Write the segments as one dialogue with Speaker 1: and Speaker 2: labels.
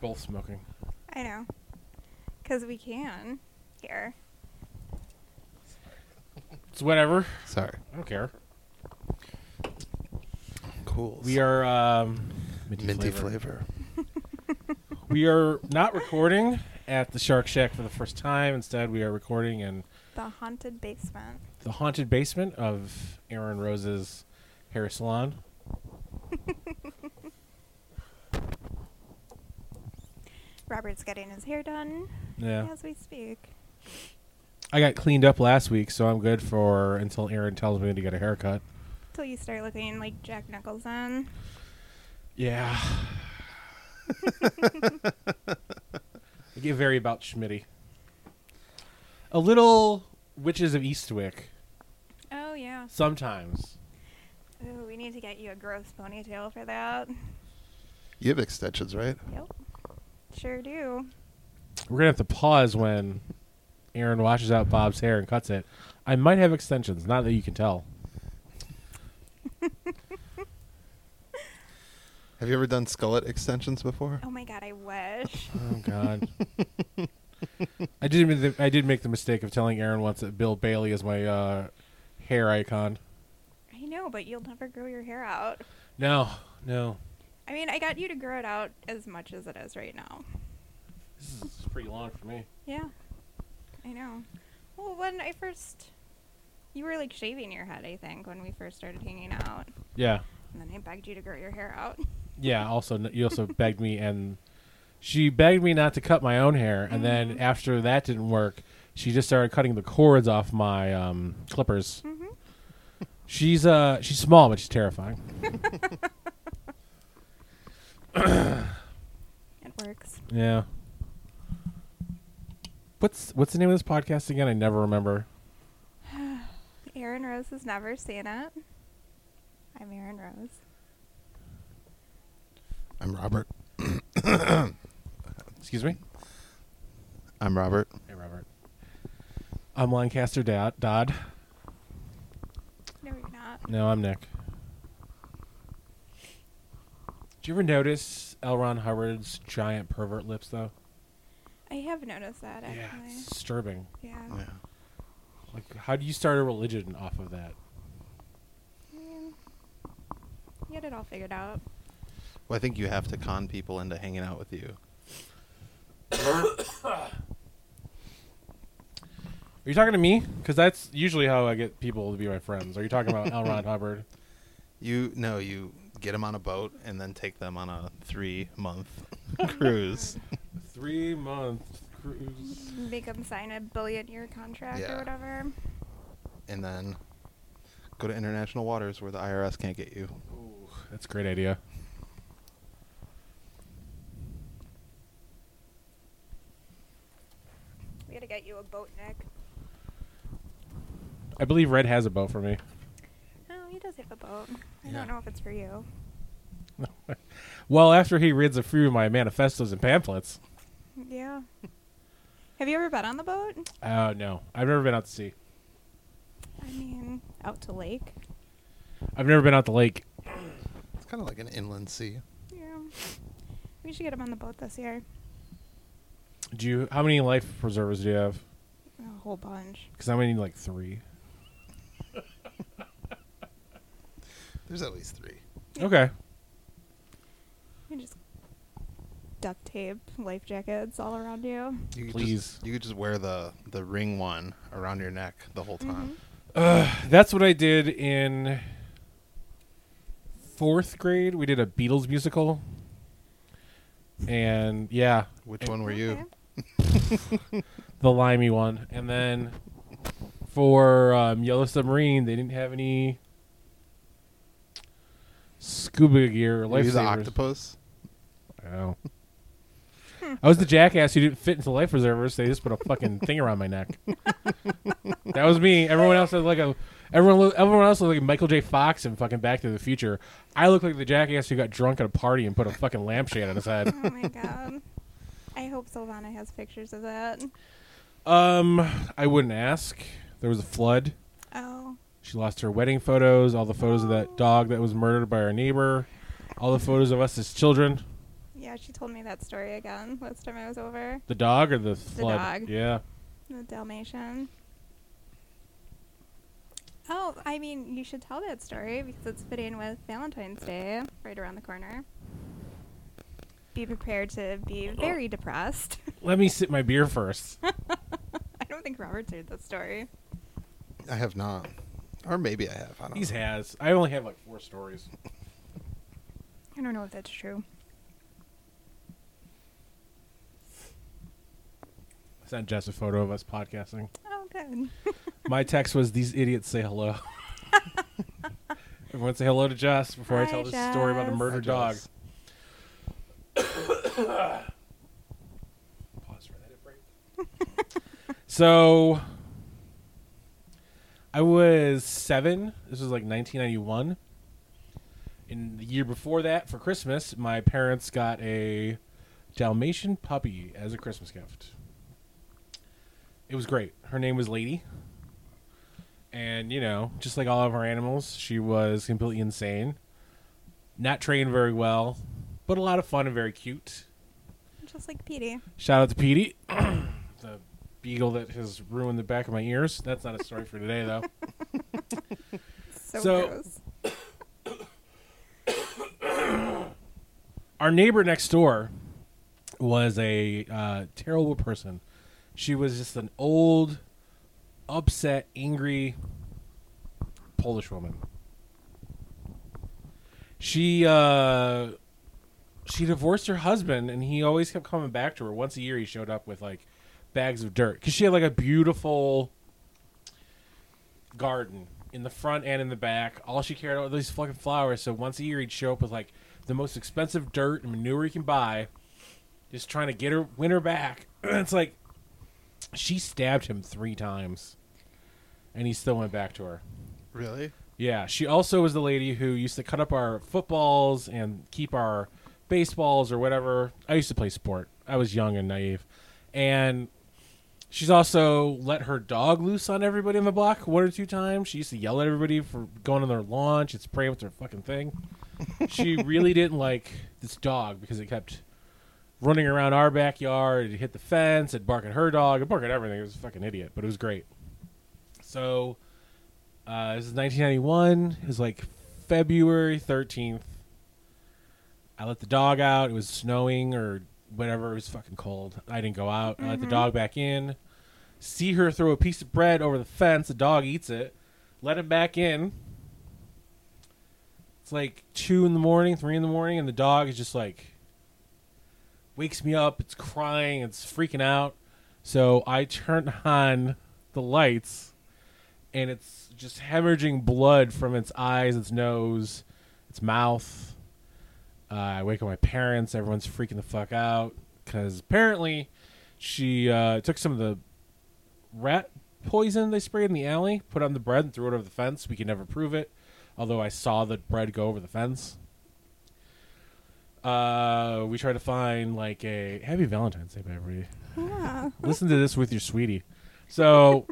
Speaker 1: both smoking.
Speaker 2: I know. Because we can here.
Speaker 1: It's whatever.
Speaker 3: Sorry.
Speaker 1: I don't care.
Speaker 3: Cool.
Speaker 1: We are um, minty,
Speaker 3: minty
Speaker 1: flavor.
Speaker 3: flavor.
Speaker 1: We are not recording at the Shark Shack for the first time. Instead, we are recording in
Speaker 2: The haunted basement.
Speaker 1: the haunted basement of Aaron Rose's hair salon.
Speaker 2: Robert's getting his hair done
Speaker 1: Yeah.
Speaker 2: as we speak.
Speaker 1: I got cleaned up last week, so I'm good for until Aaron tells me to get a haircut.
Speaker 2: Till you start looking like Jack Nicholson.
Speaker 1: Yeah. I get very about Schmitty. A little Witches of Eastwick
Speaker 2: Oh, yeah.
Speaker 1: sometimes.
Speaker 2: Ooh, we need to get you a gross ponytail for that.
Speaker 3: You have extensions, right?
Speaker 2: Yep. Sure do.
Speaker 1: We're gonna have to pause when Aaron washes out Bob's hair and cuts it. I might have extensions, not that you can tell.
Speaker 3: Have you ever done skullet extensions before?
Speaker 2: Oh my god, I wish.
Speaker 1: Oh God. I did. make the- I did make the mistake of telling Aaron once that Bill Bailey is my uh, hair icon.
Speaker 2: I know, but you'll never grow your hair out.
Speaker 1: No, no,
Speaker 2: I mean, I got you to grow it out as much as it is right now.
Speaker 1: this is pretty long for me.
Speaker 2: Yeah. I know. Well, when I first. You were like shaving your head, I think, when we first started hanging out.
Speaker 1: Yeah,
Speaker 2: And then I begged you to grow your hair out.
Speaker 1: yeah. Also, n- you also begged me, and she begged me not to cut my own hair. And then after that didn't work, she just started cutting the cords off my um, clippers.
Speaker 2: Mhm.
Speaker 1: She's uh, she's small, but she's terrifying.
Speaker 2: It works.
Speaker 1: Yeah. What's what's the name of this podcast again? I never remember.
Speaker 2: Aaron Rose has never seen it. I'm Aaron Rose.
Speaker 3: I'm Robert.
Speaker 1: Excuse me.
Speaker 3: I'm Robert.
Speaker 1: Hey, Robert. I'm Lancaster Dad- Dodd.
Speaker 2: No, you're not.
Speaker 1: No, I'm Nick. Did you ever notice L. Ron Hubbard's giant pervert lips, though?
Speaker 2: I have noticed that, actually.
Speaker 1: it's disturbing.
Speaker 2: Yeah.
Speaker 3: Yeah.
Speaker 1: Like, how do you start a religion off of that?
Speaker 2: I mean, you had it all figured out.
Speaker 3: Well, I think you have to con people into hanging out with you.
Speaker 1: Are you talking to me? Because that's usually how I get people to be my friends. Are you talking about L. Ron Hubbard?
Speaker 3: You no, you get them on a boat and then take them on a three-month cruise.
Speaker 1: Three month cruise.
Speaker 2: Make them sign a billion year contract
Speaker 3: Yeah.
Speaker 2: or whatever.
Speaker 3: and then go to international waters where the IRS can't get you.
Speaker 1: Ooh, that's a great idea.
Speaker 2: We gotta get you a boat, Nick.
Speaker 1: I believe Red has a boat for me.
Speaker 2: Oh, he does have a boat. I
Speaker 3: Yeah.
Speaker 2: don't know if it's for you.
Speaker 1: Well, after he reads a few of my manifestos and pamphlets.
Speaker 2: Yeah. have you ever been on the boat?
Speaker 1: Oh, no. I've never been out to sea.
Speaker 2: I mean, out to lake.
Speaker 1: I've never been out to lake.
Speaker 3: It's kind of like an inland sea.
Speaker 2: Yeah. We should get him on the boat this year.
Speaker 1: Do you? How many life preservers do you have?
Speaker 2: A whole bunch.
Speaker 1: Because I'm gonna need like three.
Speaker 3: There's at least three.
Speaker 1: Okay.
Speaker 2: You just duct tape life jackets all around you.
Speaker 3: You could
Speaker 1: Please.
Speaker 3: just, you could just wear the the ring one around your neck the whole time.
Speaker 1: That's what I did in fourth grade. We did a Beatles musical. And yeah,
Speaker 3: Which
Speaker 1: And
Speaker 3: one were you?
Speaker 2: Okay.
Speaker 1: the limey one. And then for um, Yellow Submarine, they didn't have any scuba gear or
Speaker 3: Were you the
Speaker 1: lifesavers.
Speaker 3: octopus?
Speaker 1: Oh. I was the jackass who didn't fit into life preservers. They just put a fucking thing around my neck. that was me. Everyone else had like a everyone loo- everyone else looked like Michael J. Fox in fucking Back to the Future. I looked like the jackass who got drunk at a party and put a fucking lampshade on his head.
Speaker 2: Oh my god. I hope Sylvana has pictures of that.
Speaker 1: Um, I wouldn't ask. There was a flood.
Speaker 2: Oh.
Speaker 1: She lost her wedding photos, all the photos of that dog that was murdered by our neighbor, all the photos of us as children.
Speaker 2: Yeah, she told me that story again last time I was over.
Speaker 1: The dog or the flood?
Speaker 2: dog.
Speaker 1: Yeah.
Speaker 2: The Dalmatian. Oh, I mean, you should tell that story because it's fitting with Valentine's Day right around the corner. Be prepared to be very depressed.
Speaker 1: Let me sip my beer first.
Speaker 2: I don't think Robert's heard that story.
Speaker 3: I have not. Or maybe I have. I don't
Speaker 1: He's
Speaker 3: know.
Speaker 1: has. I only have like four stories.
Speaker 2: I don't know if that's true.
Speaker 1: I sent Jess a photo of us podcasting.
Speaker 2: Oh, good.
Speaker 1: My text was, "These idiots say hello." Everyone say hello to Jess before I
Speaker 2: Hi,
Speaker 1: tell this story about a
Speaker 2: Jess.
Speaker 1: murder
Speaker 3: Hi,
Speaker 1: dog.
Speaker 3: Jess.
Speaker 1: Pause for that break. so, I was seven. This was like 1991. And the year before that, for Christmas, my parents got a Dalmatian puppy as a Christmas gift. It was great. Her name was Lady. And, you know, just like all of our animals, she was completely insane. Not trained very well, but a lot of fun and very cute.
Speaker 2: Just like Petey.
Speaker 1: Shout out to Petey, the beagle that has ruined the back of my ears. That's not a story for today, though.
Speaker 2: So,
Speaker 1: So-
Speaker 2: gross.
Speaker 1: Our neighbor next door was a uh, terrible person. She was just an old, upset, angry Polish woman. She uh, she divorced her husband, and he always kept coming back to her. Once a year, he showed up with like bags of dirt because she had like a beautiful garden in the front and in the back. All she cared about was these fucking flowers. So once a year, he'd show up with like the most expensive dirt and manure he can buy, just trying to get her win her back. it's like she stabbed him three times, and he still went back to her.
Speaker 3: Really?
Speaker 1: Yeah, she also was the lady who used to cut up our footballs and keep our baseballs or whatever. I used to play sport. I was young and naive. And she's also let her dog loose on everybody in the block one or two times. She used to yell at everybody for going on their lawn. She'd spray with her fucking thing. She really didn't like this dog because it kept running around our backyard. It hit the fence. It'd bark at her dog. It'd bark at everything. It was a fucking idiot, but it was great. So. Uh, this is 1991. It was like February 13th. I let the dog out. It was snowing or whatever. It was fucking cold. I didn't go out. I let the dog back in. See her throw a piece of bread over the fence. The dog eats it. Let him back in. It's like two in the morning, three in the morning, and the dog is just like wakes me up. It's crying. It's freaking out. So I turn on the lights and it's just hemorrhaging blood from its eyes, its nose, its mouth. Uh, I wake up my parents. Everyone's freaking the fuck out because apparently she uh, took some of the rat poison they sprayed in the alley, put it on the bread, and threw it over the fence. We can never prove it, although I saw the bread go over the fence. Uh, we tried to find like a happy Valentine's Day, by everybody
Speaker 2: Yeah.
Speaker 1: listen to this with your sweetie. So,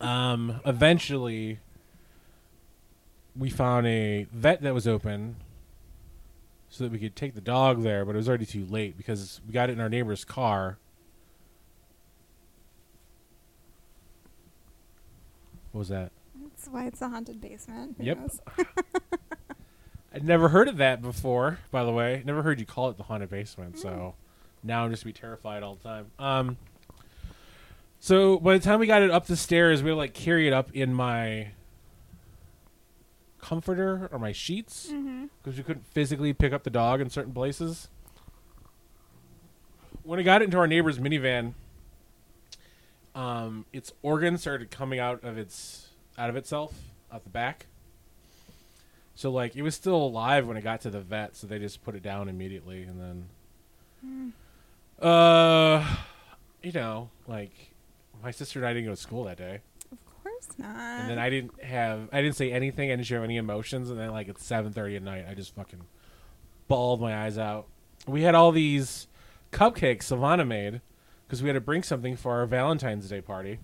Speaker 1: um, eventually, we found a vet that was open so that we could take the dog there, but it was already too late because we got it in our neighbor's car. What was that?
Speaker 2: That's why it's a haunted basement. Who
Speaker 1: Yep.
Speaker 2: knows?
Speaker 1: I'd never heard of that before, by the way. Never heard you call it the haunted basement, so now I'm just be terrified all the time. Um So by the time we got it up the stairs, we had to, like carry it up in my comforter or my sheets because we couldn't physically pick up the dog in certain places. When I got into our neighbor's minivan, um, its organ started coming out of its out of itself out the back. So like it was still alive when it got to the vet, so they just put it down immediately and then uh you know, like my sister and I didn't go to school that day.
Speaker 2: Of course not.
Speaker 1: And then I didn't have I didn't say anything, I didn't show any emotions, and then like at seven thirty at night I just fucking bawled my eyes out. We had all these cupcakes Savannah made because we had to bring something for our Valentine's Day party.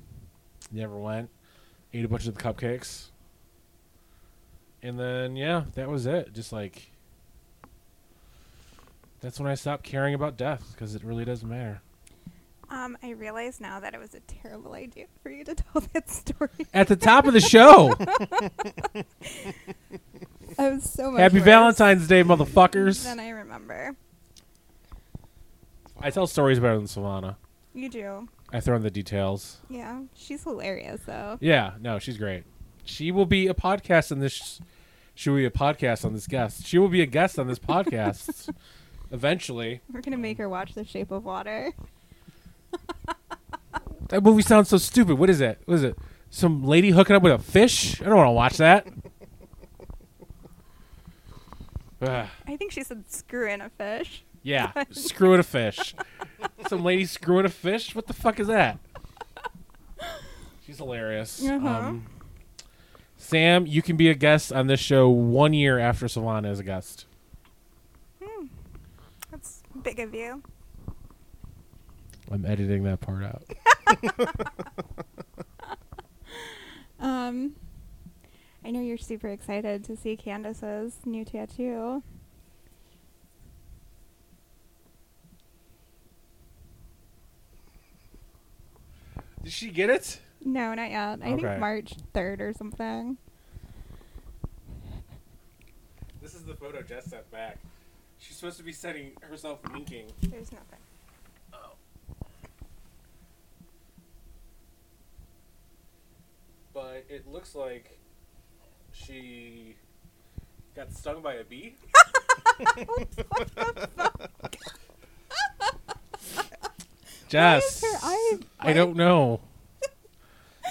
Speaker 1: Never went. Ate a bunch of the cupcakes. And then yeah, that was it. Just like That's when I stopped caring about death because it really doesn't matter.
Speaker 2: Um, I realize now that it was a terrible idea for you to tell that story.
Speaker 1: At the top of the show,
Speaker 2: I was so much
Speaker 1: Happy
Speaker 2: worse
Speaker 1: Valentine's Day, motherfuckers!
Speaker 2: than I remember.
Speaker 1: I tell stories better than Savannah.
Speaker 2: You do.
Speaker 1: I throw in the details.
Speaker 2: Yeah, she's hilarious though.
Speaker 1: Yeah, no, she's great. She will be a podcast on this. She will be a podcast on this guest. She will be a guest on this podcast eventually.
Speaker 2: We're gonna make her watch The Shape of Water.
Speaker 1: That movie sounds so stupid. What is that? What is it? Some lady hooking up with a fish? I don't want to watch that. Ugh.
Speaker 2: I think she said screw in a fish.
Speaker 1: yeah, screwing a fish. Some lady screwing a fish? What the fuck is that? She's hilarious.
Speaker 2: Uh-huh.
Speaker 1: Um, Sam, you can be a guest on this show one year after Savannah is a guest.
Speaker 2: That's big of you.
Speaker 1: I'm editing that part out.
Speaker 2: Um, I know you're super excited to see Candace's new tattoo.
Speaker 1: Did she get it?
Speaker 2: No, not yet. I
Speaker 1: Okay.
Speaker 2: think March third or something.
Speaker 1: This is the photo Jess sent back. She's supposed to be setting herself winking.
Speaker 2: There's nothing.
Speaker 1: but it looks like she got stung by a bee. Jess,
Speaker 2: Why is her eye
Speaker 1: I don't know.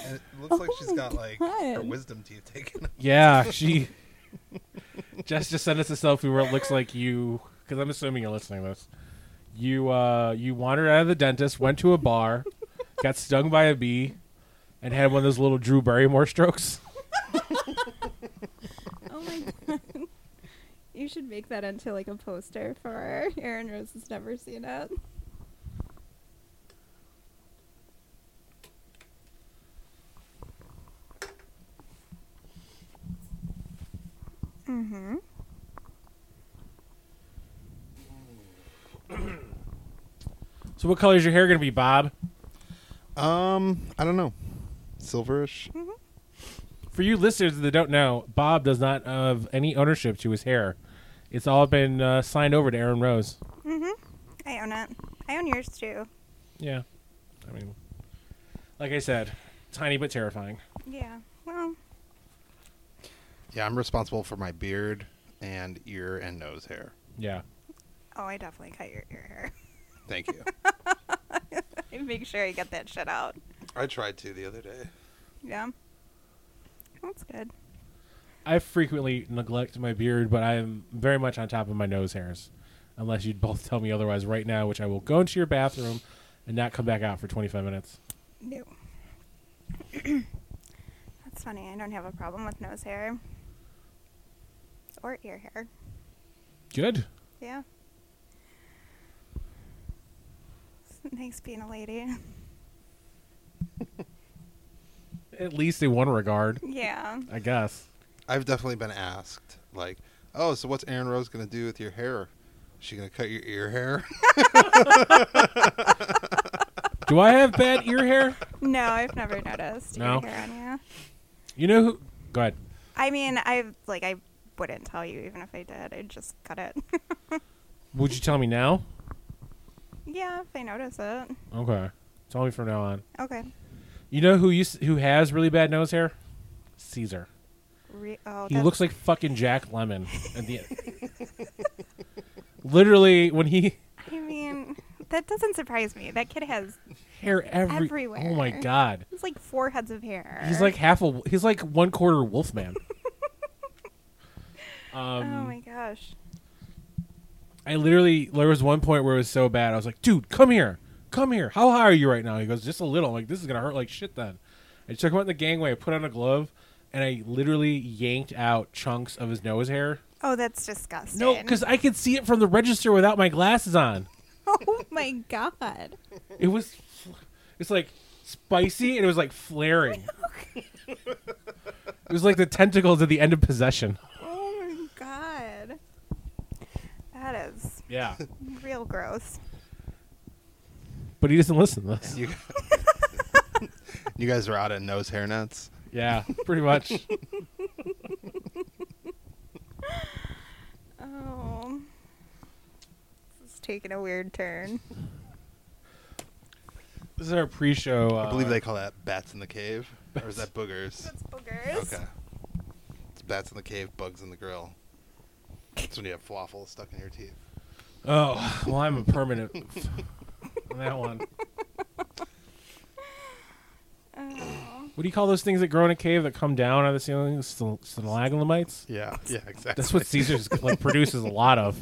Speaker 3: And it looks like
Speaker 2: Oh
Speaker 3: she's
Speaker 2: my
Speaker 3: got like her
Speaker 2: God.
Speaker 3: wisdom teeth taken.
Speaker 1: Yeah, she. Jess just sent us a selfie where it looks like you, because I'm assuming you're listening to this. You uh, you wandered out of the dentist, went to a bar, got stung by a bee, and had one of those little Drew Barrymore strokes.
Speaker 2: Oh my god. You should make that into like a poster for Aaron Rose has never seen it. Mm-hmm.
Speaker 1: So, what color is your hair gonna be, Bob?
Speaker 3: Um, I don't know. Silverish.
Speaker 1: For you listeners that don't know, Bob does not have any ownership to his hair. It's all been uh, signed over to Aaron Rose.
Speaker 2: Mm-hmm. I own it. I own yours too.
Speaker 1: Yeah. I mean, like I said, tiny but terrifying.
Speaker 2: Yeah. Well,
Speaker 3: Yeah, I'm responsible for my beard and ear and nose hair.
Speaker 1: Yeah.
Speaker 2: oh, I definitely cut your ear hair.
Speaker 3: Thank you.
Speaker 2: I make sure I get that shit out.
Speaker 3: I tried to the other day.
Speaker 2: Yeah. That's good.
Speaker 1: I frequently neglect my beard, but I am very much on top of my nose hairs. Unless you'd both tell me otherwise right now, which I will go into your bathroom and not come back out for 25 minutes.
Speaker 2: No. That's funny. I don't have a problem with nose hair or ear hair.
Speaker 1: Good.
Speaker 2: Yeah. It's nice being a lady.
Speaker 1: At least in one regard,
Speaker 2: Yeah.
Speaker 1: I guess.
Speaker 3: I've definitely been asked, like, oh, so what's Aaron Rose gonna do with your hair? Is she gonna cut your ear hair?
Speaker 1: Do I have bad ear hair?
Speaker 2: No, I've never noticed
Speaker 1: No.
Speaker 2: ear hair on you.
Speaker 1: You know who? Go ahead.
Speaker 2: I mean, I like I wouldn't tell you even if I did. I'd just cut it.
Speaker 1: Would you tell me now?
Speaker 2: yeah, if I notice it.
Speaker 1: Okay. Tell me from now on.
Speaker 2: Okay.
Speaker 1: You know who used who has really bad nose hair? Caesar.
Speaker 2: Re- oh,
Speaker 1: He
Speaker 2: that's-
Speaker 1: looks like fucking Jack Lemon at the Literally, when he
Speaker 2: I mean, that doesn't surprise me. That kid has
Speaker 1: hair every,
Speaker 2: Everywhere.
Speaker 1: Oh my god,
Speaker 2: it's like four heads of hair.
Speaker 1: he's like half a. He's like one quarter Wolfman. um,
Speaker 2: oh my gosh.
Speaker 1: I literally there was one point where it was so bad. I was like, dude, come here, come here. How high are you right now? He goes, just a little. I'm like, this is gonna hurt like shit. Then I took him out the gangway. I put on a glove, and I literally yanked out chunks of his nose hair.
Speaker 2: Oh, that's disgusting.
Speaker 1: No, because I could see it from the register without my glasses on.
Speaker 2: oh my god.
Speaker 1: It was, it's like spicy and it was like flaring. it was like the tentacles at the end of possession.
Speaker 2: Oh my god. Oh That is
Speaker 1: Yeah.
Speaker 2: Real gross.
Speaker 1: But he doesn't listen to this.
Speaker 3: You, you guys were out at nose hairnets.
Speaker 1: Yeah, pretty much.
Speaker 2: Oh. This is taking a weird turn.
Speaker 1: This is our pre-show. Uh,
Speaker 3: I believe they call that bats in the cave, or is that boogers?
Speaker 2: That's boogers.
Speaker 3: Okay. It's bats in the cave, bugs in the grill. That's when you have falafel stuck in your teeth.
Speaker 1: Oh, well, I'm a permanent on that one.
Speaker 2: Oh.
Speaker 1: What do you call those things that grow in a cave that come down out of the ceiling? Stal- stalagmites.
Speaker 3: Yeah. Yeah, exactly.
Speaker 1: That's what Caesar's like produces a lot of.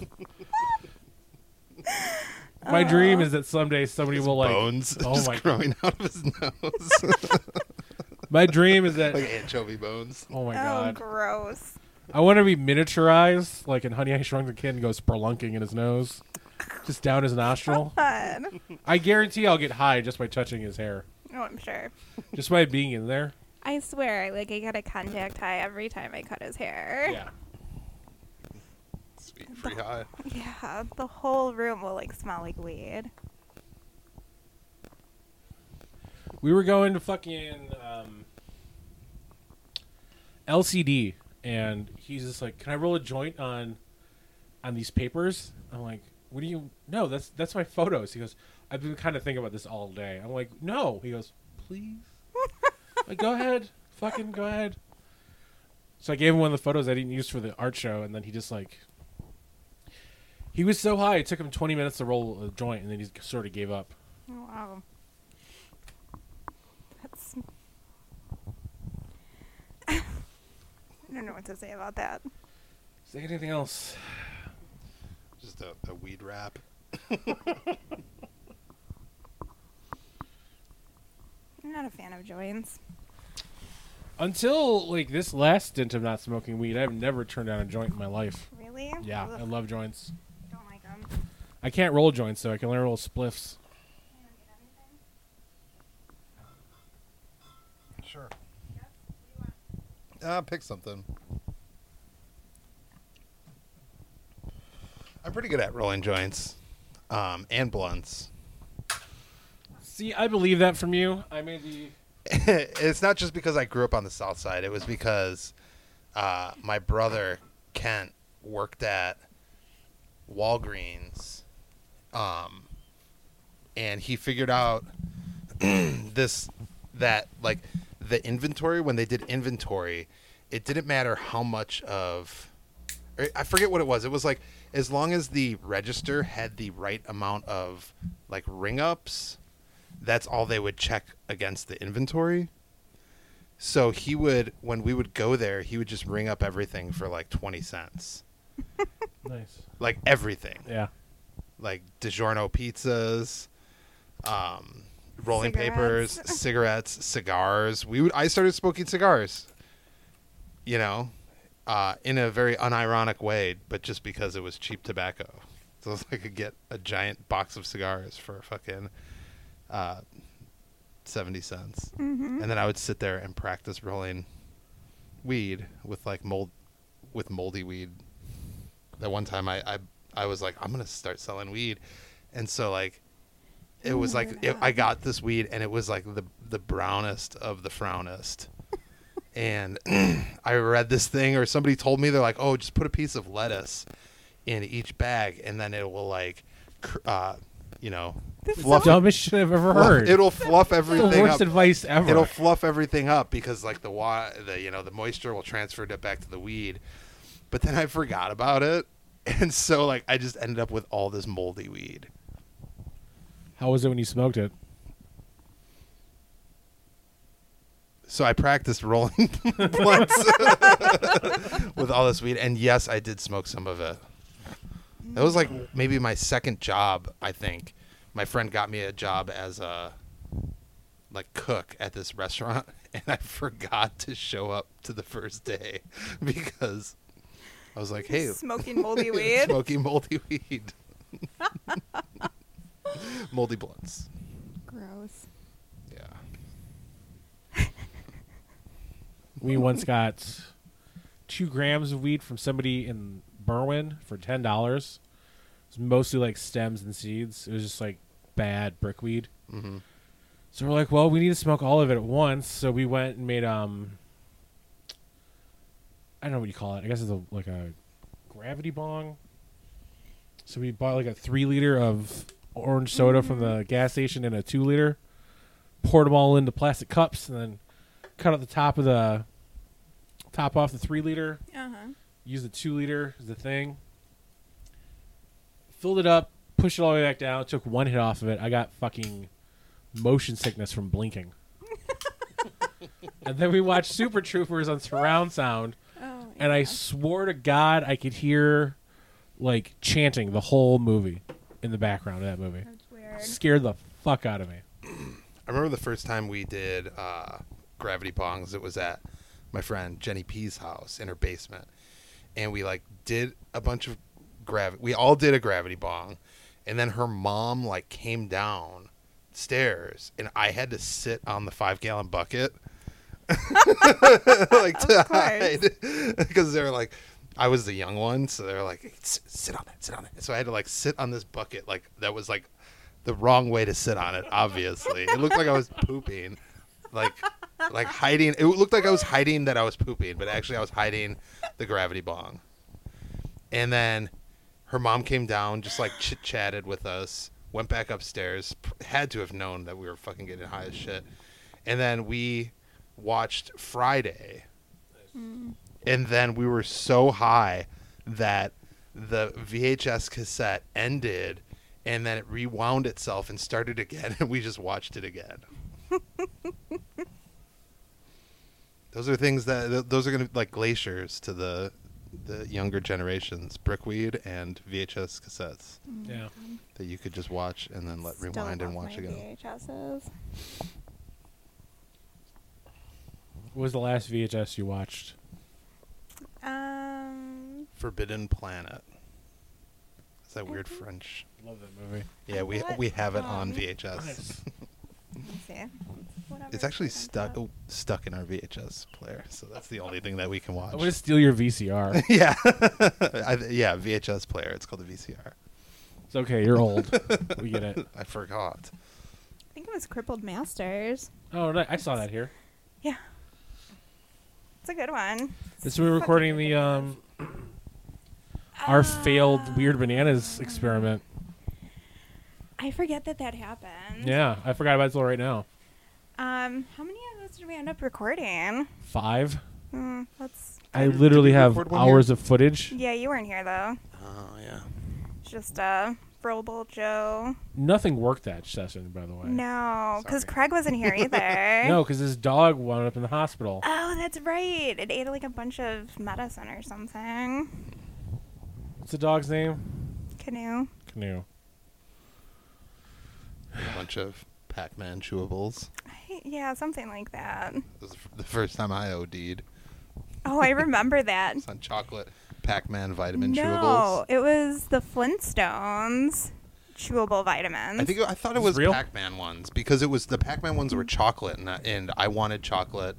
Speaker 1: My dream is that someday somebody
Speaker 3: His
Speaker 1: will like.
Speaker 3: bones
Speaker 1: oh
Speaker 3: just
Speaker 1: my-
Speaker 3: growing out of his nose.
Speaker 1: My dream is that.
Speaker 3: like anchovy bones.
Speaker 1: oh my
Speaker 2: oh,
Speaker 1: god!
Speaker 2: gross.
Speaker 1: I want to be miniaturized, like in Honey I Shrunk the Kid, and goes spelunking in his nose, just down his nostril.
Speaker 2: Fun.
Speaker 1: I guarantee I'll get high just by touching his hair,
Speaker 2: Oh, I'm sure.
Speaker 1: just by being in there.
Speaker 2: I swear, like I got a contact high every time I cut his hair.
Speaker 1: Yeah.
Speaker 3: Sweet free high.
Speaker 2: Yeah, the whole room will like smell like weed.
Speaker 1: We were going to fucking um, LCD, and he's just like, "Can I roll a joint on on these papers?" I'm like, "What do you? No, that's that's my photos." He goes, "I've been kind of thinking about this all day." I'm like, "No." He goes, "Please, I'm like go ahead, fucking go ahead." So I gave him one of the photos I didn't use for the art show, and then he just like. He was so high, it took him 20 minutes to roll a joint, and then he sort of gave up.
Speaker 2: Oh, Wow. That's. I don't know what to say about that.
Speaker 1: Is there anything else?
Speaker 3: Just a, a weed wrap.
Speaker 2: I'm not a fan of joints.
Speaker 1: Until like this last stint of not smoking weed, I've never turned down a joint in my life.
Speaker 2: Really?
Speaker 1: Yeah, Um,
Speaker 2: Ugh,
Speaker 1: I love joints.
Speaker 2: Don't like 'em.
Speaker 1: I can't roll joints though. I can only roll spliffs.
Speaker 3: Sure. Uh, pick something. I'm pretty good at rolling joints um, and blunts.
Speaker 1: See, I believe that from you. I made the
Speaker 3: it's not just because I grew up on the South Side. It was because uh, my brother Kent worked at Walgreens, um, and he figured out this that like the inventory when they did inventory, it didn't matter how much of or I forget what it was. It was like as long as the register had the right amount of like ring ups that's all they would check against the inventory. So he would, when we would go there, he would just ring up everything for like 20 cents.
Speaker 1: nice.
Speaker 3: Like everything.
Speaker 1: Yeah.
Speaker 3: Like DiGiorno pizzas, um, rolling papers, cigarettes, cigars. We would, I started smoking cigars, you know, uh, in a very unironic way, but just because it was cheap tobacco. So I could get a giant box of cigars for fucking uh, 70 cents
Speaker 2: Mm-hmm.
Speaker 3: and then I would sit there and practice rolling weed with like mold with moldy weed. That one time I I, I was like I'm gonna start selling weed, and so like it was like it, I got this weed and it was like the the brownest of the frownest. And I read this thing, or somebody told me they're like, "Oh, just put a piece of lettuce in each bag, and then it will like, cr- uh, you know,
Speaker 2: This
Speaker 3: fluff,
Speaker 2: sounds-
Speaker 1: Dumbest shit I've ever
Speaker 3: fluff-
Speaker 1: heard.
Speaker 3: it'll fluff
Speaker 1: It's the
Speaker 3: everything
Speaker 1: worst
Speaker 3: up."
Speaker 1: advice ever.
Speaker 3: It'll fluff everything up because like the wa- the you know the moisture will transfer it back to the weed. But then I forgot about it, and so like I just ended up with all this moldy weed.
Speaker 1: How was it when you smoked it?
Speaker 3: So I practiced rolling blunts with all this weed, and yes, I did smoke some of it. That was like maybe my second job, I think. My friend got me a job as a like cook at this restaurant, and I forgot to show up to the first day because I was like, "Hey,
Speaker 2: Smoking moldy weed.
Speaker 3: smoking moldy weed, moldy blunts."
Speaker 2: Gross.
Speaker 3: Yeah,
Speaker 1: We once got two grams of weed from somebody in Berwyn for ten dollars. It's mostly like stems and seeds. It was just like bad brickweed.
Speaker 3: Mm-hmm.
Speaker 1: So we're like, well, we need to smoke all of it at once. So we went and made um, I don't know what you call it. I guess it's a, like a gravity bong. So we bought like a three liter of orange soda from the gas station and a two liter, poured them all into plastic cups, and then cut out the top of the top off the three liter,
Speaker 2: Uh huh.
Speaker 1: use the two liter as the thing. Filled it up, pushed it all the way back down, took one hit off of it. I got fucking motion sickness from blinking. and then we watched Super Troopers on surround sound,
Speaker 2: Oh.
Speaker 1: and I
Speaker 2: yeah.
Speaker 1: swore to God I could hear like chanting the whole movie in the background of that movie.
Speaker 2: That's weird.
Speaker 1: Scared the fuck out of me.
Speaker 3: I remember the first time we did uh, gravity bongs. It was at my friend Jenny P's house in her basement, and we like did a bunch of gravity. We all did a gravity bong, and then her mom like came down stairs, and I had to sit on the five gallon bucket. like to
Speaker 2: Of course.
Speaker 3: hide because they were like i was the young one so they were like "S- sit on it sit on it so i had to like sit on this bucket like that was like the wrong way to sit on it. Obviously, it looked like I was pooping, like like hiding. It looked like I was hiding that I was pooping, but actually I was hiding the gravity bong. And then her mom came down, just like chit chatted with us, went back upstairs, p- had to have known that we were fucking getting high as shit. And then we watched Friday, and then we were so high that the VHS cassette ended and then it rewound itself and started again and we just watched it again. those are things that th- those are going to like glaciers to the the younger generations, brickweed and VHS cassettes
Speaker 1: Yeah.
Speaker 3: that you could just watch and then let
Speaker 2: Still
Speaker 3: rewind and
Speaker 2: love
Speaker 3: watch
Speaker 2: my
Speaker 3: again.
Speaker 2: VHSs.
Speaker 1: What was the last VHS you watched?
Speaker 2: Um.
Speaker 3: Forbidden Planet. Is that weird
Speaker 2: Mhm.
Speaker 3: French?
Speaker 1: Love that movie.
Speaker 3: Yeah, we
Speaker 2: What?
Speaker 3: we have it on
Speaker 2: Um,
Speaker 3: VHS.
Speaker 2: Let's see. Whatever
Speaker 3: It's actually
Speaker 2: comes
Speaker 3: stuck
Speaker 2: up.
Speaker 3: oh, stuck in our VHS player, so that's the only thing that we can watch.
Speaker 1: I'm gonna steal your VCR.
Speaker 3: yeah, I, th- yeah, VHS player. It's called a VCR.
Speaker 1: It's okay. You're old. we get it.
Speaker 3: I forgot.
Speaker 2: I think it was Crippled Masters.
Speaker 1: Oh, right, I saw that here.
Speaker 2: Yeah. It's a good one.
Speaker 1: This we were recording the um our failed weird bananas experiment.
Speaker 2: I forget that that happened.
Speaker 1: Yeah, I forgot about it till right now.
Speaker 2: Um, how many of those did we end up recording?
Speaker 1: Five.
Speaker 2: Hmm, let's.
Speaker 1: I literally have
Speaker 3: record one here?
Speaker 1: hours of footage.
Speaker 2: Yeah, you weren't here though.
Speaker 3: Oh yeah.
Speaker 2: It's Just uh, Roble Joe.
Speaker 1: Nothing worked that session, by the way.
Speaker 2: No, because
Speaker 3: Sorry.
Speaker 2: Craig wasn't here either.
Speaker 1: No, because his dog wound up in the hospital.
Speaker 2: Oh, that's right. It ate like a bunch of medicine or something.
Speaker 1: What's the dog's name?
Speaker 2: Canoe.
Speaker 1: Canoe.
Speaker 3: A bunch of Pac-Man chewables.
Speaker 2: I- Yeah, something like that.
Speaker 3: This is the first time I OD'd.
Speaker 2: Oh, I remember that.
Speaker 3: It's on chocolate Pac-Man vitamin
Speaker 2: No,
Speaker 3: chewables.
Speaker 2: it was the Flintstones chewable vitamins.
Speaker 3: I think it- I thought it
Speaker 1: Is
Speaker 3: was
Speaker 1: real?
Speaker 3: Pac-Man ones because it was the Pac-Man ones were chocolate, and I, and I wanted chocolate,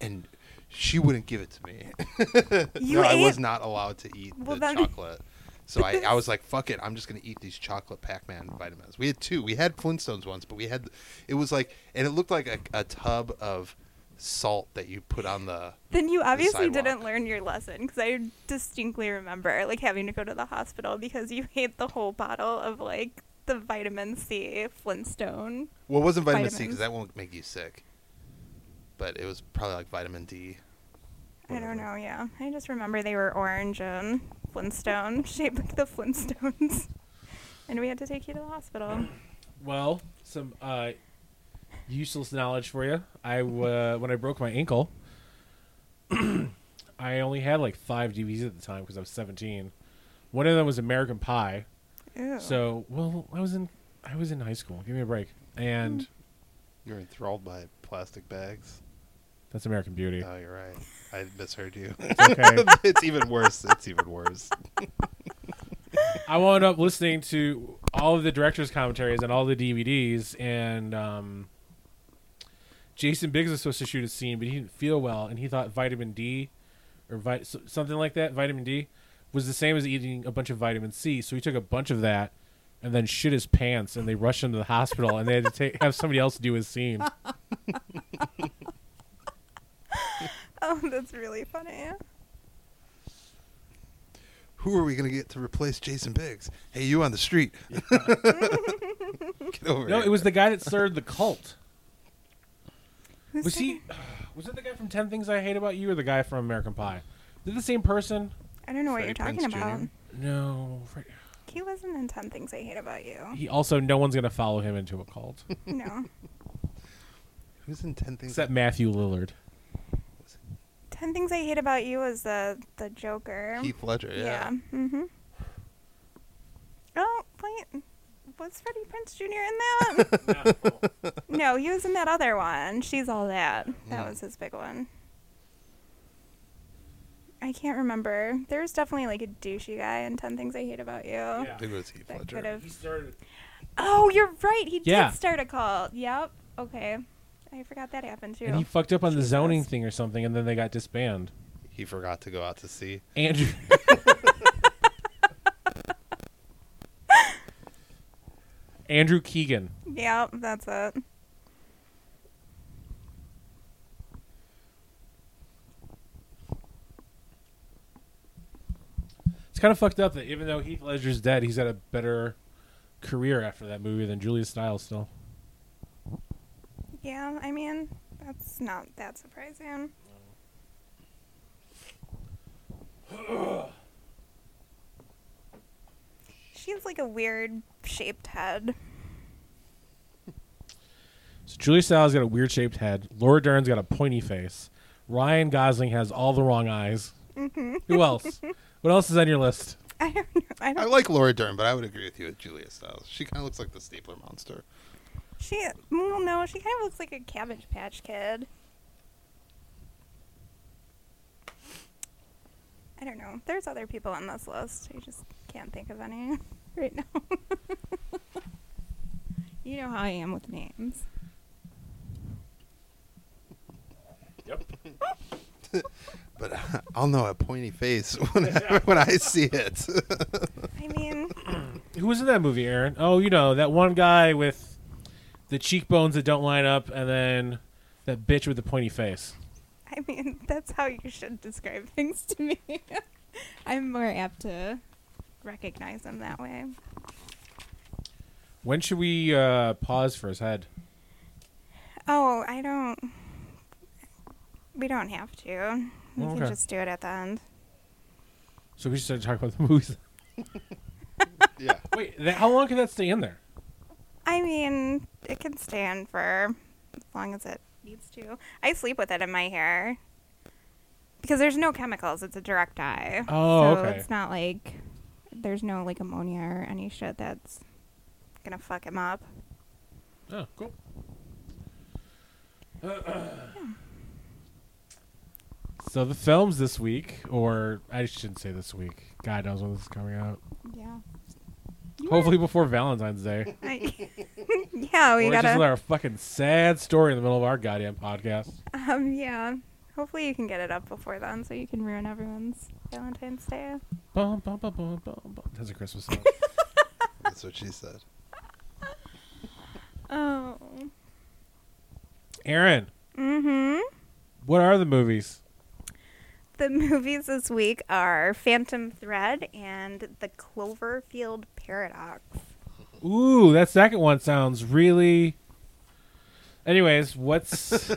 Speaker 3: and she wouldn't give it to me.
Speaker 2: You
Speaker 3: no, I was
Speaker 2: ate-
Speaker 3: not allowed to eat
Speaker 2: Well,
Speaker 3: the
Speaker 2: then-
Speaker 3: chocolate. So I, I was like, "Fuck it! I'm just gonna eat these chocolate Pac-Man vitamins." We had two. We had Flintstones ones, but we had it was like, and it looked like a, a tub of salt that you put on the.
Speaker 2: Then you obviously
Speaker 3: sidewalk.
Speaker 2: didn't learn your lesson because I distinctly remember like having to go to the hospital because you ate the whole bottle of like the vitamin C Flintstone.
Speaker 3: Well, it wasn't vitamin C
Speaker 2: Vitamins.
Speaker 3: because that won't make you sick, but it was probably like vitamin D.
Speaker 2: I
Speaker 3: Whatever.
Speaker 2: don't know, yeah. I just remember they were orange and Flintstone, shaped like the Flintstones. and we had to take you to the hospital.
Speaker 1: Well, some uh, useless knowledge for you. I uh, when I broke my ankle, I only had like five DVDs at the time because I was 17. One of them was American Pie.
Speaker 2: Ew.
Speaker 1: So, well, I was in I was in high school. Give me a break. And
Speaker 3: You're enthralled by plastic bags.
Speaker 1: that's American Beauty.
Speaker 3: Oh, you're right. I misheard you.
Speaker 1: Okay.
Speaker 3: it's even worse. It's even worse.
Speaker 1: I wound up listening to all of the director's commentaries and all the DVDs, and um, Jason Biggs was supposed to shoot a scene, but he didn't feel well, and he thought vitamin D or vit- something like that, vitamin D, was the same as eating a bunch of vitamin C. So he took a bunch of that and then shit his pants, and they rushed him to the hospital, and they had to take, have somebody else do his scene.
Speaker 2: Oh, that's really funny.
Speaker 3: Who are we going to get to replace Jason Biggs? Hey, you on the street. get over
Speaker 1: No,
Speaker 3: here.
Speaker 1: it was the guy that started the cult.
Speaker 2: Who's
Speaker 1: Was
Speaker 2: the-
Speaker 1: he? Was it the guy from Ten Things I Hate About You, or the guy from American Pie? Is it the same person?
Speaker 2: I don't know what
Speaker 3: Freddie
Speaker 2: you're talking
Speaker 3: Prinze
Speaker 2: about.
Speaker 3: Jr.?
Speaker 1: No. Fre-
Speaker 2: He wasn't in 10 Things I Hate About You.
Speaker 1: He also no one's gonna follow him into a cult
Speaker 2: No.
Speaker 3: Who's in 10 Things?
Speaker 1: except Matthew Lillard.
Speaker 2: 10 Things I Hate About You was the, the Joker.
Speaker 3: Heath Ledger, yeah.
Speaker 2: Mm-hmm. Oh, wait. Was Freddie Prince Jr. in that? no, he was in that other one. She's All That. That
Speaker 3: Yeah.
Speaker 2: was his big one. I can't remember. There was definitely like a douchey guy in 10 Things I Hate About You.
Speaker 3: I think it was Heath
Speaker 2: That
Speaker 3: Ledger.
Speaker 2: could have-
Speaker 1: Oh. He started.
Speaker 2: Oh, you're right. He
Speaker 1: Yeah.
Speaker 2: did start a cult. Yep. Okay. I forgot that happened too.
Speaker 1: And he fucked up on the
Speaker 2: Jesus.
Speaker 1: zoning thing or something, and then they got disbanded.
Speaker 3: He forgot to go out to sea.
Speaker 1: Andrew. Andrew Keegan.
Speaker 2: Yep, that's it.
Speaker 1: It's kind of fucked up that even though Heath Ledger's dead, he's had a better career after that movie than Julia Stiles still.
Speaker 2: Yeah, I mean, that's not that surprising. she has like a weird shaped head.
Speaker 1: So Julia Stiles got a weird shaped head. Laura Dern's got a pointy face. Ryan Gosling has all the wrong eyes. Who else? what else is on your list?
Speaker 2: I don't know. I
Speaker 3: I
Speaker 2: don't.
Speaker 3: like Laura Dern, but I would agree with you with Julia Stiles. She kind of looks like the Stapler Monster.
Speaker 2: She. Well, no, she kind of looks like a Cabbage Patch Kid. I don't know. There's other people on this list. I just can't think of any right now. you know how I am with names.
Speaker 1: Yep.
Speaker 3: But I'll know a pointy face whenever, when I see it.
Speaker 2: I mean,
Speaker 1: Who was in that movie, Aaron? Oh, you know, that one guy with the cheekbones that don't line up and then that bitch with the pointy face.
Speaker 2: I mean, that's how you should describe things to me. I'm more apt to recognize them that way.
Speaker 1: When should we uh, pause for his head?
Speaker 2: Oh, I don't. We don't have to. We
Speaker 1: Okay.
Speaker 2: can just do it at the end.
Speaker 1: So we should start talking about the movies.
Speaker 3: yeah.
Speaker 1: Wait, that, how long can that stay in there?
Speaker 2: I mean, it can stand for as long as it needs to. I sleep with it in my hair because there's no chemicals. It's a direct dye.
Speaker 1: Oh,
Speaker 2: so
Speaker 1: okay.
Speaker 2: It's not like there's no like ammonia or any shit that's gonna fuck him up.
Speaker 1: Oh, cool. so the films this week, or I shouldn't say this week. God knows when this is coming out.
Speaker 2: Yeah.
Speaker 1: Hopefully before Valentine's Day.
Speaker 2: I- yeah, we
Speaker 1: or
Speaker 2: gotta.
Speaker 1: just let our fucking sad story in the middle of our goddamn podcast.
Speaker 2: Um, yeah. Hopefully you can get it up before then, so you can ruin everyone's Valentine's Day.
Speaker 1: Bum, bum, bum, bum, bum, bum. That's a Christmas song.
Speaker 3: That's what she said.
Speaker 2: Oh.
Speaker 1: Aaron,
Speaker 2: Mm-hmm.
Speaker 1: what are the movies?
Speaker 2: The movies this week are Phantom Thread and The Cloverfield Paradox.
Speaker 1: Ooh, that second one sounds really. Anyways, what's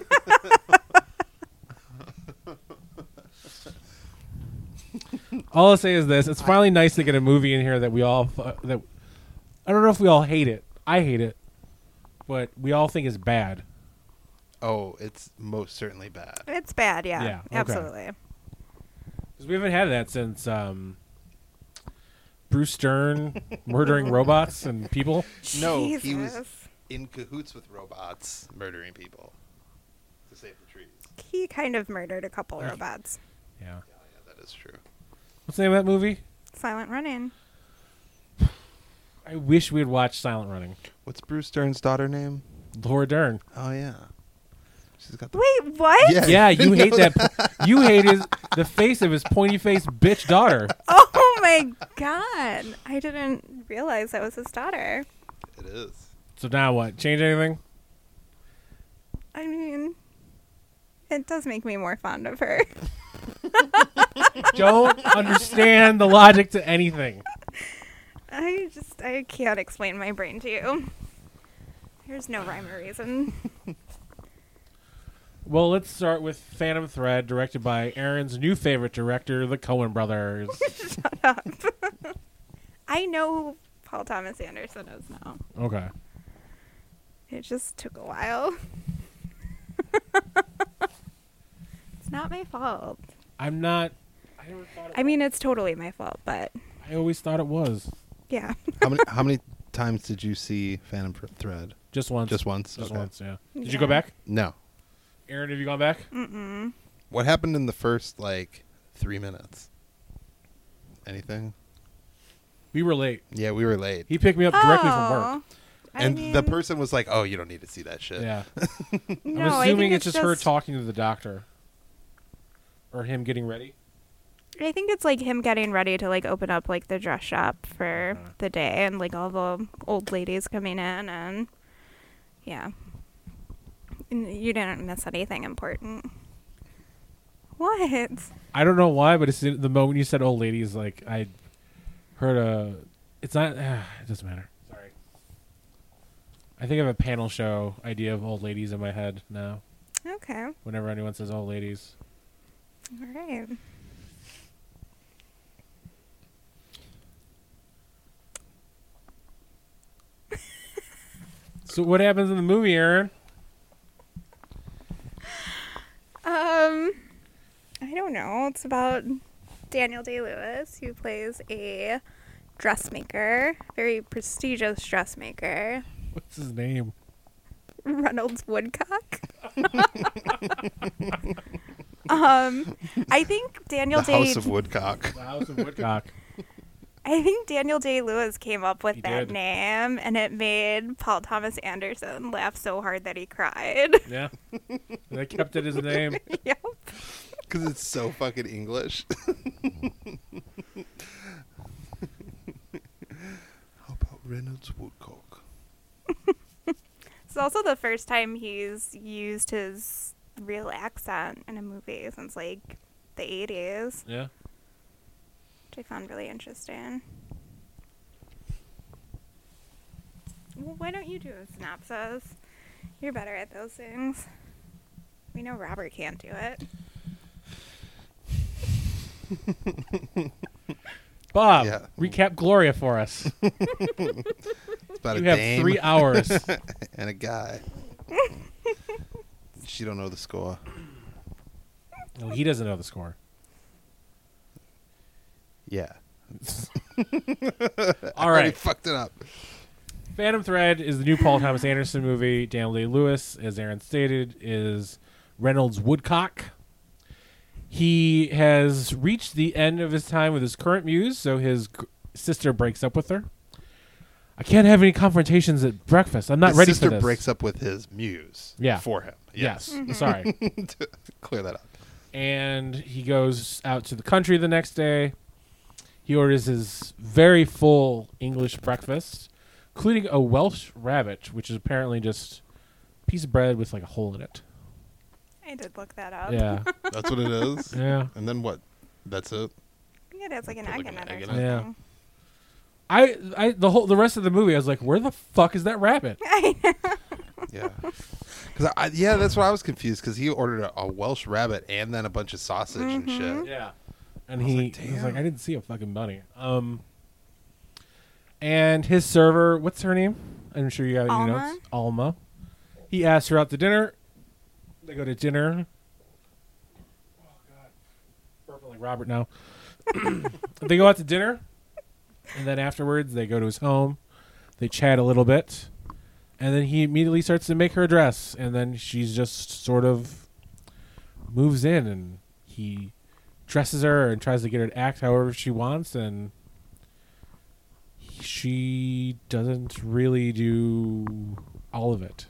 Speaker 1: all I'll say is this: it's finally nice to get a movie in here that we all fu- that I don't know if we all hate it. I hate it, but we all think is bad.
Speaker 3: Oh, it's most certainly bad.
Speaker 2: It's bad, yeah.
Speaker 1: Yeah, okay.
Speaker 2: Absolutely.
Speaker 1: Because we haven't had that since um, Bruce Stern murdering robots and people.
Speaker 3: No, he was-
Speaker 2: Jesus.
Speaker 3: In cahoots with robots, murdering people to save the trees.
Speaker 2: He kind of murdered a couple robots.
Speaker 1: Yeah.
Speaker 3: Yeah, Oh, yeah, that is true.
Speaker 1: What's the name of that movie?
Speaker 2: Silent Running.
Speaker 1: I wish we had watched Silent Running.
Speaker 3: What's Bruce Dern's daughter name?
Speaker 1: Laura Dern.
Speaker 3: Oh yeah, she's got the.
Speaker 2: Wait, what?
Speaker 3: Yeah.
Speaker 1: Yeah, you hate
Speaker 3: No,
Speaker 1: that. po- you hate his the face of his pointy faced bitch daughter.
Speaker 2: Oh my god. I didn't realize that was his daughter.
Speaker 3: It is.
Speaker 1: So now what? Change anything?
Speaker 2: I mean, it does make me more fond of her.
Speaker 1: Don't understand the logic to anything.
Speaker 2: I just, I can't explain my brain to you. There's no rhyme or reason.
Speaker 1: Well, let's start with Phantom Thread, directed by Aaron's new favorite director, the Cohen brothers.
Speaker 2: I know who Paul Thomas Anderson is now.
Speaker 1: okay.
Speaker 2: It just took a while. it's not my fault.
Speaker 1: I'm not. I never thought it
Speaker 2: I mean, it's totally my fault, but
Speaker 1: I always thought it was.
Speaker 2: yeah.
Speaker 3: How many how many times did you see Phantom Thre- Thread?
Speaker 1: Just once.
Speaker 3: Just once.
Speaker 1: Just
Speaker 3: Okay.
Speaker 1: once, yeah. Did you
Speaker 2: Yeah. Mm.
Speaker 1: go back?
Speaker 3: No.
Speaker 1: Aaron, have you gone back?
Speaker 2: Mm-mm.
Speaker 3: What happened in the first like three minutes? Anything?
Speaker 1: We were late.
Speaker 3: Yeah, we were late.
Speaker 1: He picked me up directly from work.
Speaker 2: Oh, I
Speaker 3: and the
Speaker 2: mean,
Speaker 3: person was like, "Oh, you don't need to see that shit."
Speaker 1: Yeah. I'm
Speaker 2: No, I
Speaker 1: assuming
Speaker 2: think
Speaker 1: it's, just, her
Speaker 2: talking.
Speaker 1: talking to the doctor. Or him getting ready.
Speaker 2: I think it's like him getting ready to like open up like the dress shop for
Speaker 1: Okay.
Speaker 2: the day, and like all the old ladies coming in, and yeah, N- you didn't miss anything important. What?
Speaker 1: I don't know why, but it's the moment you said old lady is like I heard a. It's not. it doesn't matter. Sorry. I think I have a panel show idea of old ladies in my head now.
Speaker 2: Okay, all
Speaker 1: Whenever anyone says old ladies,
Speaker 2: right.
Speaker 1: so what happens in the movie, Aaron?
Speaker 2: Um, I don't know. It's about Daniel Day Lewis, who plays a dressmaker, very prestigious dressmaker,
Speaker 1: What's his name?
Speaker 2: Reynolds Woodcock. um, I think Daniel
Speaker 3: the
Speaker 2: Day.
Speaker 3: House of Woodcock.
Speaker 1: The House of Woodcock.
Speaker 2: I think Daniel Day Lewis came up with
Speaker 1: He
Speaker 2: that
Speaker 1: did.
Speaker 2: name, and it made Paul Thomas Anderson laugh so hard that he cried.
Speaker 1: yeah, they kept it as a name.
Speaker 2: yep.
Speaker 3: Because it's so fucking English. How about Reynolds Woodcock?
Speaker 2: It's also the first time he's used his real accent in a movie since like the 80s,
Speaker 1: Yeah.
Speaker 2: which I found really interesting. Well, why don't you do a synopsis? You're better at those things. We know Robert can't do it.
Speaker 1: Bob,
Speaker 3: Yeah.
Speaker 1: recap Gloria for us.
Speaker 3: It's about
Speaker 1: you
Speaker 3: a
Speaker 1: have
Speaker 3: dame
Speaker 1: three hours.
Speaker 3: and a guy. she don't know the score.
Speaker 1: no, he doesn't know the score.
Speaker 3: Yeah.
Speaker 1: All
Speaker 3: Already
Speaker 1: right.
Speaker 3: fucked it up.
Speaker 1: Phantom Thread is the new Paul Thomas Anderson movie. Daniel Day Lewis, as Aaron stated, is Reynolds Woodcock. He has reached the end of his time with his current muse, so his g- sister breaks up with her. I can't have any confrontations at breakfast. I'm not
Speaker 3: his
Speaker 1: ready
Speaker 3: sister
Speaker 1: for this.
Speaker 3: breaks up with his muse.
Speaker 1: Yeah.
Speaker 3: For him.
Speaker 1: Yes,
Speaker 3: Yes.
Speaker 1: sorry.
Speaker 3: To Clear that up.
Speaker 1: and he goes out to the country the next day. He orders his very full English breakfast, including a Welsh rabbit, which is apparently just a piece of bread with like a hole in it.
Speaker 2: I did look that up.
Speaker 1: Yeah,
Speaker 3: That's what it is.
Speaker 1: yeah.
Speaker 3: And then what? That's it.
Speaker 2: Yeah, that's like an
Speaker 3: Put,
Speaker 2: egg
Speaker 3: like,
Speaker 2: in
Speaker 3: an
Speaker 2: it
Speaker 3: egg
Speaker 2: or
Speaker 3: in
Speaker 1: it. Yeah.
Speaker 2: something.
Speaker 1: I, I, the whole, the rest of the movie, I was like, where the fuck is that rabbit?
Speaker 3: Yeah. Cause I, I- yeah, that's what I was confused. Cause he ordered a, a Welsh rabbit and then a bunch of sausage and shit.
Speaker 1: Yeah. And
Speaker 3: was
Speaker 1: he
Speaker 3: like,
Speaker 1: he was like,
Speaker 3: "Damn."
Speaker 1: I didn't see a fucking bunny. Um. And his server, what's her name? I'm sure you got it in your
Speaker 2: Alma.
Speaker 1: notes. Alma. He asked her out to dinner. They go to dinner. Oh God, Burping like Robert now. they go out to dinner, and then afterwards they go to his home. They chat a little bit, and then he immediately starts to make her a dress, and then she's just sort of moves in, and he dresses her and tries to get her to act however she wants, and she doesn't really do all of it.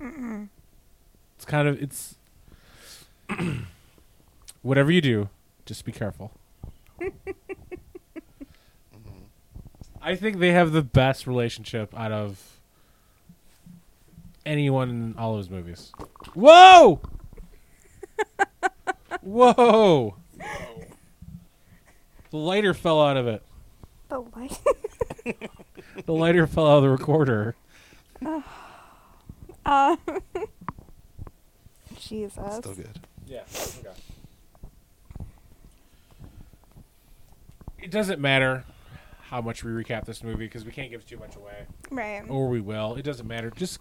Speaker 1: It's kind of it's whatever you do, just be careful. I think they have the best relationship out of anyone in all of his movies. Whoa! Whoa! The lighter fell out of it.
Speaker 2: But what?
Speaker 1: The lighter fell out of the recorder.
Speaker 2: uh, Jesus.
Speaker 3: Still good.
Speaker 1: Yeah. Okay. It doesn't matter how much we recap this movie because we can't give too much away,
Speaker 2: Right.
Speaker 1: or we will. It doesn't matter. Just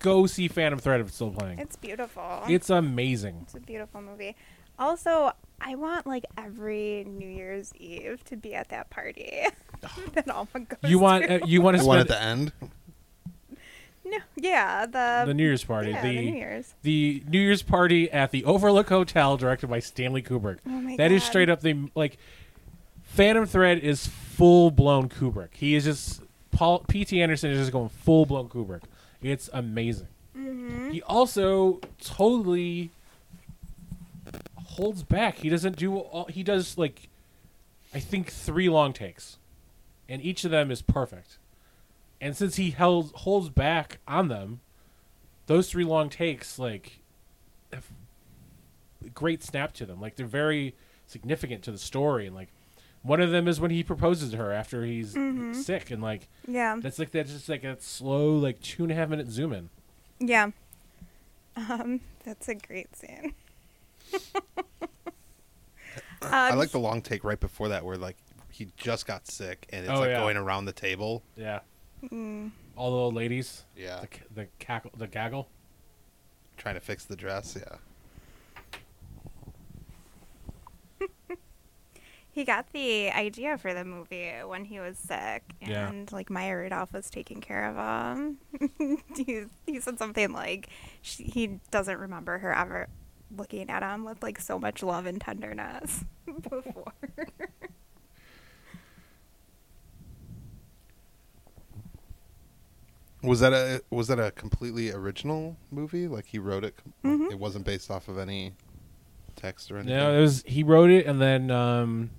Speaker 1: go see Phantom Thread if it's still playing.
Speaker 2: It's beautiful.
Speaker 1: It's amazing.
Speaker 2: It's a beautiful movie. Also, I want like every New Year's Eve to be at that party
Speaker 3: Ah.
Speaker 2: that Alma goes.
Speaker 1: You want
Speaker 2: to.
Speaker 1: uh, you want to
Speaker 3: The one at
Speaker 1: spend
Speaker 3: the end.
Speaker 2: No, yeah, the
Speaker 1: the New Year's party
Speaker 2: yeah,
Speaker 1: the,
Speaker 2: the New Year's.
Speaker 1: the New Year's party at the Overlook Hotel, directed by Stanley Kubrick.
Speaker 2: Oh my
Speaker 1: That is
Speaker 2: God.
Speaker 1: straight up the like. Phantom Thread is full blown Kubrick. He is just Paul P.T. Anderson is just going full blown Kubrick. It's amazing.
Speaker 2: Mm-hmm.
Speaker 1: He also totally holds back. He doesn't do all. He does like, I think three long takes, and each of them is perfect. And since he held holds back on them, those three long takes like have great snap to them. Like they're very significant to the story. And like one of them is when he proposes to her after he's sick, and like
Speaker 2: Yeah,
Speaker 1: that's like that's just like a slow like two and a half minute zoom in.
Speaker 2: yeah. Um, that's a great scene.
Speaker 3: I like the long take right before that where like he just got sick and it's
Speaker 1: Oh,
Speaker 3: like
Speaker 1: yeah.
Speaker 3: going around the table.
Speaker 1: Yeah.
Speaker 2: Um,
Speaker 1: All the old ladies.
Speaker 3: Yeah.
Speaker 1: The, c- the cackle, the gaggle.
Speaker 3: Trying to fix the dress. Yeah.
Speaker 2: He got the idea for the movie when he was sick,
Speaker 1: Yeah.
Speaker 2: and like Maya Rudolph was taking care of him. he, he said something like she, he doesn't remember her ever looking at him with like so much love and tenderness before.
Speaker 3: Was that a was that a completely original movie? Like he wrote it. com-
Speaker 2: Mm-hmm.
Speaker 3: It wasn't based off of any text or anything.
Speaker 1: No, it was he wrote it, and then um,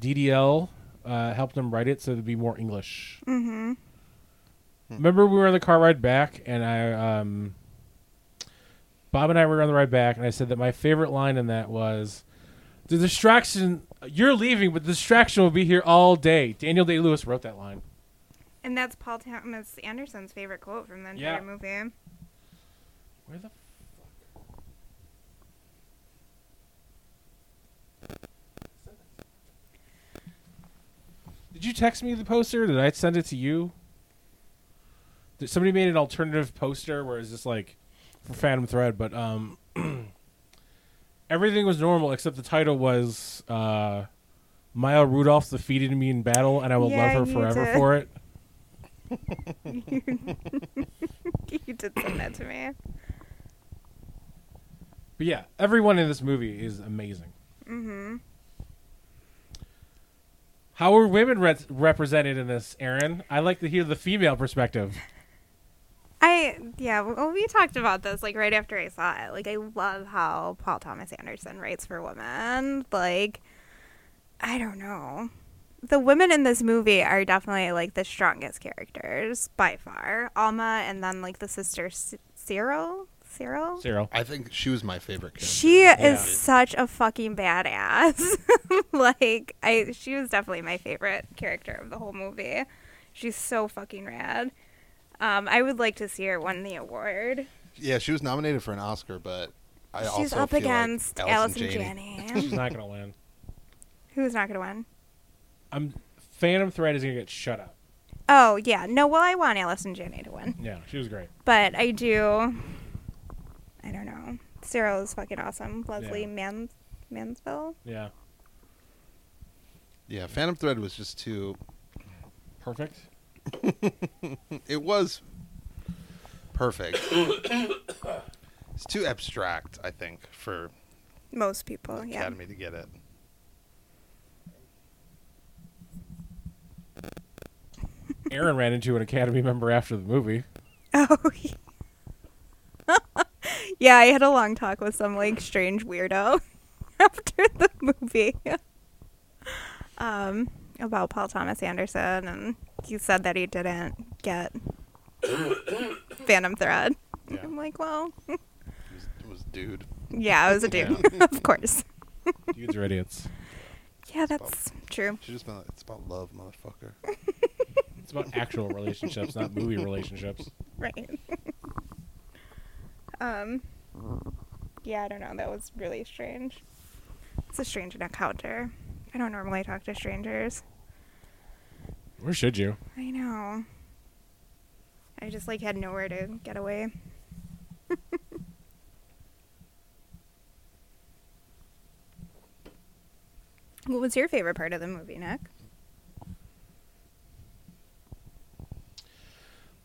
Speaker 1: DDL uh, helped him write it so it'd be more English.
Speaker 3: Hmm.
Speaker 2: mm-hmm.
Speaker 1: Remember, we were on the car ride back, and I, um, Bob and I were on the ride back, and I said that my favorite line in that was, "The distraction. You're leaving, but the distraction will be here all day." Daniel Day Lewis wrote that line.
Speaker 2: And that's Paul Thomas Anderson's favorite quote from the
Speaker 1: Yeah.
Speaker 2: entire movie.
Speaker 1: Where the fuck? Did you text me the poster? Did I send it to you? Did somebody made an alternative poster where it's just like for Phantom Thread, but um, everything was normal except the title was uh, Maya Rudolph defeated me in battle, and I will
Speaker 2: Yeah,
Speaker 1: love her
Speaker 2: you
Speaker 1: forever
Speaker 2: did.
Speaker 1: for it.
Speaker 2: You did send that to me.
Speaker 1: But yeah, everyone in this movie is amazing.
Speaker 2: Mm-hmm.
Speaker 1: How are women re- represented in this, Aaron? I like to hear the female perspective.
Speaker 2: I yeah, well, we talked about this like right after I saw it. Like I love how Paul Thomas Anderson writes for women. Like I don't know. The women in this movie are definitely like the strongest characters by far. Alma and then like the sister S- Cyril. Cyril.
Speaker 1: Cyril.
Speaker 3: I think she was my favorite. character.
Speaker 2: She
Speaker 1: Yeah.
Speaker 2: is such a fucking badass. like I she was definitely my favorite character of the whole movie. She's so fucking rad. Um, I would like to see her win the award.
Speaker 3: Yeah, she was nominated for an Oscar, but I also
Speaker 2: She's up
Speaker 3: feel like
Speaker 2: against Allison, Janney.
Speaker 1: She's not going to win.
Speaker 2: Who's not going to win?
Speaker 1: I'm Phantom Thread is going to get shut out.
Speaker 2: Oh, yeah. No, well, I want Allison Janney to win.
Speaker 1: Yeah, she was great.
Speaker 2: But I do. I don't know. Cyril is fucking awesome. Leslie
Speaker 1: Yeah.
Speaker 2: Mans- Mansville?
Speaker 1: Yeah.
Speaker 3: Yeah, Phantom Thread was just too.
Speaker 1: Perfect.
Speaker 3: It was perfect. it's too abstract, I think, for
Speaker 2: Most people,
Speaker 3: the
Speaker 2: Oh, yeah.
Speaker 3: Academy to get it.
Speaker 1: Aaron ran into an Academy member after the movie.
Speaker 2: Oh, yeah. yeah, I had a long talk with some, like, strange weirdo after the movie. um, about Paul Thomas Anderson, and he said that he didn't get Phantom Thread.
Speaker 3: Yeah.
Speaker 2: I'm like, well,
Speaker 3: It was, it was dude.
Speaker 2: yeah, it was a dude, of course.
Speaker 1: Dudes are idiots.
Speaker 2: Yeah, that's true.
Speaker 3: Should just been like, it's about love, motherfucker.
Speaker 1: It's about actual relationships, not movie relationships.
Speaker 2: Right. um. Yeah, I don't know. That was really strange. It's a strange encounter. I don't normally talk to strangers.
Speaker 1: Or should you?
Speaker 2: I know. I just like had nowhere to get away. what was your favorite part of the movie, Nick?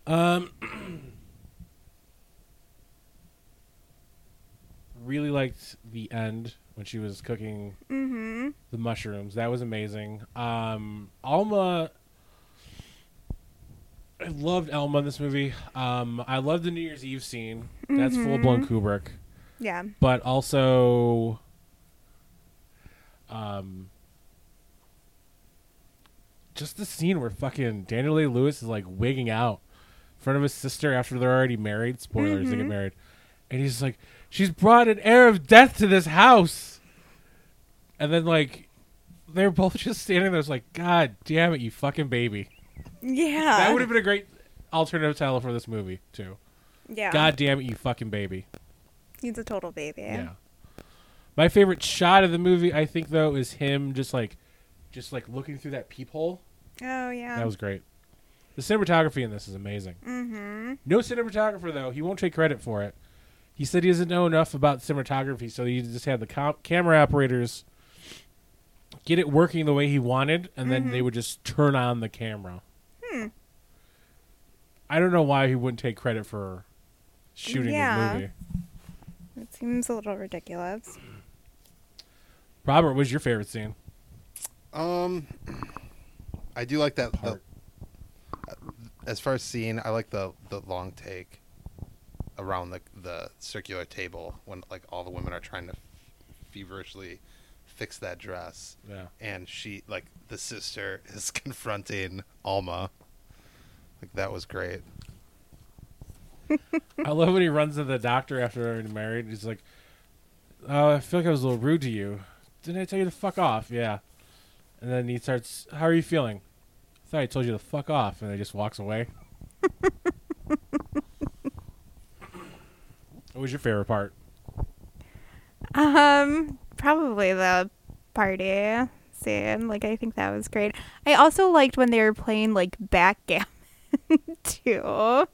Speaker 1: Um, really liked the end when she was cooking
Speaker 2: Mm-hmm.
Speaker 1: the mushrooms. That was amazing. Um, Alma, I loved Alma in this movie. Um, I loved the New Year's Eve scene. That's full blown Kubrick,
Speaker 2: Yeah.
Speaker 1: but also, um, just the scene where fucking Daniel Day Lewis is like wigging out in front of his sister after they're already married. Spoilers, they get married, and he's like, "She's brought an air of death to this house," and then like. They're both just standing there. It's like, God damn it, you fucking baby.
Speaker 2: Yeah.
Speaker 1: that would have been a great alternative title for this movie, too.
Speaker 2: Yeah.
Speaker 1: God damn it, you fucking baby.
Speaker 2: He's a total baby.
Speaker 1: Yeah. My favorite shot of the movie, I think, though, is him just like, just like looking through that peephole.
Speaker 2: Oh yeah.
Speaker 1: That was great. The cinematography in this is amazing.
Speaker 2: Mm-hmm.
Speaker 1: No cinematographer though. He won't take credit for it. He said he doesn't know enough about cinematography, so he just had the com- camera operators get it working the way he wanted, and then they would just turn on the camera. I don't know why he wouldn't take credit for shooting
Speaker 2: Yeah.
Speaker 1: this movie.
Speaker 2: It seems a little ridiculous.
Speaker 1: Robert, what was your favorite scene?
Speaker 3: Um, I do like that. The,
Speaker 1: Part.
Speaker 3: as far as scene, I like the the long take around the the circular table when like all the women are trying to feverishly fix that dress,
Speaker 1: Yeah.
Speaker 3: and she like the sister is confronting Alma. Like that was great.
Speaker 1: I love when he runs to the doctor after they're already married. He's like, "Oh, I feel like I was a little rude to you. Didn't I tell you to fuck off?" Yeah. And then he starts, "How are you feeling?" I thought I told you to fuck off, and then he just walks away. what was your favorite part?
Speaker 2: Um, probably the party scene. Like I think that was great. I also liked when they were playing like backgammon too.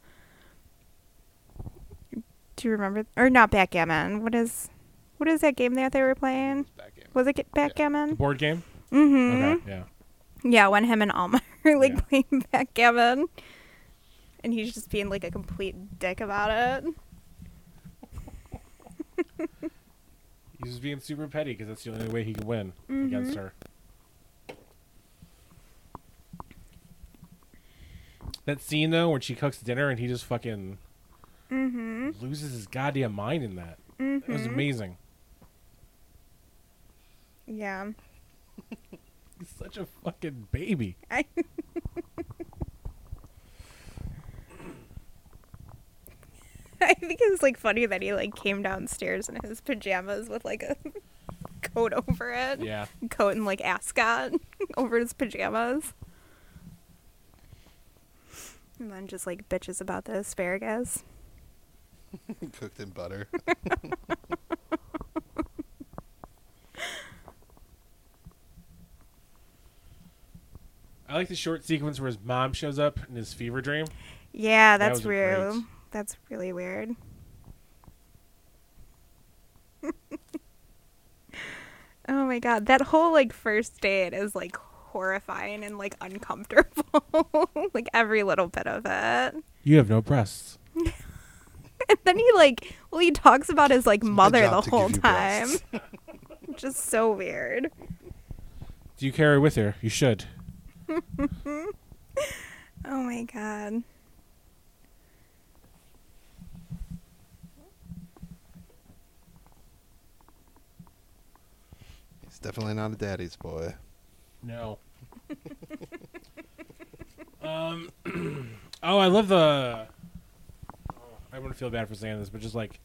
Speaker 2: Do you remember or not backgammon? What is what is that game that they were playing? Was it get-
Speaker 1: The
Speaker 2: backgammon?
Speaker 1: board game?
Speaker 2: Mm-hmm.
Speaker 1: Okay, yeah.
Speaker 2: Yeah, when him and Alma are like
Speaker 1: Yeah.
Speaker 2: playing backgammon. And he's just being like a complete dick about it.
Speaker 1: He's just being super petty because that's the only way he can win against her. That scene though, when she cooks dinner and he just fucking
Speaker 2: Mm-hmm.
Speaker 1: loses his goddamn mind in that. It was amazing.
Speaker 2: Yeah.
Speaker 1: He's such a fucking baby.
Speaker 2: I- I think it was like funny that he like came downstairs in his pajamas with like a coat over it.
Speaker 1: Yeah.
Speaker 2: Coat and like ascot over his pajamas. And then just like bitches about the asparagus.
Speaker 3: Cooked in butter.
Speaker 1: I like the short sequence where his mom shows up in his fever dream.
Speaker 2: Yeah,
Speaker 1: That
Speaker 2: that's
Speaker 1: was
Speaker 2: weird.
Speaker 1: great.
Speaker 2: That's really weird. oh my god, that whole like first date is like horrifying and like uncomfortable. like every little bit of it.
Speaker 1: You have no breasts.
Speaker 2: And then he like well he talks about his like
Speaker 3: my
Speaker 2: mother
Speaker 3: job
Speaker 2: the
Speaker 3: to give
Speaker 2: whole
Speaker 3: you
Speaker 2: time.
Speaker 3: breasts.
Speaker 2: Just so weird.
Speaker 1: Do you carry with her? You should.
Speaker 2: Oh my god.
Speaker 3: He's definitely not a daddy's boy.
Speaker 1: No. Um, oh, I love the. oh, I wouldn't feel bad for saying this, but just like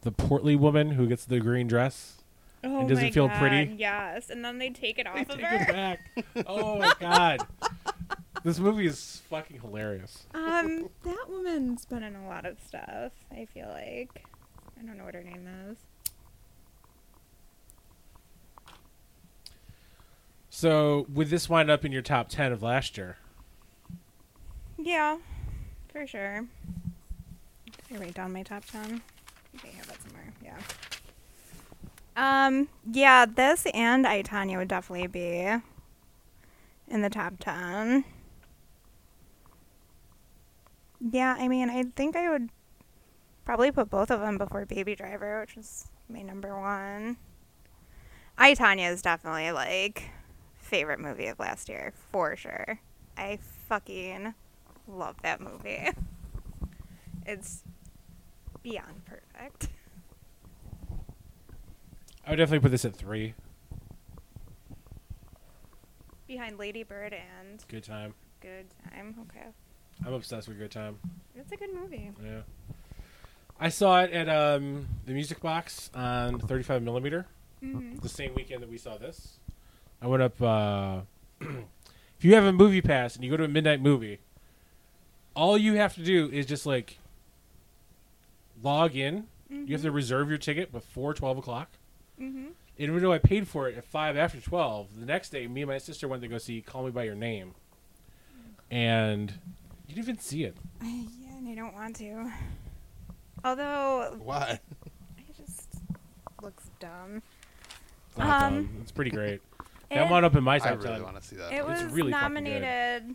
Speaker 1: the portly woman who gets the green dress.
Speaker 2: Oh
Speaker 1: It doesn't
Speaker 2: my
Speaker 1: feel
Speaker 2: God,
Speaker 1: pretty.
Speaker 2: Yes, and then they take it off of
Speaker 1: Take it
Speaker 2: her.
Speaker 1: back. Oh my god, this movie is fucking hilarious.
Speaker 2: Um, that woman's been in a lot of stuff. I feel like I don't know what her name is.
Speaker 1: So would this wind up in your top ten of last year?
Speaker 2: Yeah, for sure. Did I write down my top ten? I think I have that somewhere. Yeah. Um. Yeah, this and I Tanya would definitely be in the top ten. Yeah, I mean, I think I would probably put both of them before Baby Driver, which is my number one. I Tanya is definitely like favorite movie of last year for sure. I fucking love that movie. It's beyond perfect.
Speaker 1: I would definitely put this at three.
Speaker 2: Behind Lady Bird and
Speaker 1: Good time.
Speaker 2: Good Time. Okay.
Speaker 1: I'm obsessed with Good Time.
Speaker 2: It's a good movie.
Speaker 1: Yeah. I saw it at um, the Music Box on 35 millimeter.
Speaker 2: Mm-hmm.
Speaker 1: the same weekend that we saw this. I went up. Uh, if you have a movie pass and you go to a midnight movie, all you have to do is just like log in. You have to reserve your ticket before twelve o'clock.
Speaker 2: Mm-hmm.
Speaker 1: And even though I paid for it at five after twelve, the next day me and my sister went to go see "Call Me by Your Name,"
Speaker 2: Mm.
Speaker 1: and you didn't even see it.
Speaker 2: I, Uh, yeah, and I don't want to. Although,
Speaker 3: Why?
Speaker 2: it just looks dumb.
Speaker 1: It's, not
Speaker 2: Um,
Speaker 1: dumb. it's pretty great.
Speaker 2: it,
Speaker 1: that wound up in my
Speaker 3: I
Speaker 1: top
Speaker 3: really
Speaker 1: ten
Speaker 3: want to see that.
Speaker 2: it
Speaker 3: one.
Speaker 2: was
Speaker 1: it's really fucking good.
Speaker 2: nominated.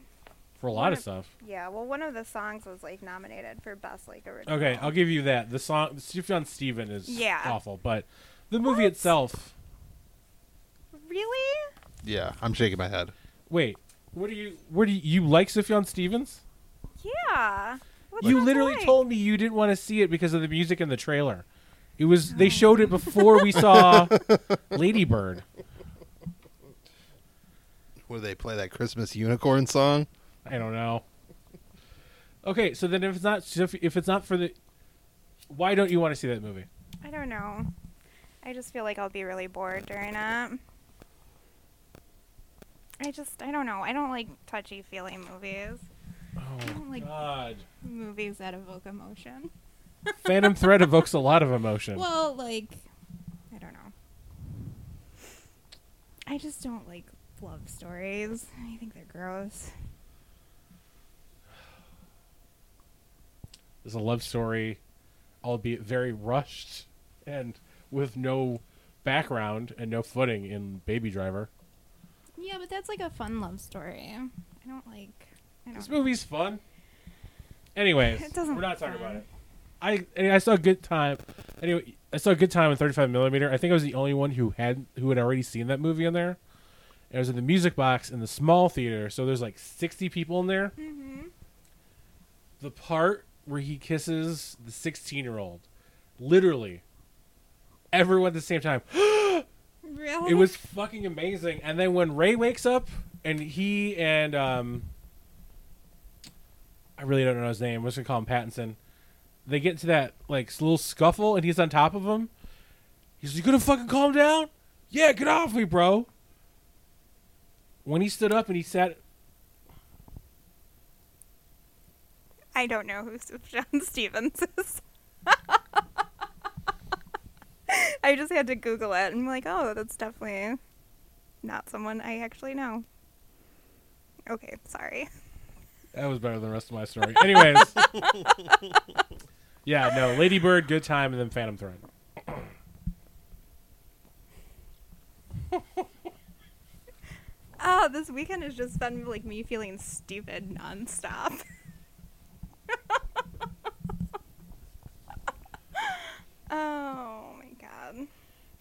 Speaker 1: for a lot of
Speaker 2: wanna-
Speaker 1: stuff.
Speaker 2: Yeah, well, one of the songs was like nominated for best like original.
Speaker 1: Okay, I'll give you that. The song Sufjan Steven is
Speaker 2: Yeah.
Speaker 1: awful, but the movie
Speaker 2: What?
Speaker 1: itself.
Speaker 2: really?
Speaker 3: yeah, I'm shaking my head.
Speaker 1: Wait, what do you? Where do you, you like Sufjan Stevens?
Speaker 2: Yeah. What's
Speaker 1: you
Speaker 2: not to
Speaker 1: literally
Speaker 2: like?
Speaker 1: told me you didn't want to see it because of the music in the trailer. It was
Speaker 2: Oh.
Speaker 1: they showed it before we saw Lady Bird.
Speaker 3: Where they play that Christmas unicorn song?
Speaker 1: I don't know. Okay, so then if it's not Suf- if it's not for the, why don't you want to see that movie?
Speaker 2: I don't know. I just feel like I'll be really bored during it. I just, I don't know. I don't like touchy feely movies.
Speaker 1: Oh
Speaker 2: don't like-
Speaker 1: God!
Speaker 2: Movies that evoke emotion.
Speaker 1: Phantom Thread evokes a lot of emotion.
Speaker 2: Well, like, I don't know. I just don't like love stories. I think they're gross.
Speaker 1: It's a love story, albeit very rushed and with no background and no footing in Baby Driver.
Speaker 2: Yeah, but that's like a fun love story. I don't like. I
Speaker 1: This
Speaker 2: don't
Speaker 1: movie's fun. Anyways,
Speaker 2: It doesn't
Speaker 1: we're not
Speaker 2: look
Speaker 1: talking about
Speaker 2: fun.
Speaker 1: it. I anyway, I saw a good time. Anyway, I saw a good time in 35 millimeter. I think I was the only one who had who had already seen that movie in there. And it was in the music box in the small theater, so there's like 60 people in there.
Speaker 2: Mm-hmm.
Speaker 1: The part where he kisses the 16 year old, literally, everyone at the same time.
Speaker 2: Really?
Speaker 1: it was fucking amazing. And then when Ray wakes up and he and um, I really don't know his name. We're just gonna call him Pattinson. They get into that like s- little scuffle, and he's on top of him. He's you gonna fucking calm down? Yeah, get off me, bro. When he stood up and he sat,
Speaker 2: I don't know who John Stevens is. I just had to Google it and I'm like, oh, that's definitely not someone I actually know. Okay, sorry.
Speaker 1: that was better than the rest of my story. Anyways, yeah, no, Lady Bird, good time, and then Phantom Thread.
Speaker 2: Oh, this weekend has just been like me feeling stupid nonstop. oh my god.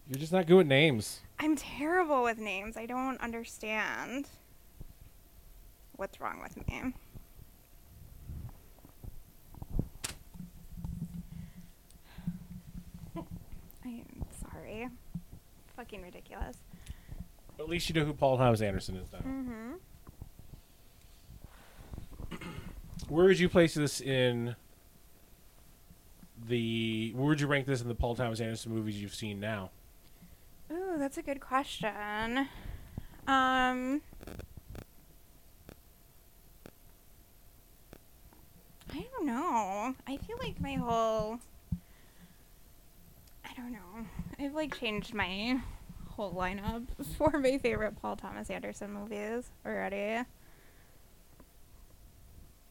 Speaker 1: You're just not good with names.
Speaker 2: I'm terrible with names. I don't understand what's wrong with me. I'm sorry. Fucking ridiculous.
Speaker 1: But at least you know who Paul Thomas Anderson is now.
Speaker 2: Mm-hmm.
Speaker 1: Where would you place this in the? Where would you rank this in the Paul Thomas Anderson movies you've seen now?
Speaker 2: Ooh, that's a good question. Um, I don't know. I feel like my whole. I don't know. I've like changed my whole lineup for my favorite Paul Thomas Anderson movies already.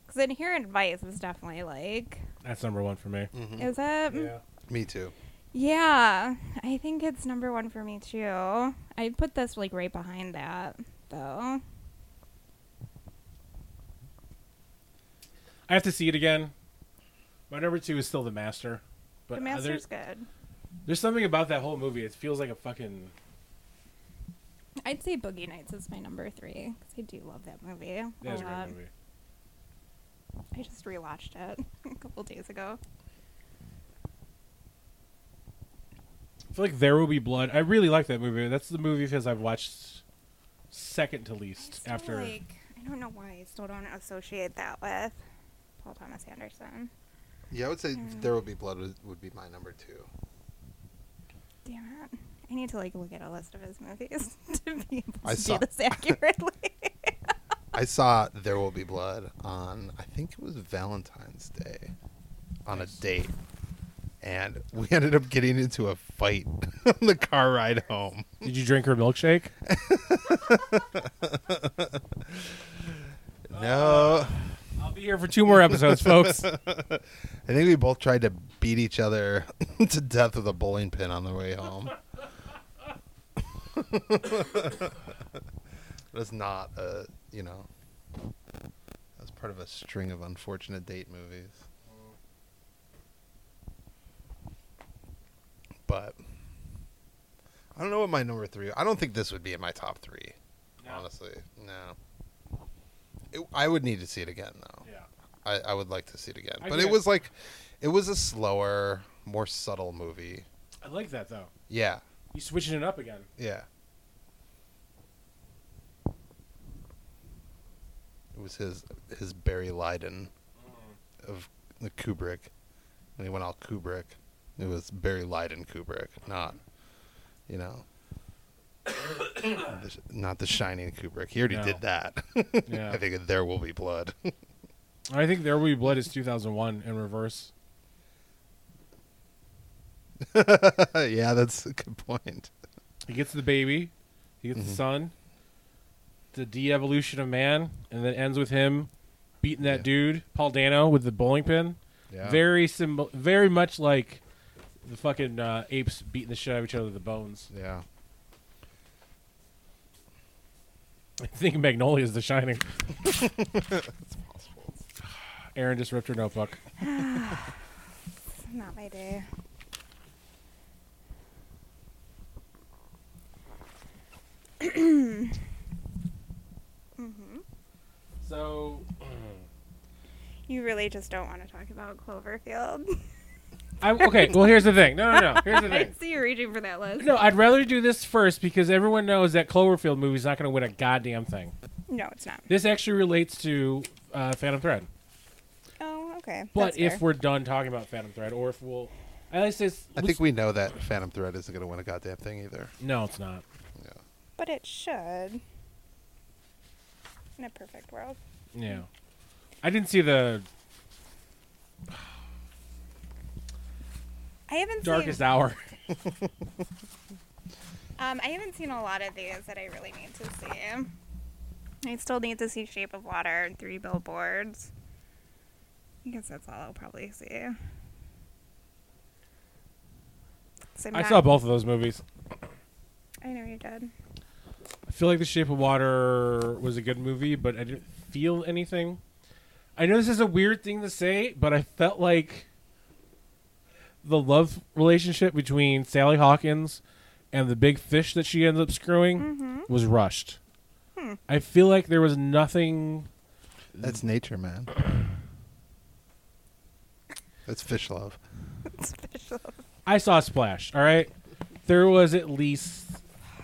Speaker 2: Because Inherent Vice is definitely like.
Speaker 1: That's number one for me.
Speaker 3: Mhm.
Speaker 2: Is it?
Speaker 3: Me too.
Speaker 2: Yeah, I think it's number one for me too. I put this like right behind that though.
Speaker 1: I have to see it again. My number two is still The Master, but
Speaker 2: the
Speaker 1: other-
Speaker 2: master's good.
Speaker 1: there's something about that whole movie. It feels like a fucking.
Speaker 2: I'd say Boogie Nights is my number three 'cause I do love that movie a
Speaker 1: That is a
Speaker 2: lot.
Speaker 1: great movie.
Speaker 2: I just rewatched it a couple days ago.
Speaker 1: I feel like There Will Be Blood. I really like that movie. That's the movie because I've watched second to
Speaker 2: I
Speaker 1: least
Speaker 2: still,
Speaker 1: after.
Speaker 2: like I don't know why I still don't associate that with Paul Thomas Anderson.
Speaker 3: Yeah, I would say
Speaker 2: Mm.
Speaker 3: There Will Be Blood would, would be my number two.
Speaker 2: Damn it! I need to like look at a list of his movies to be able
Speaker 3: I
Speaker 2: to
Speaker 3: saw-
Speaker 2: do this accurately.
Speaker 3: I saw There Will Be Blood on I think it was Valentine's Day on a
Speaker 1: Nice.
Speaker 3: date. And we ended up getting into a fight on the car ride home.
Speaker 1: Did you drink her milkshake?
Speaker 3: No.
Speaker 1: I'll be here for two more episodes, folks.
Speaker 3: I think we both tried to beat each other to death with a bowling pin on the way home. That's not a, you know, that's part of a string of unfortunate date movies. But I don't know what my number three. I don't think this would be in my top three. Honestly, no. It, I would need to see it again though.
Speaker 1: Yeah.
Speaker 3: I, I would like to see it again.
Speaker 1: I
Speaker 3: but
Speaker 1: think
Speaker 3: it
Speaker 1: I-
Speaker 3: was like, it was a slower, more subtle movie.
Speaker 1: I like that though.
Speaker 3: Yeah,
Speaker 1: You switching it up again.
Speaker 3: yeah. It was his his Barry Lyndon
Speaker 1: Mm.
Speaker 3: of the Kubrick. When he went all Kubrick, it was Barry Lyndon Kubrick, not, you know, the sh- not the Shining Kubrick. He already
Speaker 1: No.
Speaker 3: did that.
Speaker 1: Yeah.
Speaker 3: I think there will be blood.
Speaker 1: I think There Will Be Blood is 2001 in reverse.
Speaker 3: yeah, that's a good point.
Speaker 1: He gets the baby, he gets the
Speaker 3: Mhm.
Speaker 1: son, the de-evolution of man, and then ends with him beating that
Speaker 3: Yeah.
Speaker 1: dude, Paul Dano, with the bowling pin.
Speaker 3: Yeah.
Speaker 1: Very symbol, very much like the fucking uh, apes beating the shit out of each other with the bones.
Speaker 3: Yeah.
Speaker 1: I think Magnolia is The Shining. Aaron just ripped her notebook.
Speaker 2: It's not my day. hmm
Speaker 1: So
Speaker 2: You really just don't want to talk about Cloverfield.
Speaker 1: I, okay, well here's the thing. No, no, no. Here's the
Speaker 2: I
Speaker 1: thing.
Speaker 2: see you reaching for that list.
Speaker 1: No, I'd rather do this first because everyone knows that Cloverfield movie's not going to win a goddamn thing.
Speaker 2: No, it's not.
Speaker 1: This actually relates to uh, Phantom Thread.
Speaker 2: Oh, okay.
Speaker 1: But
Speaker 2: That's
Speaker 1: if
Speaker 2: fair.
Speaker 1: we're done talking about Phantom Thread, or if we'll, I like this.
Speaker 3: I think we know that Phantom Thread isn't going to win a goddamn thing either.
Speaker 1: No, it's not.
Speaker 3: Yeah.
Speaker 2: but it should. In a perfect world.
Speaker 1: Yeah, I didn't see the
Speaker 2: I haven't
Speaker 1: Darkest
Speaker 2: seen.
Speaker 1: Hour.
Speaker 2: Um, I haven't seen a lot of these that I really need to see. I still need to see Shape of Water and Three Billboards. I guess that's all I'll probably see. 'Cause I'm
Speaker 1: I
Speaker 2: not-
Speaker 1: saw both of those movies.
Speaker 2: I know you did.
Speaker 1: I feel like The Shape of Water was a good movie, but I didn't feel anything. I know this is a weird thing to say, but I felt like the love relationship between Sally Hawkins and the big fish that she ends up screwing
Speaker 2: Mm-hmm. Hmm.
Speaker 1: was rushed. I feel like there was nothing.
Speaker 3: That's nature, man. That's fish love.
Speaker 2: Special.
Speaker 1: I saw Splash, all right? There was at least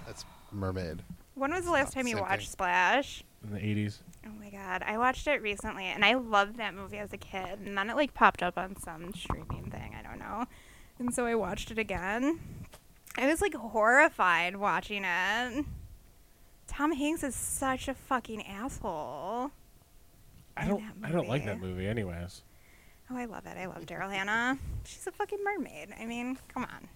Speaker 3: That's mermaid.
Speaker 2: When was the last
Speaker 3: the
Speaker 2: time you
Speaker 3: same
Speaker 2: watched
Speaker 3: thing.
Speaker 2: Splash?
Speaker 1: in the eighties.
Speaker 2: Oh my god, I watched it recently and I loved that movie as a kid. And then it like popped up on some streaming thing, I don't know. And so I watched it again. I was like horrified watching it. Tom Hanks is such a fucking asshole.
Speaker 1: I
Speaker 2: In
Speaker 1: don't.
Speaker 2: that
Speaker 1: I don't like that
Speaker 2: movie.
Speaker 1: movie. Anyways,
Speaker 2: Oh, I love it. I love Daryl Hannah. She's a fucking mermaid. I mean, come on.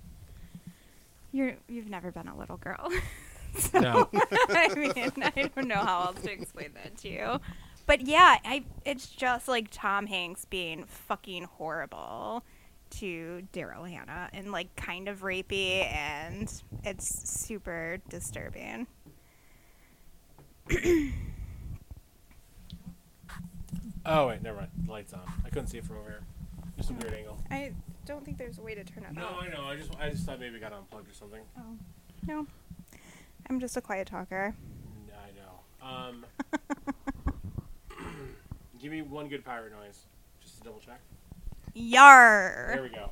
Speaker 2: You're you've never been a little girl. so,
Speaker 1: No.
Speaker 2: I mean, I don't know how else to explain that to you. But yeah, I it's just like Tom Hanks being fucking horrible to Daryl Hannah and like kind of rapey and it's super disturbing.
Speaker 1: Oh wait, never mind. The light's on. I couldn't see it from over here. Just a weird angle.
Speaker 2: I don't think there's a way to turn it
Speaker 1: No,
Speaker 2: off.
Speaker 1: I know. I just I just thought maybe it got unplugged or something.
Speaker 2: Oh. No. I'm just a quiet talker.
Speaker 1: I know. Um, give me one good pirate noise, just to double check.
Speaker 2: Yar.
Speaker 1: There we go.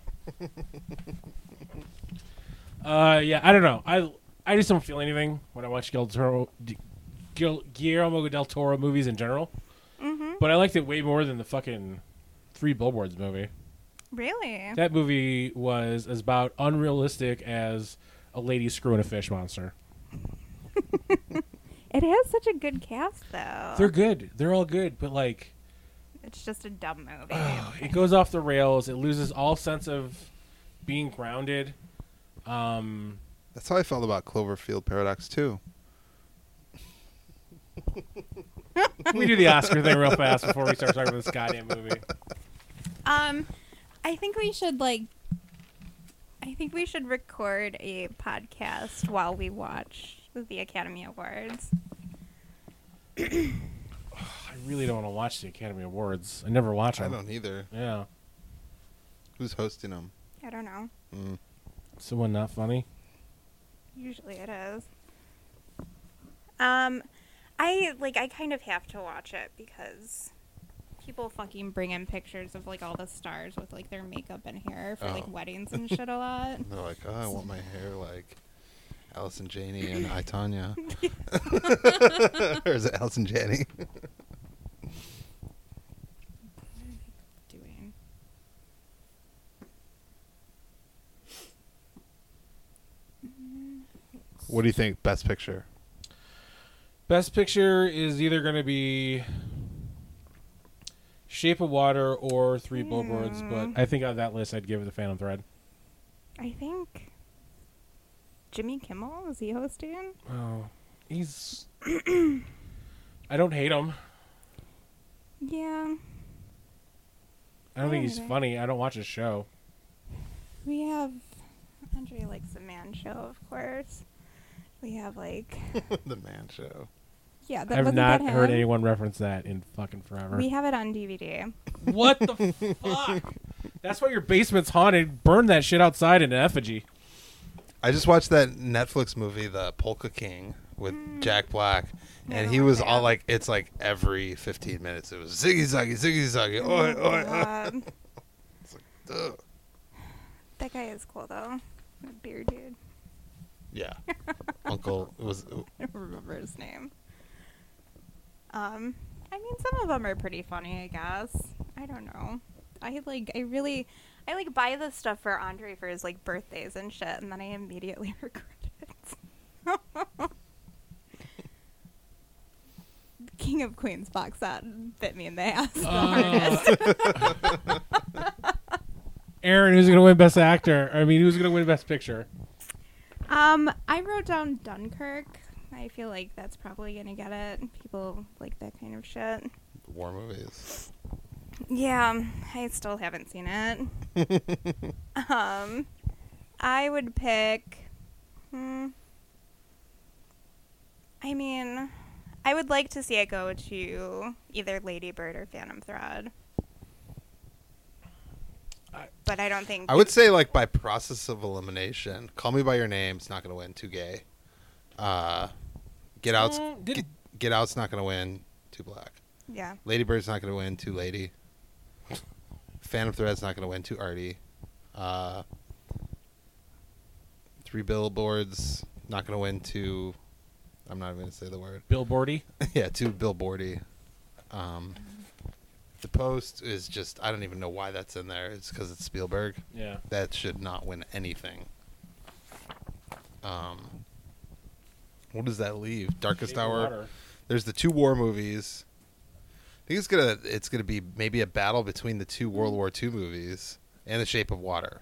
Speaker 1: uh, yeah, I don't know. I I just don't feel anything when I watch Guillermo, Toro- D- Gil- Guillermo del Toro movies in general.
Speaker 2: Mhm.
Speaker 1: But I liked it way more than the fucking Three Billboards movie.
Speaker 2: Really?
Speaker 1: That movie was as about unrealistic as a lady screwing a fish monster.
Speaker 2: It has such a good cast, though.
Speaker 1: They're good. They're all good, but like
Speaker 2: it's just a dumb movie.
Speaker 1: it goes off the rails. It loses all sense of being grounded. Um,
Speaker 4: That's how I felt about Cloverfield Paradox too.
Speaker 1: we do the Oscar thing real fast before we start talking about this goddamn movie.
Speaker 2: um, I think we should like. I think we should record a podcast while we watch the Academy Awards.
Speaker 1: I really don't want to watch the Academy Awards. I never watch
Speaker 4: I
Speaker 1: them.
Speaker 4: don't e- either.
Speaker 1: Yeah.
Speaker 4: Who's hosting them?
Speaker 2: I don't know.
Speaker 4: Mm.
Speaker 1: Someone not funny.
Speaker 2: Usually it is. Um, I like. I kind of have to watch it because people fucking bring in pictures of like all the stars with like their makeup and hair for like
Speaker 4: Oh.
Speaker 2: weddings and shit a lot.
Speaker 4: They're like, oh, I want my hair like Allison Janney and I Tanya. or is it Allison Janney?
Speaker 2: doing?
Speaker 4: What do you think? Best picture.
Speaker 1: Best Picture is either going to be Shape of Water or Three Billboards, but I think on that list I'd give it the Phantom Thread.
Speaker 2: I think Jimmy Kimmel is he hosting?
Speaker 1: Oh, he's. I don't hate him.
Speaker 2: Yeah,
Speaker 1: I don't think he's
Speaker 2: Alright.
Speaker 1: funny. I don't watch his show.
Speaker 2: we have Andre likes the man show, of course. We have like
Speaker 4: the Man Show.
Speaker 2: yeah, that
Speaker 1: I've
Speaker 2: wasn't
Speaker 1: not
Speaker 2: that
Speaker 1: heard
Speaker 2: him?
Speaker 1: anyone reference that in fucking forever.
Speaker 2: We have it on DVD.
Speaker 1: what the fuck? That's why your basement's haunted. Burn that shit outside in an effigy.
Speaker 4: I just watched that Netflix movie, The
Speaker 3: Polka King with Jack Black,
Speaker 2: Yeah, Mm.
Speaker 3: and
Speaker 2: I
Speaker 3: he
Speaker 2: like
Speaker 3: was
Speaker 2: that.
Speaker 3: all like, "It's like every 15 minutes, it was ziggy zaggy, ziggy zaggy, oi oi." oi.
Speaker 2: Um,
Speaker 3: Ugh.
Speaker 2: that guy is cool though. That Beard dude.
Speaker 3: Yeah, Uncle it was.
Speaker 2: I don't remember his name. Um, I mean, some of them are pretty funny, I guess. I don't know. I like, I really, I like buy this stuff for Andre for his like birthdays and shit, and then I immediately regret it. King of Queens box set bit me in the ass. the
Speaker 1: Uh.
Speaker 2: hardest.
Speaker 1: Aaron, who's gonna win Best Actor? I mean, who's gonna win Best Picture?
Speaker 2: Um, I wrote down Dunkirk. I feel like that's probably gonna get it. People like that kind of shit.
Speaker 4: War movies.
Speaker 2: Yeah, I still haven't seen it. um, I would pick. Hmm, I mean, I would like to see it go to either Lady Bird or Phantom Thread. But I don't think.
Speaker 4: I would say like by process of elimination, Call Me by Your Name's not gonna win. Too gay. Uh, Get Out's
Speaker 1: Mm, did-
Speaker 4: get, Get Out's not gonna win. Too black.
Speaker 2: yeah.
Speaker 4: Ladybird's not gonna win. Too lady. Phantom Thread's not gonna win. Too arty. Uh, Three Billboards not gonna win. Too
Speaker 3: I'm not even gonna say the word.
Speaker 1: Billboardy.
Speaker 3: yeah, to billboardy. Um, the post is just I don't even know why that's in there. It's because it's Spielberg.
Speaker 1: Yeah.
Speaker 3: That should not win anything. Um, what does that leave? Darkest Hour. There's the two war movies. I think it's gonna it's gonna be maybe a battle between the two World War II movies and The Shape of Water.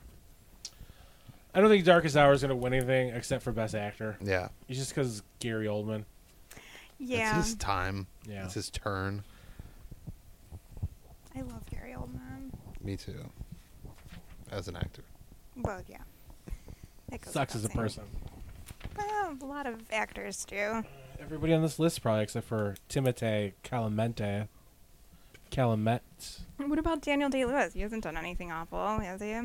Speaker 1: I don't think Darkest Hour is going to win anything except for Best Actor.
Speaker 3: Yeah,
Speaker 1: It's just because Gary Oldman.
Speaker 2: Yeah,
Speaker 3: it's his time.
Speaker 1: Yeah.
Speaker 3: it's his turn.
Speaker 2: I love Gary Oldman.
Speaker 3: Me too. As an actor,
Speaker 2: Well, yeah, That goes
Speaker 1: Sucks as a
Speaker 2: without saying.
Speaker 1: person.
Speaker 2: Well, a lot of actors do.
Speaker 1: Everybody on this list probably except for Timotei Calamente. Calamet. I
Speaker 2: What about Daniel Day Lewis? He hasn't done anything awful, has he?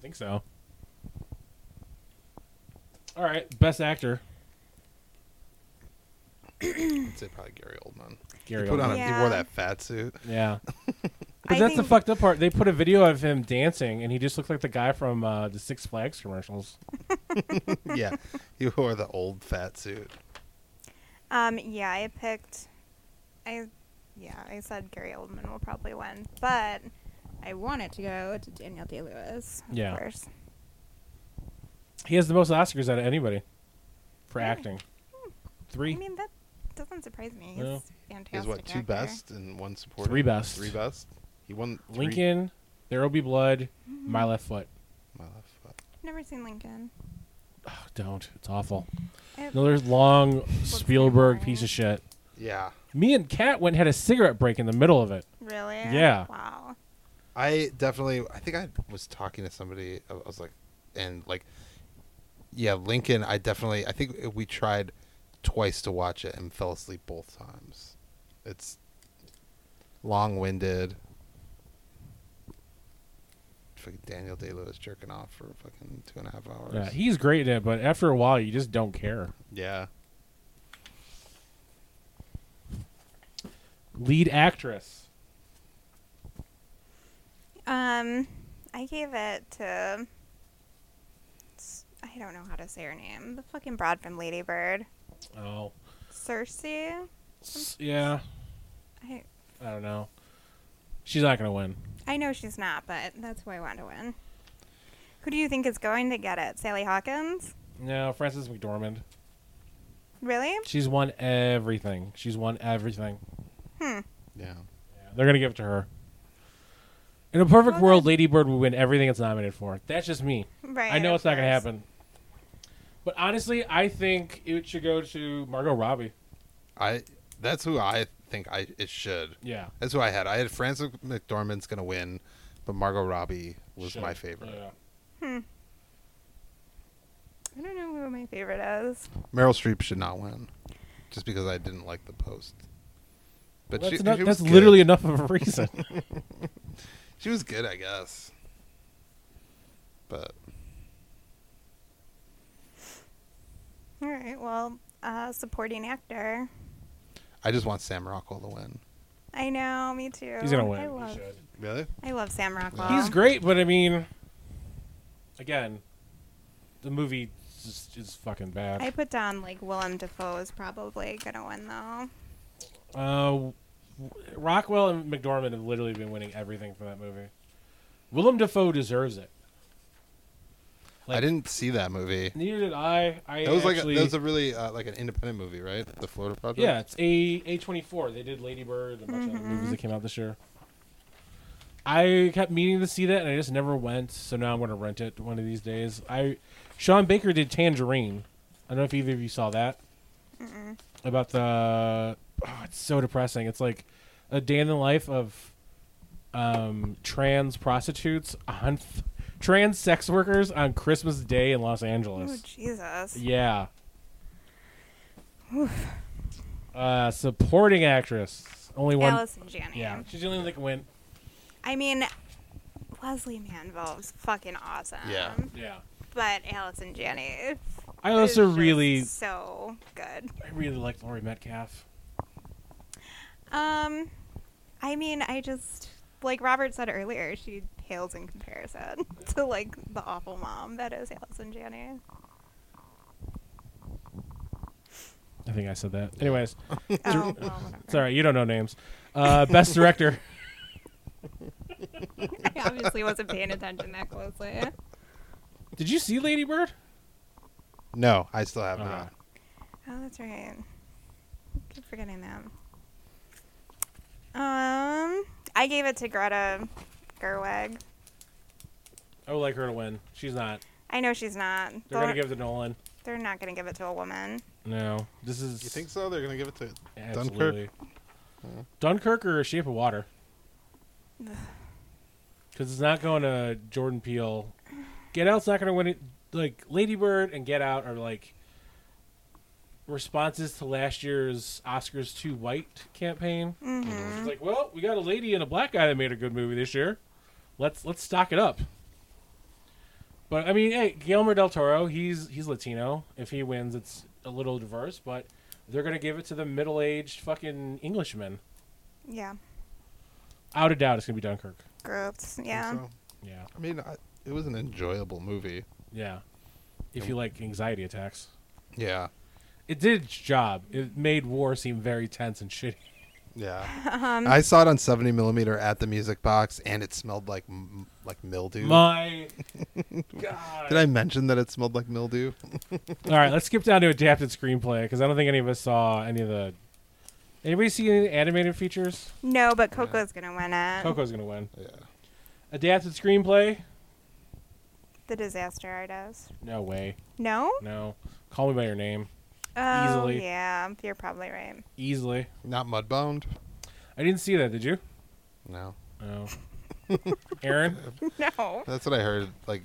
Speaker 1: think so. All right, Best Actor.
Speaker 3: I'd say probably Gary Oldman.
Speaker 1: Gary
Speaker 3: he put on
Speaker 1: Oldman.
Speaker 3: a,
Speaker 2: Yeah.
Speaker 3: he wore that fat suit.
Speaker 1: Yeah.
Speaker 2: I
Speaker 1: Because that's the
Speaker 2: think-
Speaker 1: fucked up part. They put a video of him dancing, and he just looked like the guy from uh, the Six Flags commercials.
Speaker 3: yeah, he wore the old fat suit.
Speaker 2: Um, yeah, I picked. I, yeah, I said Gary Oldman will probably win, but I wanted to go to Daniel Day Lewis. Of
Speaker 1: Yeah.
Speaker 2: course.
Speaker 1: He has the most Oscars out of anybody for acting.
Speaker 2: Hmm. I
Speaker 1: Three.
Speaker 2: mean, that doesn't surprise me. He's
Speaker 1: No.
Speaker 2: fantastic.
Speaker 3: He's what two
Speaker 2: actor.
Speaker 3: best and one supporting.
Speaker 1: Three best.
Speaker 3: Three best. He won three-
Speaker 1: Lincoln, There Will Be Blood,
Speaker 2: Hmm.
Speaker 1: My Left Foot.
Speaker 3: My left foot.
Speaker 2: I've never seen Lincoln.
Speaker 1: Oh, don't. It's awful.
Speaker 2: I-
Speaker 1: Another long Spielberg
Speaker 2: Memory.
Speaker 1: piece of shit.
Speaker 3: Yeah,
Speaker 1: Me and Kat went and had a cigarette break in the middle of it.
Speaker 2: Really?
Speaker 1: Yeah.
Speaker 2: Wow.
Speaker 3: I definitely. I think I was talking to somebody. I was like, and like, yeah, Lincoln. I definitely. I think we tried twice to watch it and fell asleep both times. It's long-winded. Fucking Daniel Day Lewis jerking off for fucking two and a half hours.
Speaker 1: Yeah, he's great in it, but after a while, you just don't care.
Speaker 3: yeah.
Speaker 1: Lead actress.
Speaker 2: Um, I gave it to. s- I don't know how to say her name. The fucking broad from Lady Bird.
Speaker 1: Oh.
Speaker 2: Cersei.
Speaker 1: S- yeah.
Speaker 2: I
Speaker 1: I don't know. She's not going to win.
Speaker 2: I know she's not, but that's who I want to win. Who do you think is going to get it? Sally Hawkins?
Speaker 1: No, Frances McDormand.
Speaker 2: Really?
Speaker 1: She's won everything. She's won everything.
Speaker 3: Yeah.
Speaker 1: Yeah, they're gonna give it to her. In a perfect
Speaker 2: Well,
Speaker 1: world,
Speaker 2: then-
Speaker 1: Lady Bird would win everything it's nominated for. That's just me.
Speaker 2: Right.
Speaker 1: I know
Speaker 2: of
Speaker 1: it's not gonna
Speaker 2: course.
Speaker 1: happen. But honestly, I think it should go to Margot Robbie.
Speaker 3: I. That's who I think I it should.
Speaker 1: Yeah,
Speaker 3: That's who I had. I had Francis McDormand's gonna win, but Margot Robbie was
Speaker 1: Should.
Speaker 3: my favorite.
Speaker 1: Yeah.
Speaker 2: I don't know who my favorite is.
Speaker 3: Meryl Streep should not win, just because I didn't like the post. But
Speaker 1: Well,
Speaker 3: she,
Speaker 1: that's enough-
Speaker 3: she was
Speaker 1: that's
Speaker 3: good.
Speaker 1: literally enough of a reason.
Speaker 3: she was good, I guess. But
Speaker 2: All right. Well, uh, supporting actor.
Speaker 3: I just want Sam Rockwell to win.
Speaker 2: I know. Me too.
Speaker 1: He's gonna win.
Speaker 2: I
Speaker 1: He
Speaker 2: love,
Speaker 1: should.
Speaker 3: Really?
Speaker 2: I love Sam Rockwell.
Speaker 1: He's great, but I mean, again, the movie is, is fucking bad.
Speaker 2: I put down like Willem Dafoe is probably gonna win though.
Speaker 1: Uh, w- Rockwell and McDormand have literally been winning everything for that movie. Willem Dafoe deserves it. Like-
Speaker 3: I didn't see that movie.
Speaker 1: Neither did I. I
Speaker 3: That was like a,
Speaker 1: actually,
Speaker 3: that was a really uh, like an independent movie, right? The Florida Project.
Speaker 1: yeah, it's a a twenty four. They did Lady Bird and a bunch of other
Speaker 2: Mhm.
Speaker 1: movies that came out this year. I kept meaning to see that, and I just never went. So now I'm going to rent it one of these days. I Sean Baker did Tangerine. I don't know if either of you saw that. About the oh, it's so depressing. It's like a day in the life of um, trans prostitutes on trans sex workers on Christmas Day in Los Angeles.
Speaker 2: Oh Jesus.
Speaker 1: Yeah. Uh, supporting actress. Only one.
Speaker 2: Allison Janney.
Speaker 1: Yeah, she's the only one that can win.
Speaker 2: I mean, Leslie Manville's fucking awesome.
Speaker 3: Yeah.
Speaker 1: Yeah.
Speaker 2: But Allison Janney
Speaker 1: I
Speaker 2: is
Speaker 1: also
Speaker 2: just
Speaker 1: really,
Speaker 2: so good.
Speaker 1: I really like Laurie Metcalf.
Speaker 2: Um, I mean, I just like Robert said earlier, she pales in comparison to like the awful mom that is Allison Janney.
Speaker 1: I think I said that. Anyways,
Speaker 2: Oh, well, whatever.
Speaker 1: sorry, you don't know names. Uh, best director.
Speaker 2: I obviously wasn't paying attention that closely.
Speaker 1: Did you see Lady Bird?
Speaker 4: No, I still have not.
Speaker 1: Okay.
Speaker 2: Oh, that's right. Keep forgetting that. Um, I gave it to Greta Gerwig.
Speaker 1: I would like her to win. She's not.
Speaker 2: I know she's not.
Speaker 1: They're gonna give it to Nolan.
Speaker 2: they're not going to give it to a woman.
Speaker 1: No, this is.
Speaker 4: You think so? They're gonna give it to
Speaker 1: Absolutely. Dunkirk or Shape of Water? Because it's not going to Jordan Peele. Get Out's not going to win it. Like Lady Bird and Get Out are like responses to last year's Oscars Too White campaign.
Speaker 2: Mm-hmm.
Speaker 1: It's like, well, we got a lady and a black guy that made a good movie this year. Let's let's stock it up. But I mean, hey, Guillermo del Toro, he's he's Latino. If he wins, it's a little diverse, but they're gonna give it to the middle-aged fucking Englishman.
Speaker 2: Yeah.
Speaker 1: Out of doubt, it's gonna be Dunkirk.
Speaker 2: Groups.
Speaker 4: I
Speaker 2: Yeah.
Speaker 4: think so.
Speaker 1: Yeah,
Speaker 4: I mean, I, it was an enjoyable movie.
Speaker 1: yeah. If you like anxiety attacks,
Speaker 4: Yeah,
Speaker 1: it did its job. It made war seem very tense and shitty.
Speaker 4: yeah.
Speaker 2: Um,
Speaker 4: I saw it on 70 millimeter at the Music Box, and it smelled like m- like mildew.
Speaker 1: My God.
Speaker 4: Did I mention that it smelled like mildew?
Speaker 1: All right, let's skip down to adapted screenplay because I don't think any of us saw any of the. Anybody see any animated features?
Speaker 2: no, but Coco's going to win it.
Speaker 1: Coco's gonna win.
Speaker 4: Yeah.
Speaker 1: Adapted screenplay?
Speaker 2: The disaster artist.
Speaker 1: No way.
Speaker 2: No?
Speaker 1: No. Call me by your name.
Speaker 2: Oh,
Speaker 1: Easily.
Speaker 2: yeah. You're probably right.
Speaker 1: Easily.
Speaker 4: Not Mudbound.
Speaker 1: I didn't see that. Did you?
Speaker 4: No,
Speaker 1: No. Aaron.
Speaker 2: No.
Speaker 4: that's what I heard. Like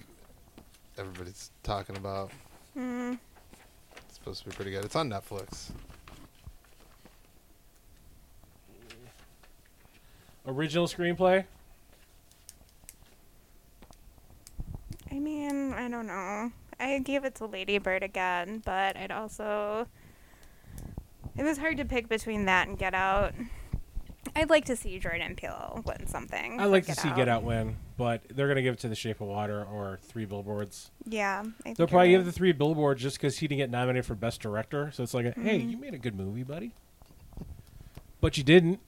Speaker 4: everybody's talking about.
Speaker 2: Mm,
Speaker 4: It's supposed to be pretty good. It's on Netflix.
Speaker 1: Original screenplay.
Speaker 2: I mean, I don't know. I gave it to Lady Bird again, but I'd also. It was hard to pick between that and Get Out. I'd like to see Jordan Peele win something.
Speaker 1: I
Speaker 2: for
Speaker 1: like to see Get Out win, but they're gonna give it to The Shape of Water or Three Billboards.
Speaker 2: Yeah. I think
Speaker 1: They'll
Speaker 2: you're
Speaker 1: probably give
Speaker 2: right.
Speaker 1: the Three Billboards just because he didn't get nominated for Best Director. So it's like, a, hey,
Speaker 2: Mhm.
Speaker 1: you made a good movie, buddy. But you didn't.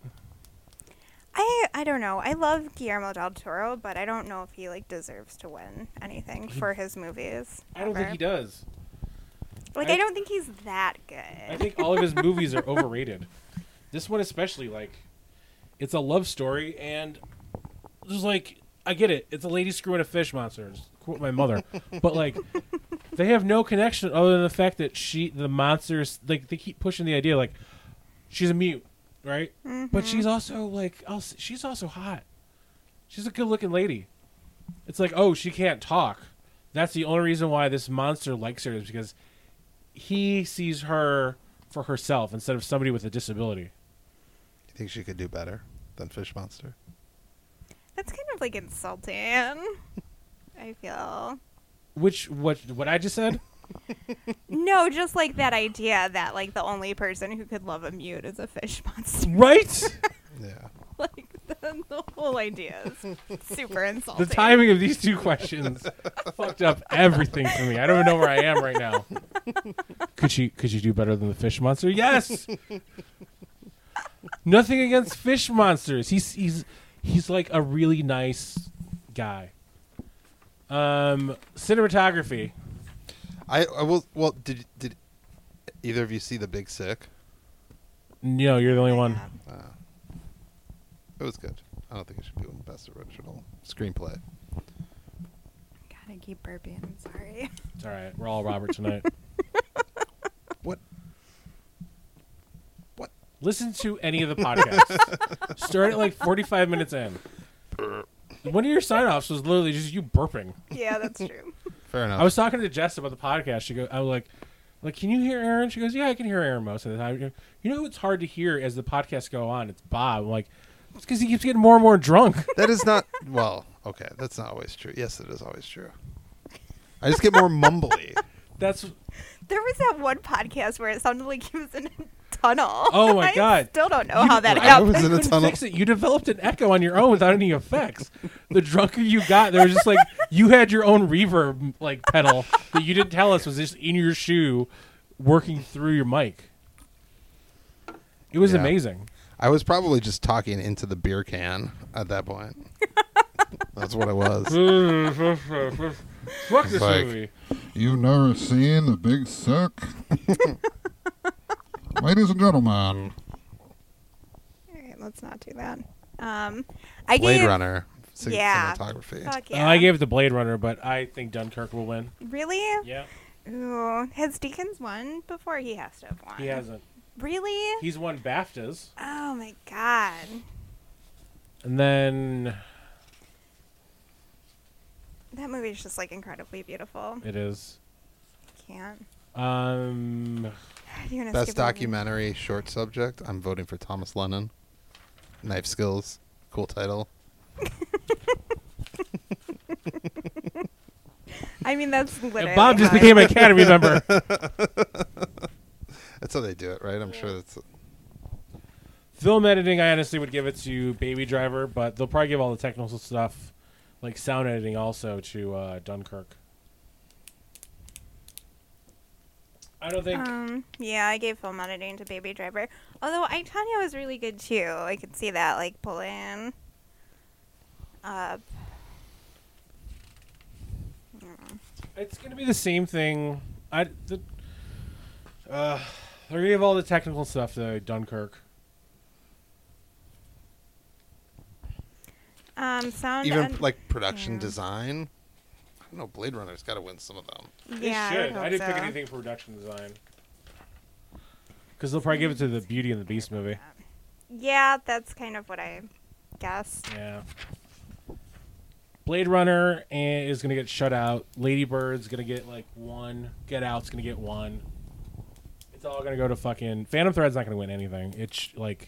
Speaker 2: I I don't know. I love Guillermo del Toro, but I don't know if he like deserves to win anything for his movies.
Speaker 1: I don't think
Speaker 2: ever.
Speaker 1: he does.
Speaker 2: Like
Speaker 1: I-
Speaker 2: I, don't think he's that good.
Speaker 1: I think all of his movies are overrated. This one especially, like, it's a love story, and there's like, I get it. It's a lady screwing a fish monster. it's Quote my mother, but like, they have no connection other than the fact that she, the monsters, like they keep pushing the idea, like, she's a mute, right? But she's also like, also, she's also hot. She's a good-looking lady. It's like, oh, she can't talk. That's the only reason why this monster likes her is because he sees her for herself instead of somebody with a disability.
Speaker 4: You think she could do better than Fish Monster?
Speaker 2: That's kind of like insulting. I feel.
Speaker 1: Which what what I just said?
Speaker 2: No, just like that idea that like the only person who could love a mute is a fish monster.
Speaker 1: right.
Speaker 4: Yeah.
Speaker 2: like the, the whole idea is super insulting.
Speaker 1: The timing of these two questions fucked up everything for me. I don't even know where I am right now. Could she could you do better than the fish monster? Yes. Nothing against fish monsters. He's he's he's like a really nice guy. Um cinematography.
Speaker 4: I, I will. Well, did did either of you see The Big Sick?
Speaker 1: No, you're the only one.
Speaker 4: It was good. I don't think it should be one best original screenplay.
Speaker 2: God, I keep burping. I'm sorry.
Speaker 1: It's all right. We're all Robert tonight.
Speaker 4: What?
Speaker 1: Listen to any of the podcasts. Start at like 45 minutes in. One of your sign offs was literally just you burping.
Speaker 2: Yeah, that's true.
Speaker 4: Fair enough.
Speaker 1: I was talking to Jess about the podcast. She goes, I was like, like, can you hear Aaron? She goes, yeah, I can hear Aaron most of the time. You know who it's hard to hear as the podcasts go on? It's Bob. I'm like, it's because he keeps getting more and more drunk.
Speaker 4: that is not. Well, okay. That's not always true. Yes, it is always true. I just get more mumbly.
Speaker 1: That's
Speaker 2: There was that one podcast where it sounded like he was in a tunnel.
Speaker 1: Oh my
Speaker 2: I
Speaker 1: God.
Speaker 2: Still don't know
Speaker 1: You-
Speaker 2: how that
Speaker 1: I
Speaker 4: I
Speaker 2: happened.
Speaker 4: was in a
Speaker 1: couldn't
Speaker 4: tunnel.
Speaker 1: fix it. You developed an echo on your own without any effects. The drunker you got, there was just like you had your own reverb like pedal that you didn't tell us was just in your shoe, working through your mic. It was
Speaker 4: Yeah.
Speaker 1: amazing.
Speaker 4: I was probably just talking into the beer can at that point. That's what it was.
Speaker 1: Fuck this
Speaker 4: Like-
Speaker 1: movie.
Speaker 5: You've never seen the big sick? Ladies and gentlemen,
Speaker 2: All right, let's not do that. Um, I
Speaker 4: Blade
Speaker 2: gave,
Speaker 4: Runner cin-
Speaker 2: Yeah.
Speaker 4: cinematography.
Speaker 2: Fuck
Speaker 1: Uh,
Speaker 2: yeah.
Speaker 1: I gave it to Blade Runner, but I think Dunkirk will win.
Speaker 2: really?
Speaker 1: Yeah,
Speaker 2: Ooh, has Deacons won before? He has to have won.
Speaker 1: he hasn't.
Speaker 2: Really?
Speaker 1: He's won BAFTAs,
Speaker 2: oh my god.
Speaker 1: and then
Speaker 2: That movie is just like incredibly beautiful.
Speaker 1: it is.
Speaker 2: Can't.
Speaker 1: Um,
Speaker 2: You're gonna
Speaker 4: Best
Speaker 2: skip over me.
Speaker 4: documentary short subject. I'm voting for Thomas Lennon. Knife skills, cool title.
Speaker 2: I mean, that's literally.
Speaker 1: Bob just
Speaker 2: how I-
Speaker 1: became an Academy member.
Speaker 4: That's how they do it, right? I'm sure that's
Speaker 1: Film editing, I honestly would give it to Baby Driver, but they'll probably give all the technical stuff, like sound editing, also to uh, Dunkirk. I don't think.
Speaker 2: Um, yeah, I gave film editing to Baby Driver. Although I Tanya was really good too. I could see that like pulling up.
Speaker 1: It's gonna be the same thing. I the, uh, they're gonna give all the technical stuff to Dunkirk.
Speaker 2: Um, sound
Speaker 4: even
Speaker 2: ed-
Speaker 4: like production
Speaker 2: yeah.
Speaker 4: design. I don't know. Blade Runner's got to win some of them.
Speaker 2: yeah,
Speaker 1: they
Speaker 2: I,
Speaker 1: should.
Speaker 2: would
Speaker 1: I,
Speaker 2: hope
Speaker 1: didn't pick
Speaker 2: so.
Speaker 1: anything for production design. Because they'll probably give it to the Beauty and the Beast movie.
Speaker 2: Yeah, that's kind of what I guessed.
Speaker 1: Yeah. Blade Runner eh, is gonna get shut out. Lady Bird's gonna get like one. Get Out's gonna get one. It's all gonna go to fucking Phantom Thread's not gonna win anything. It's like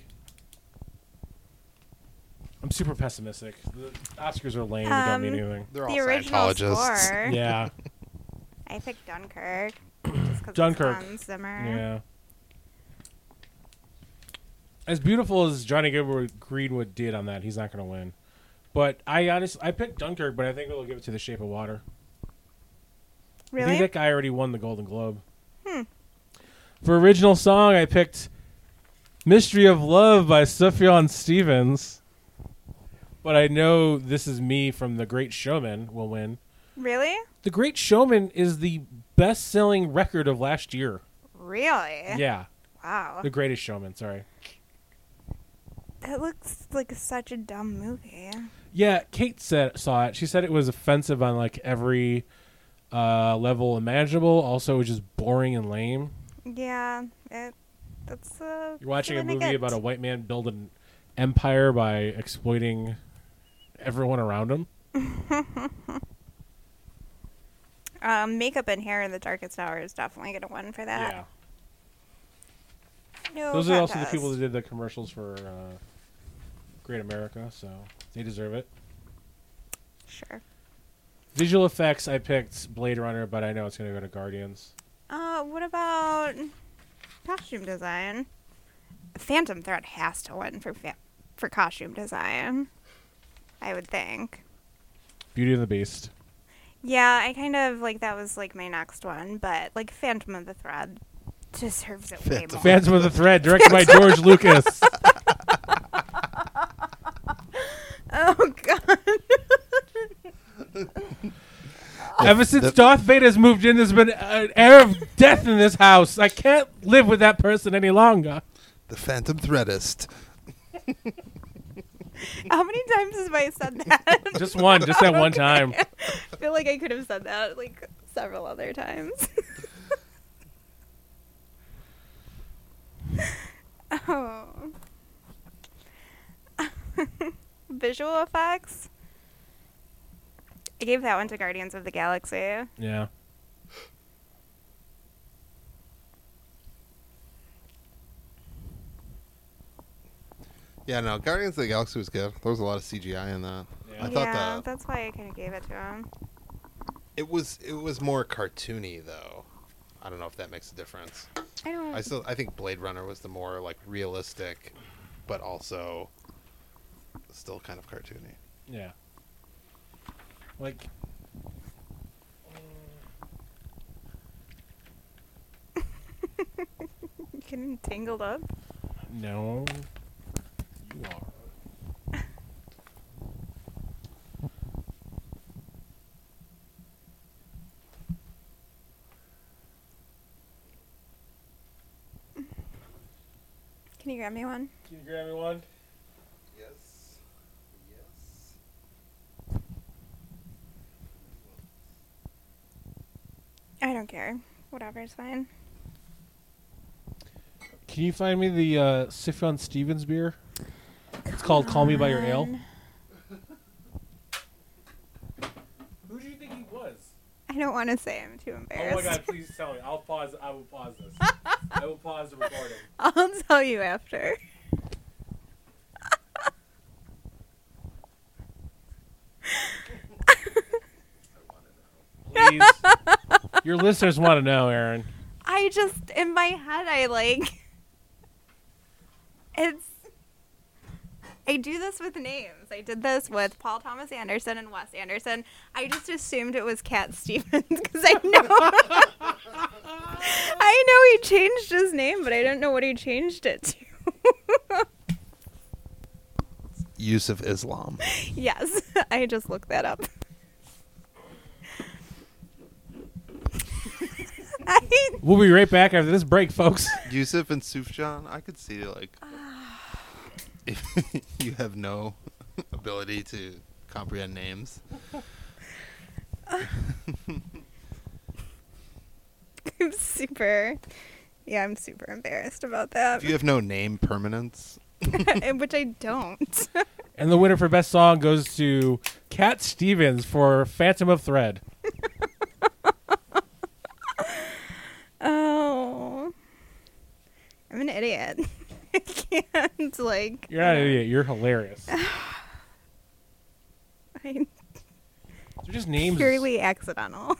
Speaker 1: I'm super pessimistic. The Oscars are lame. they don't mean
Speaker 2: Um,
Speaker 1: anything.
Speaker 4: They're all
Speaker 2: the original
Speaker 4: Scientologists.
Speaker 2: score.
Speaker 1: Yeah,
Speaker 2: I picked Dunkirk. Just 'cause
Speaker 1: Dunkirk.
Speaker 2: It's Hans Zimmer.
Speaker 1: yeah. As beautiful as Johnny Gilbert Greenwood did on that, he's not gonna win. But I honestly, I picked Dunkirk, but I think we'll give it to The Shape of Water. I
Speaker 2: Really? Hmm.
Speaker 1: think that guy already won the Golden Globe. For original song, I picked "Mystery of Love" by Sufjan Stevens. But I know "This Is Me" from The Great Showman will win.
Speaker 2: really?
Speaker 1: The Great Showman is the best-selling record of last year.
Speaker 2: Really?
Speaker 1: Yeah,
Speaker 2: Wow.
Speaker 1: The Greatest Showman. Sorry.
Speaker 2: That looks like such a dumb movie.
Speaker 1: Yeah, Kate said saw it. She said it was offensive on like every uh, level imaginable. Also, it was just boring and lame.
Speaker 2: Yeah, it. That's uh.
Speaker 1: You're watching a
Speaker 2: feeling I
Speaker 1: movie
Speaker 2: get.
Speaker 1: about a white man build an empire by exploiting everyone around him.
Speaker 2: Um, makeup and hair in the darkest hour is definitely gonna win for
Speaker 1: Yeah.
Speaker 2: that. No
Speaker 1: Those are also the
Speaker 2: contest.
Speaker 1: people Uh, oh, that did the commercials for uh, Great America, so they deserve it.
Speaker 2: Sure.
Speaker 1: Visual effects, I picked Blade Runner, but I know it's going to go to Guardians.
Speaker 2: Uh, what about costume design? Phantom Thread has to win for fa- for costume design. I would think.
Speaker 1: Beauty and the Beast.
Speaker 2: Yeah, I kind of like that was like my next one, but like Phantom of the Thread deserves it way more.
Speaker 1: Phantom of the Thread, directed by George Lucas.
Speaker 2: oh god.
Speaker 1: Ever since Darth Vader's moved in, there's been an air of death in this house. I can't live with that person any longer.
Speaker 4: The Phantom Threadist.
Speaker 2: How many times have I said that?
Speaker 1: Just one, just that one time.
Speaker 2: I feel like I could have said that like several other times. oh. Visual effects. I gave that one to Guardians of the Galaxy.
Speaker 1: Yeah.
Speaker 4: Yeah, no. Guardians of the Galaxy was good. There was a lot of CGI in that.
Speaker 1: Yeah.
Speaker 4: I thought
Speaker 2: yeah,
Speaker 4: that
Speaker 2: that's why I kind of gave it to him.
Speaker 4: it was it was more cartoony though. I don't know if that makes a difference.
Speaker 2: I don't.
Speaker 4: I still I think Blade Runner was the more like realistic, but also still kind of cartoony.
Speaker 1: Yeah. Like.
Speaker 2: getting tangled up.
Speaker 1: No. You are.
Speaker 2: Can you grab me one?
Speaker 1: Can you grab me one?
Speaker 3: Yes. Yes.
Speaker 2: I don't care. Whatever's fine.
Speaker 1: Can you find me the uh, Siphon Stevens beer? It's called Call Me By Your Ale.
Speaker 2: Um,
Speaker 1: Who do you think he was? Oh
Speaker 2: I don't want to say. I'm too embarrassed.
Speaker 1: please tell me. I'll pause. I will pause this. I will pause the recording.
Speaker 2: I'll tell you after.
Speaker 1: Please. Your listeners want to know, Aaron.
Speaker 2: I just in my head I like it's I do this with names. I did this with Paul Thomas Anderson and Wes Anderson. I just assumed it was Cat Stevens because I know I know he changed his name, but I don't know what he changed it to.
Speaker 3: Use of Islam.
Speaker 2: Yes, I just looked that up. I
Speaker 1: We'll be right back after this break, folks.
Speaker 3: Yusuf and Sufjan, I could see like if you have no ability to comprehend names.
Speaker 2: I'm super. Yeah, I'm super embarrassed about that.
Speaker 3: If you have no name permanence,
Speaker 2: Which I don't.
Speaker 1: And the winner for best song goes to Cat Stevens for Phantom of Thread.
Speaker 2: oh. I'm an idiot. I can't, like.
Speaker 1: You're not an idiot. You're hilarious. They're
Speaker 2: I'm
Speaker 1: just names.
Speaker 2: purely accidental.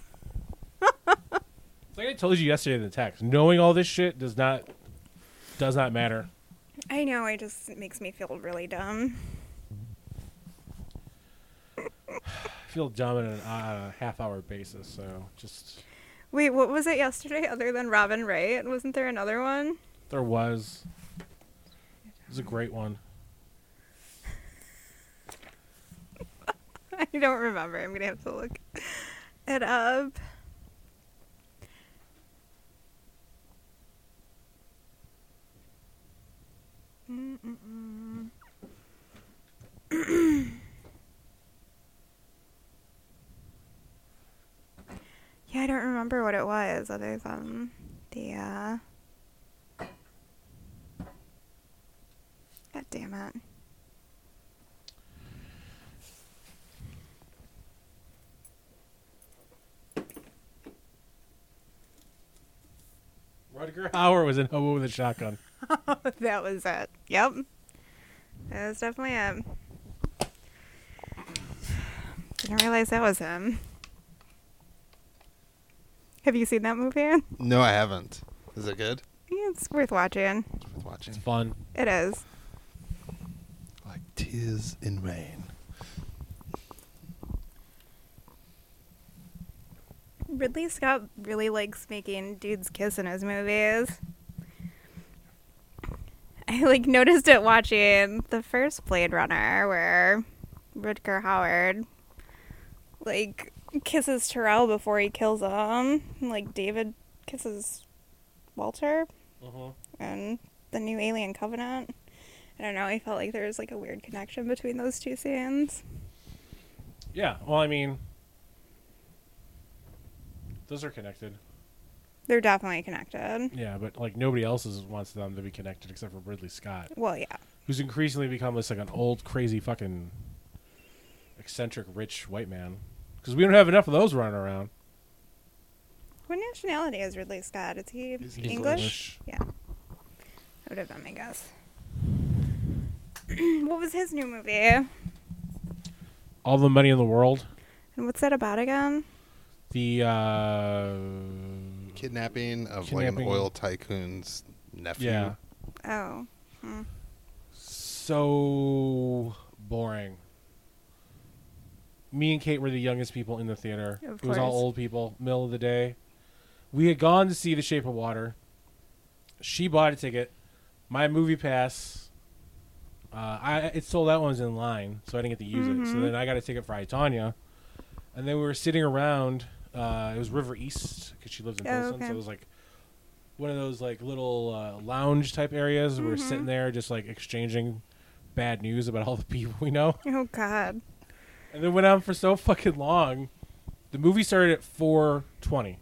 Speaker 1: It's Like I told you yesterday in the text, knowing all this shit does not does not matter.
Speaker 2: I know, I just. It makes me feel really dumb.
Speaker 1: I feel dumb on a uh, half hour basis, so just
Speaker 2: Wait, what was it yesterday other than Robin Wright? Wasn't there another one?
Speaker 1: there was. It was a great one.
Speaker 2: I don't remember. I'm going to have to look it up. Mm-mm-mm. yeah, I don't remember what it was other than the. Uh... God damn it.
Speaker 1: Rutger Hauer was in Hobo with a Shotgun.
Speaker 2: that was it. Yep. That was definitely him. Didn't realize that was him. Have you seen that movie? Yeah,
Speaker 3: no, I haven't. Is it good?
Speaker 2: It's worth watching.
Speaker 3: It's worth watching.
Speaker 1: It's fun.
Speaker 2: It is.
Speaker 3: Like tears in rain.
Speaker 2: Ridley Scott really likes making dudes kiss in his movies. I like noticed it watching the first Blade Runner where Rutger Howard like kisses Terrell before he kills him. and, Like David kisses Walter
Speaker 1: Uh-huh.
Speaker 2: and the new Alien Covenant. I don't know, I felt like there was like a weird connection between those two scenes.
Speaker 1: Yeah. Well, I mean, those are connected.
Speaker 2: They're definitely connected.
Speaker 1: Yeah, but like nobody else is- wants them to be connected except for Ridley Scott,
Speaker 2: Well, yeah.
Speaker 1: who's increasingly become this like an old, crazy, fucking eccentric, rich white man. Because we don't have enough of those running around.
Speaker 2: What nationality is Ridley Scott? Is he
Speaker 3: He's
Speaker 2: English?
Speaker 1: English.
Speaker 2: Yeah. That would have been my guess. what was his new movie? And
Speaker 1: All the money in the world.
Speaker 2: what's that about again?
Speaker 1: The uh,
Speaker 3: Kidnapping of like
Speaker 1: Kidnapping.
Speaker 3: an oil tycoon's nephew.
Speaker 1: yeah,
Speaker 2: Oh. Hmm.
Speaker 1: so boring. Me and Kate were the youngest people in the theater.
Speaker 2: Of
Speaker 1: it was all
Speaker 2: course.
Speaker 1: old people, middle of the day. We had gone to see The Shape of Water. She bought a ticket. my movie pass. Uh, I it sold out ones in line, so I didn't get to use it. So
Speaker 2: Mm-hmm.
Speaker 1: then I got a ticket for Itanya, and then we were sitting around. Uh, it was River East because she lives in
Speaker 2: Oh,
Speaker 1: Pilsen,
Speaker 2: okay.
Speaker 1: so it was like one of those like little uh, lounge type areas. We were
Speaker 2: Mm-hmm.
Speaker 1: sitting there just like exchanging bad news about all the people we know,
Speaker 2: Oh God.
Speaker 1: and it went on for so fucking long. The movie started at four twenty.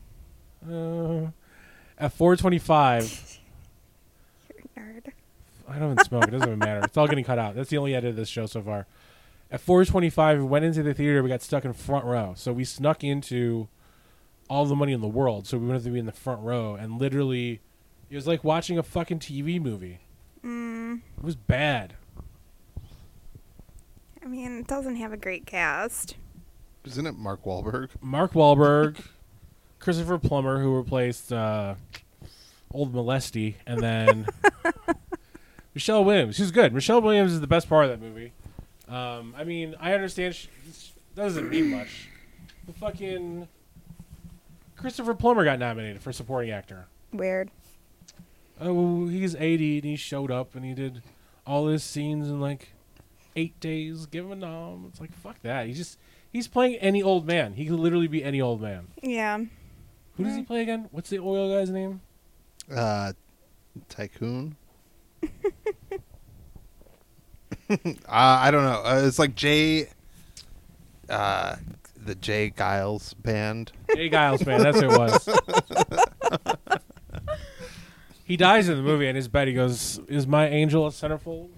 Speaker 1: Uh, at four twenty five.
Speaker 2: You're a nerd.
Speaker 1: I don't even smoke. It doesn't even matter. It's all getting cut out. That's the only edit of this show so far. At 4:25, we went into the theater. We got stuck in front row, so we snuck into all the money in the world. So we wanted to be in the front row, and literally, it was like watching a fucking TV movie. It was bad.
Speaker 2: I mean, it doesn't have a great cast.
Speaker 4: Isn't it Mark Wahlberg?
Speaker 1: Mark Wahlberg, Christopher Plummer, who replaced uh, old Molesty, and then Michelle Williams, who's good. Michelle Williams is the best part of that movie. Um, I mean, I understand she, she doesn't mean much. The fucking Christopher Plummer got nominated for supporting actor.
Speaker 2: Weird.
Speaker 1: Oh, he's 80 and he showed up and he did all his scenes in like eight days. Give him a nom. It's like fuck that. He just he's playing any old man. He could literally be any old man.
Speaker 2: Yeah.
Speaker 1: Who does he play again? What's the oil guy's name?
Speaker 4: Uh, tycoon. uh, I don't know. Uh, it's like Jay, uh, the Jay Giles band.
Speaker 1: Jay Giles, man. That's who it was. he dies in the movie, and his bed. He goes, "Is my angel a centerfold?"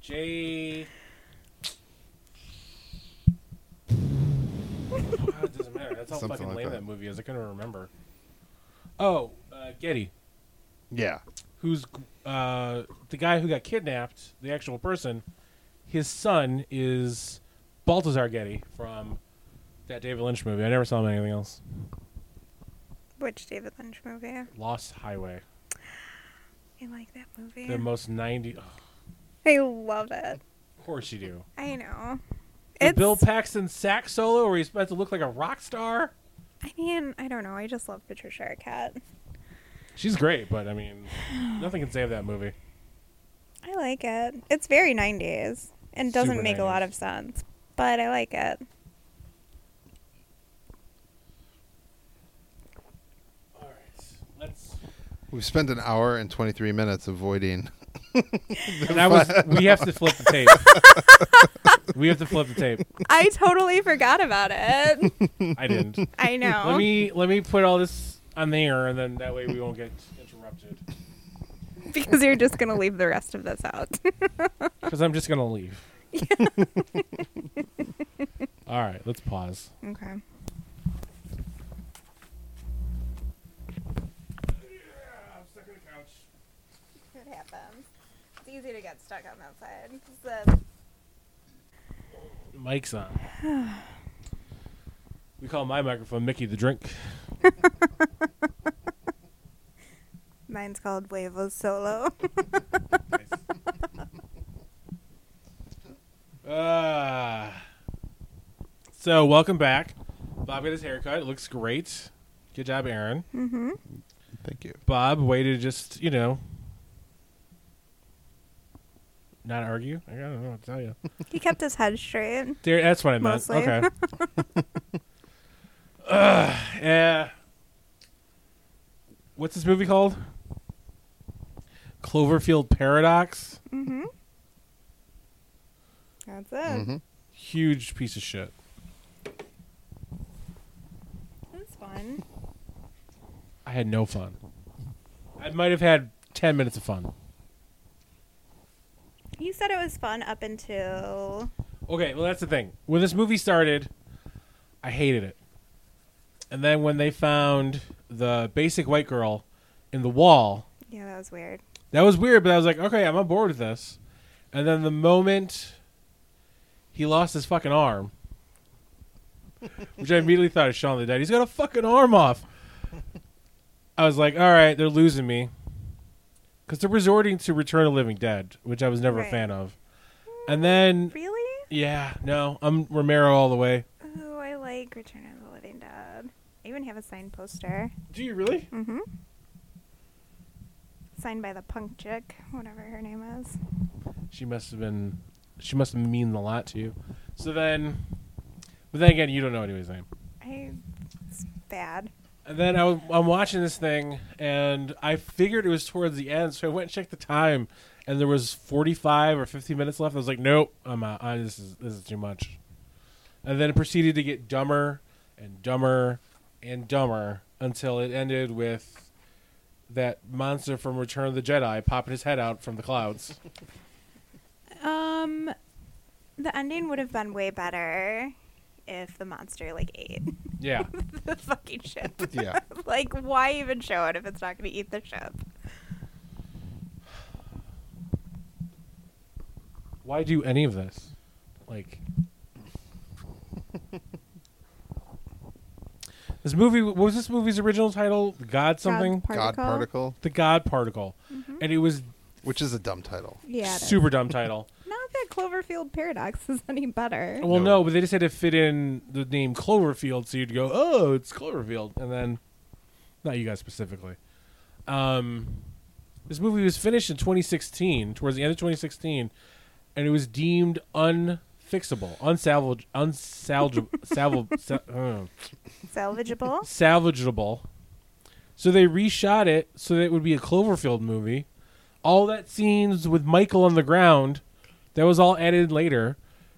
Speaker 1: Jay. Ah, it doesn't matter. That's how
Speaker 4: Something
Speaker 1: fucking
Speaker 4: like
Speaker 1: lame that.
Speaker 4: that.
Speaker 1: movie is. I couldn't remember. Oh, uh, Getty,
Speaker 4: Yeah.
Speaker 1: who's uh, the guy who got kidnapped, the actual person. His son is Baltazar Getty from that David Lynch movie. I never saw him in anything else.
Speaker 2: Which David Lynch movie? I
Speaker 1: Lost Highway.
Speaker 2: like that movie.
Speaker 1: The most 90. Of
Speaker 2: I love it.
Speaker 1: course you do.
Speaker 2: I know.
Speaker 1: The
Speaker 2: It's.
Speaker 1: Bill Paxton sax solo where he's about to look like a rock star.
Speaker 2: I mean, I don't know. I just love Patricia Arquette.
Speaker 1: She's great, but I mean, nothing can save that movie.
Speaker 2: I like it. It's very 90s and doesn't
Speaker 1: Super
Speaker 2: make a lot
Speaker 1: 90s.
Speaker 2: of sense, but I like it.
Speaker 1: All right. Let's.
Speaker 4: We've spent an hour and 23 minutes avoiding.
Speaker 1: That was. We have to flip the tape. we have to flip the tape.
Speaker 2: I totally forgot about it.
Speaker 1: I didn't.
Speaker 2: I know.
Speaker 1: Let me let me put all this on there, and then that way we won't get interrupted.
Speaker 2: because you're just going to leave the rest of this out.
Speaker 1: Because I'm just gonna leave. all right. Let's pause.
Speaker 2: okay.
Speaker 1: I'm stuck on the couch.
Speaker 2: It happens. It's easy to get stuck on that side. 'cause the-
Speaker 1: Mike's on. we call my microphone Mickey the Drink.
Speaker 2: Mine's called Wavos Solo.
Speaker 1: Uh, so, welcome back. Bob got his haircut. It looks great. Good job, Aaron.
Speaker 4: Thank you.
Speaker 1: Bob, way to just, you know, not argue. I don't know what to tell you.
Speaker 2: he kept his head straight.
Speaker 1: There, that's what I meant.
Speaker 2: Mostly.
Speaker 1: Okay. Ugh, yeah. What's this movie called? Cloverfield Paradox.
Speaker 2: Mm-hmm. That's it.
Speaker 1: Mm-hmm.
Speaker 4: hmm
Speaker 1: Huge piece of shit.
Speaker 2: That's fun.
Speaker 1: I had no fun. I might have had ten minutes of fun.
Speaker 2: You said it was fun up until
Speaker 1: Okay, well that's the thing. When this movie started, I hated it. And then when they found the basic white girl in the wall,
Speaker 2: yeah, that was weird.
Speaker 1: That was weird, but I was like, okay, I'm on board with this. And then the moment he lost his fucking arm, which I immediately thought of Shaun of the Dead, he's got a fucking arm off. I was like, all right, they're losing me. Because they're resorting to Return of the Living Dead, which I was never a
Speaker 2: Right.
Speaker 1: fan of. And then,
Speaker 2: Really?
Speaker 1: yeah, no, I'm Romero all the way.
Speaker 2: Oh, I like Return of the Living Dead. I even have a signed poster.
Speaker 1: Do you really?
Speaker 2: Mm-hmm. signed by the punk chick, whatever her name is.
Speaker 1: She must have been. She must have mean a lot to you. So then, but then again, you don't know anybody's name.
Speaker 2: I, it's bad.
Speaker 1: And then I was, I'm watching this thing, and I figured it was towards the end, so I went and checked the time, and there was 45 or 50 minutes left. I was like, nope, I'm out. I, this is this is too much. And then it proceeded to get dumber and dumber and dumber until it ended with that monster from Return of the Jedi popping his head out from the clouds.
Speaker 2: Um, the ending would have been way better if the monster like ate
Speaker 1: Yeah.
Speaker 2: the fucking ship.
Speaker 3: Yeah.
Speaker 2: like, why even show it if it's not going to eat the ship?
Speaker 1: Why do any of this? Like This movie what was this movie's original title? God something?
Speaker 2: God particle.
Speaker 3: God particle,
Speaker 1: the God Particle. And it was
Speaker 3: which is a dumb title.
Speaker 2: Yeah. it is.
Speaker 1: super dumb title.
Speaker 2: Not that Cloverfield paradox is any better.
Speaker 1: Well,
Speaker 3: No.
Speaker 1: no, but they just had to fit in the name Cloverfield, so you'd go, "Oh, it's Cloverfield," and then, not you guys specifically. Um, this movie was finished in 2016, towards the end of 2016, and it was deemed unfixable, unsalvage, unsalvage, salvage, uh,
Speaker 2: Salvageable.
Speaker 1: salvageable. So they reshot it so that it would be a Cloverfield movie. All that scenes with Michael on the ground, that was all added later,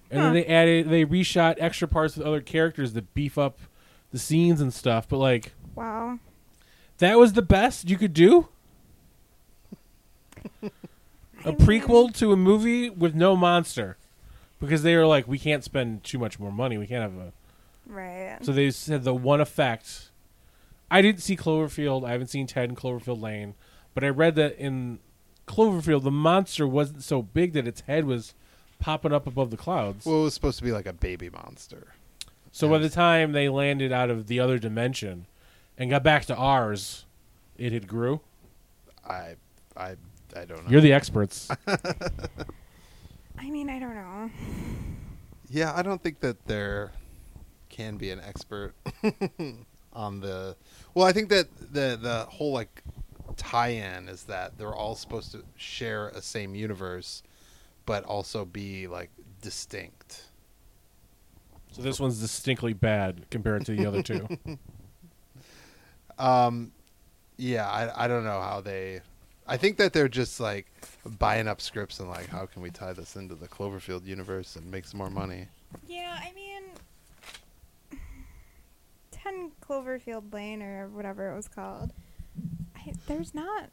Speaker 1: and
Speaker 2: Huh.
Speaker 1: then they added they reshot extra parts with other characters that beef up the scenes and stuff. But like
Speaker 2: wow.
Speaker 1: that was the best you could do. a prequel to a movie with no monster, because they were like, we can't spend too much more money. We can't have a
Speaker 2: Right.
Speaker 1: so they said the one effect. I didn't see Cloverfield. I haven't seen Ted in Cloverfield Lane, but I read that in Cloverfield the monster wasn't so big that its head was popping up above the clouds.
Speaker 3: Well, it was supposed to be like a baby monster.
Speaker 1: so by the time they landed out of the other dimension and got back to ours, it had grew.
Speaker 3: I, I, I don't know.
Speaker 1: You're the experts.
Speaker 2: I mean, I don't know.
Speaker 3: yeah, I don't think that there can be an expert on the. Well, I think that the the whole like tie-in is that they're all supposed to share a same universe, but also be like distinct.
Speaker 1: so this one's distinctly bad compared to the other two.
Speaker 3: Um, Yeah, I I don't know how they. I think that they're just like buying up scripts and like, how can we tie this into the Cloverfield universe and make some more money?
Speaker 2: Yeah, I mean, 10 Cloverfield Lane or whatever it was called. I, there's not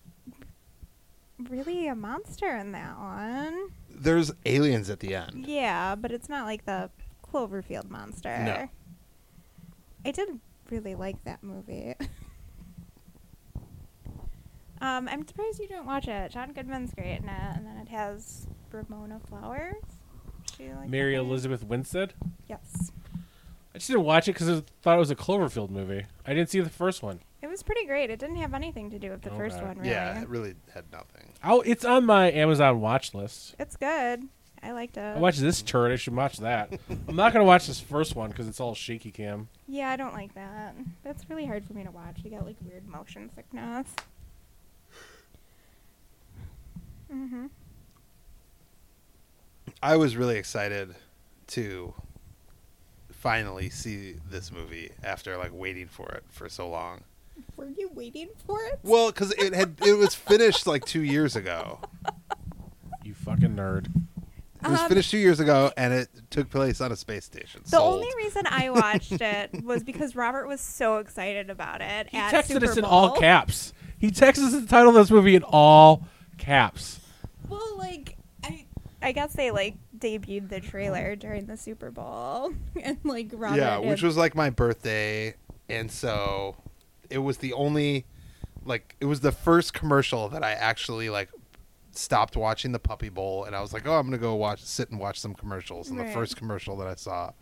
Speaker 2: really a monster in that one.
Speaker 3: There's aliens at the end.
Speaker 2: Yeah, but it's not like the Cloverfield monster.
Speaker 3: No.
Speaker 2: I did really like that movie. um, I'm surprised you didn't watch it. John Goodman's great in it, and then it has Ramona Flowers. Do you like that
Speaker 1: Mary
Speaker 2: movie?
Speaker 1: Elizabeth Winstead.
Speaker 2: Yes.
Speaker 1: I just didn't watch it because I thought it was a Cloverfield movie. I didn't see the first one.
Speaker 2: It was pretty great. It didn't have anything to do with the first
Speaker 1: Okay.
Speaker 2: one, really.
Speaker 3: Yeah, it really had nothing.
Speaker 1: Oh, it's on my Amazon watch list.
Speaker 2: It's good. I liked it.
Speaker 1: I watched this turd. I should watch that. I'm not gonna watch this first one because it's all shaky cam.
Speaker 2: yeah, I don't like that. That's really hard for me to watch. You got like weird motion sickness. Mm-hmm.
Speaker 3: I was really excited to finally see this movie after like waiting for it for so long.
Speaker 2: Were you waiting for it?
Speaker 3: Well, because it had it was finished like two years ago.
Speaker 1: You fucking nerd.
Speaker 3: It was
Speaker 2: Um,
Speaker 3: finished two years ago, and it took place on a space station.
Speaker 2: The
Speaker 3: Sold.
Speaker 2: only reason I watched it was because Robert was so excited about it.
Speaker 1: He
Speaker 2: at
Speaker 1: texted
Speaker 2: Super
Speaker 1: us in
Speaker 2: Bowl.
Speaker 1: all caps. He texted us the title of this movie in all caps.
Speaker 2: Well, like I, I guess they like debuted the trailer during the Super Bowl, and like Robert.
Speaker 3: yeah,
Speaker 2: had-
Speaker 3: which was like my birthday, and so it was the only like it was the first commercial that I actually like stopped watching the Puppy Bowl, and I was like, oh, I'm gonna go watch sit and watch some commercials, and
Speaker 2: Right.
Speaker 3: the first commercial that I saw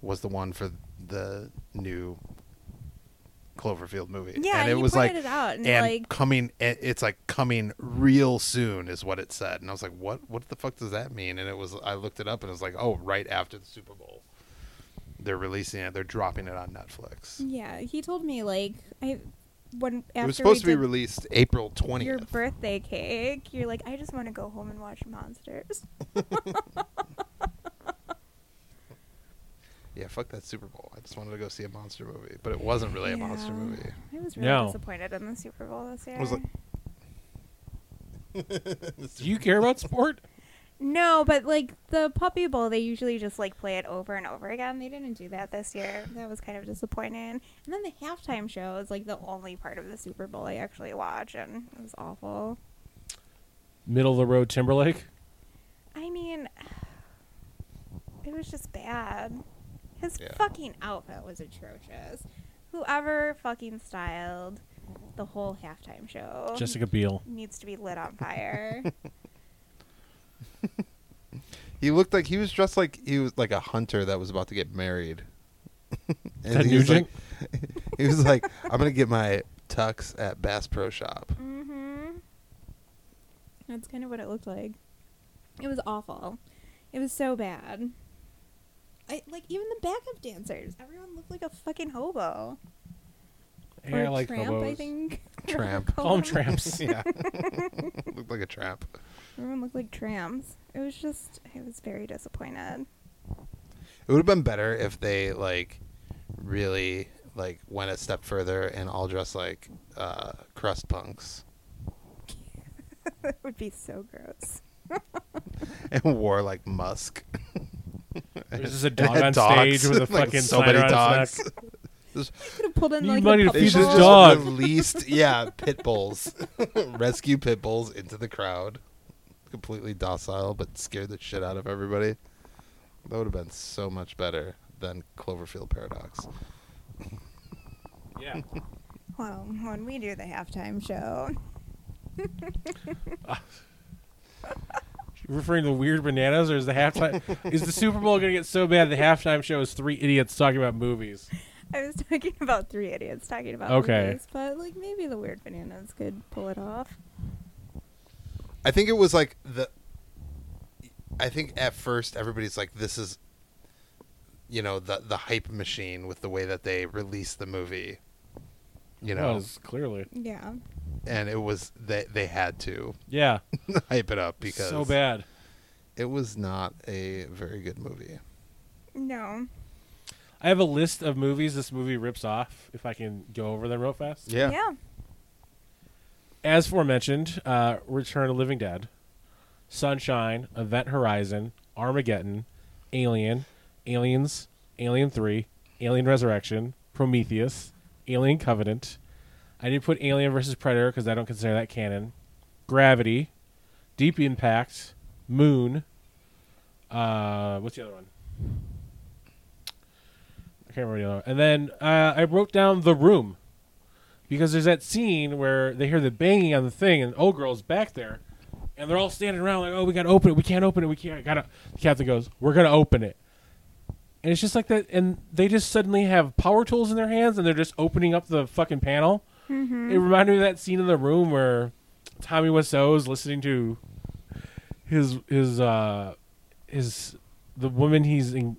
Speaker 3: was the one for the new Cloverfield movie.
Speaker 2: Yeah,
Speaker 3: and it
Speaker 2: you
Speaker 3: was like
Speaker 2: pointed it out, and,
Speaker 3: and
Speaker 2: like-
Speaker 3: coming it- it's like coming real soon is what it said and i was like what what the fuck does that mean and it was i looked it up and it was like oh right after the super bowl they're releasing it they're dropping it on netflix
Speaker 2: Yeah, he told me like I when after
Speaker 3: it was supposed to
Speaker 2: we
Speaker 3: be
Speaker 2: did
Speaker 3: released April 20th.
Speaker 2: your birthday cake, you're like, I just want to go home and watch monsters.
Speaker 3: yeah, fuck that Super Bowl. I just wanted to go see a monster movie, but it wasn't really a monster
Speaker 2: Yeah.
Speaker 3: movie.
Speaker 2: I was really
Speaker 1: No.
Speaker 2: disappointed in the Super Bowl this year.
Speaker 3: was like-
Speaker 1: Do you care about sport?
Speaker 2: no, but like the Puppy Bowl, they usually just like play it over and over again. They didn't do that this year. That was kind of disappointing. And then the halftime show is like the only part of the Super Bowl I actually watch, and it was awful.
Speaker 1: Middle of the road Timberlake.
Speaker 2: I mean, it was just bad. His
Speaker 3: Yeah.
Speaker 2: fucking outfit was atrocious. Whoever fucking styled the whole halftime show
Speaker 1: Jessica Biel.
Speaker 2: needs to be lit on fire.
Speaker 3: He looked like he was dressed like he was like a hunter that was about to get married. and
Speaker 1: Ted
Speaker 3: he was
Speaker 1: Nugent.
Speaker 3: like- he was like, I'm gonna get my tux at Bass Pro Shop.
Speaker 2: hmm That's kind of what it looked like. It was awful. It was so bad. I like even the backup dancers. Everyone looked like a fucking hobo.
Speaker 1: Yeah, I like
Speaker 2: tramp, I
Speaker 1: hobos.
Speaker 2: think.
Speaker 3: Tramp.
Speaker 1: Call them
Speaker 2: Hobos.
Speaker 1: tramps.
Speaker 3: yeah. looked like a trap.
Speaker 2: Everyone looked like trams. It was just, I was very disappointed.
Speaker 3: It would have been better if they like really like went a step further and all dressed like uh crust punks
Speaker 2: that would be so gross.
Speaker 3: and wore like musk.
Speaker 1: There's just a
Speaker 3: And
Speaker 1: dog
Speaker 3: had
Speaker 1: on
Speaker 3: dogs.
Speaker 1: stage with a
Speaker 3: Like,
Speaker 1: fucking
Speaker 3: so many dogs.
Speaker 1: dogs.
Speaker 2: Could have pulled in
Speaker 1: You
Speaker 2: like
Speaker 1: might
Speaker 2: a
Speaker 1: have
Speaker 3: They
Speaker 1: feed
Speaker 3: should
Speaker 1: this
Speaker 3: just
Speaker 2: couple-
Speaker 1: dog.
Speaker 3: released, yeah, pit bulls, rescue pit bulls into the crowd, completely docile but scared the shit out of everybody. That would have been so much better than Cloverfield Paradox.
Speaker 1: Yeah.
Speaker 2: Well, when we do the halftime show,
Speaker 1: You referring to weird bananas, or is the halftime? is the Super Bowl going to get so bad the halftime show is three idiots talking about movies?
Speaker 2: I was talking about three idiots talking about
Speaker 1: Okay.
Speaker 2: movies, but like maybe the weird bananas could pull it off.
Speaker 3: I think it was like the. I think at first everybody's like, "This is," you know, the the hype machine with the way that they released the movie. You know,
Speaker 1: Well, clearly.
Speaker 2: Yeah.
Speaker 3: and it was they they had to
Speaker 1: Yeah.
Speaker 3: hype it up because
Speaker 1: so bad.
Speaker 3: it was not a very good movie.
Speaker 2: No.
Speaker 1: I have a list of movies this movie rips off. If I can go over them real fast.
Speaker 2: Yeah.
Speaker 1: As aforementioned, uh, Return of the Living Dead, Sunshine, Event Horizon, Armageddon, Alien, Aliens, Alien 3, Alien Resurrection, Prometheus, Alien Covenant. I didn't put Alien versus Predator because I don't consider that canon. Gravity, Deep Impact, Moon. Uh, what's the other one? I can't remember the other one. And then uh, I wrote down The Room because there's that scene where they hear the banging on the thing, and old girl's back there, and they're all standing around like, "Oh, we gotta open it. We can't open it. We can't." Gotta. The captain goes, "We're gonna open it," and it's just like that. And they just suddenly have power tools in their hands, and they're just opening up the fucking panel. It reminded me of that scene in the room where Tommy Wiseau is listening to his his uh his the woman he's en-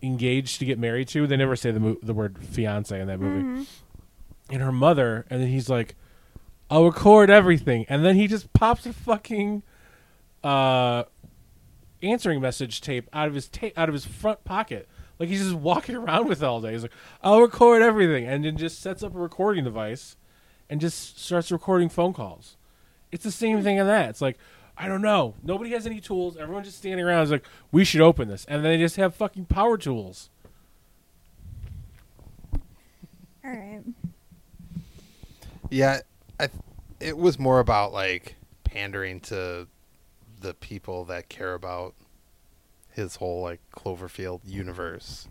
Speaker 1: engaged to get married to. They never say the mo- the word fiance in that movie and her mother, and then he's like, "I'll record everything," and then he just pops a fucking uh, answering message tape out of his ta- out of his front pocket, like he's just walking around with it all day. He's like, "I'll record everything," and then just sets up a recording device, and just starts recording phone calls. It's the same thing in that. It's like. I don't know. Nobody has any tools. Everyone's just standing around. It's like, we should open this. And then they just have fucking power tools.
Speaker 2: All right.
Speaker 3: Yeah, I th- it was more about like pandering to the people that care about his whole like Cloverfield universe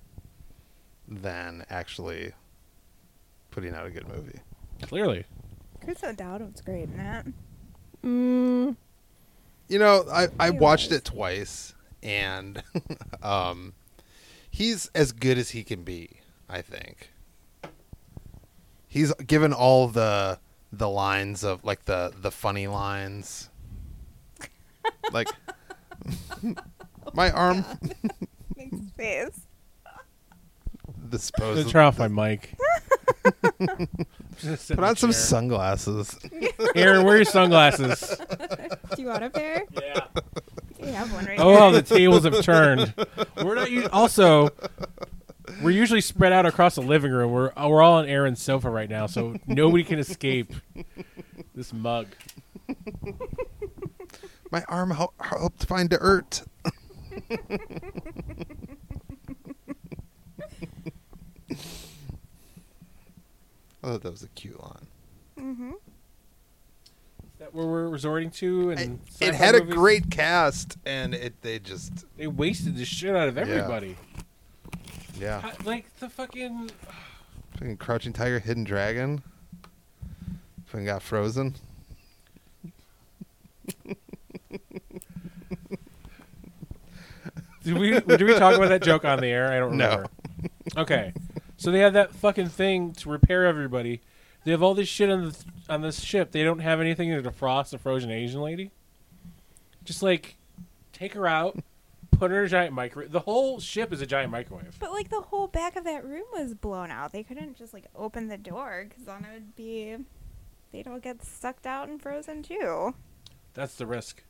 Speaker 3: than actually putting out a good movie.
Speaker 1: Clearly.
Speaker 2: Chris O'Dowd's great in that.
Speaker 3: You know, I
Speaker 2: He
Speaker 3: I watched
Speaker 2: was.
Speaker 3: it twice and um he's as good as he can be, I think. He's given all the the lines of like the the funny lines. like
Speaker 2: Oh,
Speaker 3: my arm
Speaker 2: Makes face.
Speaker 1: Let's
Speaker 3: this pose
Speaker 1: try off my mic. Just sit
Speaker 3: Put
Speaker 1: in
Speaker 3: on
Speaker 1: the
Speaker 3: some
Speaker 1: chair.
Speaker 3: sunglasses.
Speaker 1: Aaron, where are your sunglasses?
Speaker 2: Do you want a pair?
Speaker 1: yeah.
Speaker 2: You have one right
Speaker 1: Oh, well, the tables have turned. We're not u- also. We're usually spread out across the living room. We're uh, we're all on Aaron's sofa right now, so nobody can escape this mug.
Speaker 3: My arm hel- helped find the earth. I thought that was a cute line.
Speaker 2: Mm-hmm.
Speaker 1: Is that where we're resorting to? And
Speaker 3: It,
Speaker 1: sci-fi
Speaker 3: had a
Speaker 1: movies?
Speaker 3: great cast, and it they just
Speaker 1: They wasted the shit out of everybody.
Speaker 3: yeah.
Speaker 1: I- like the fucking.
Speaker 3: Fucking Crouching Tiger, Hidden Dragon. Fucking got frozen.
Speaker 1: Did we did we talk about that joke on the air? I don't remember. Okay, so they have that fucking thing to repair everybody. They have all this shit on the on this ship. They don't have anything to defrost the frozen Asian lady. Just like take her out, put her in a giant microwave. The whole ship is a giant microwave.
Speaker 2: But like the whole back of that room was blown out. They couldn't just like open the door because then it would be, they'd all get sucked out and frozen too.
Speaker 1: That's the risk.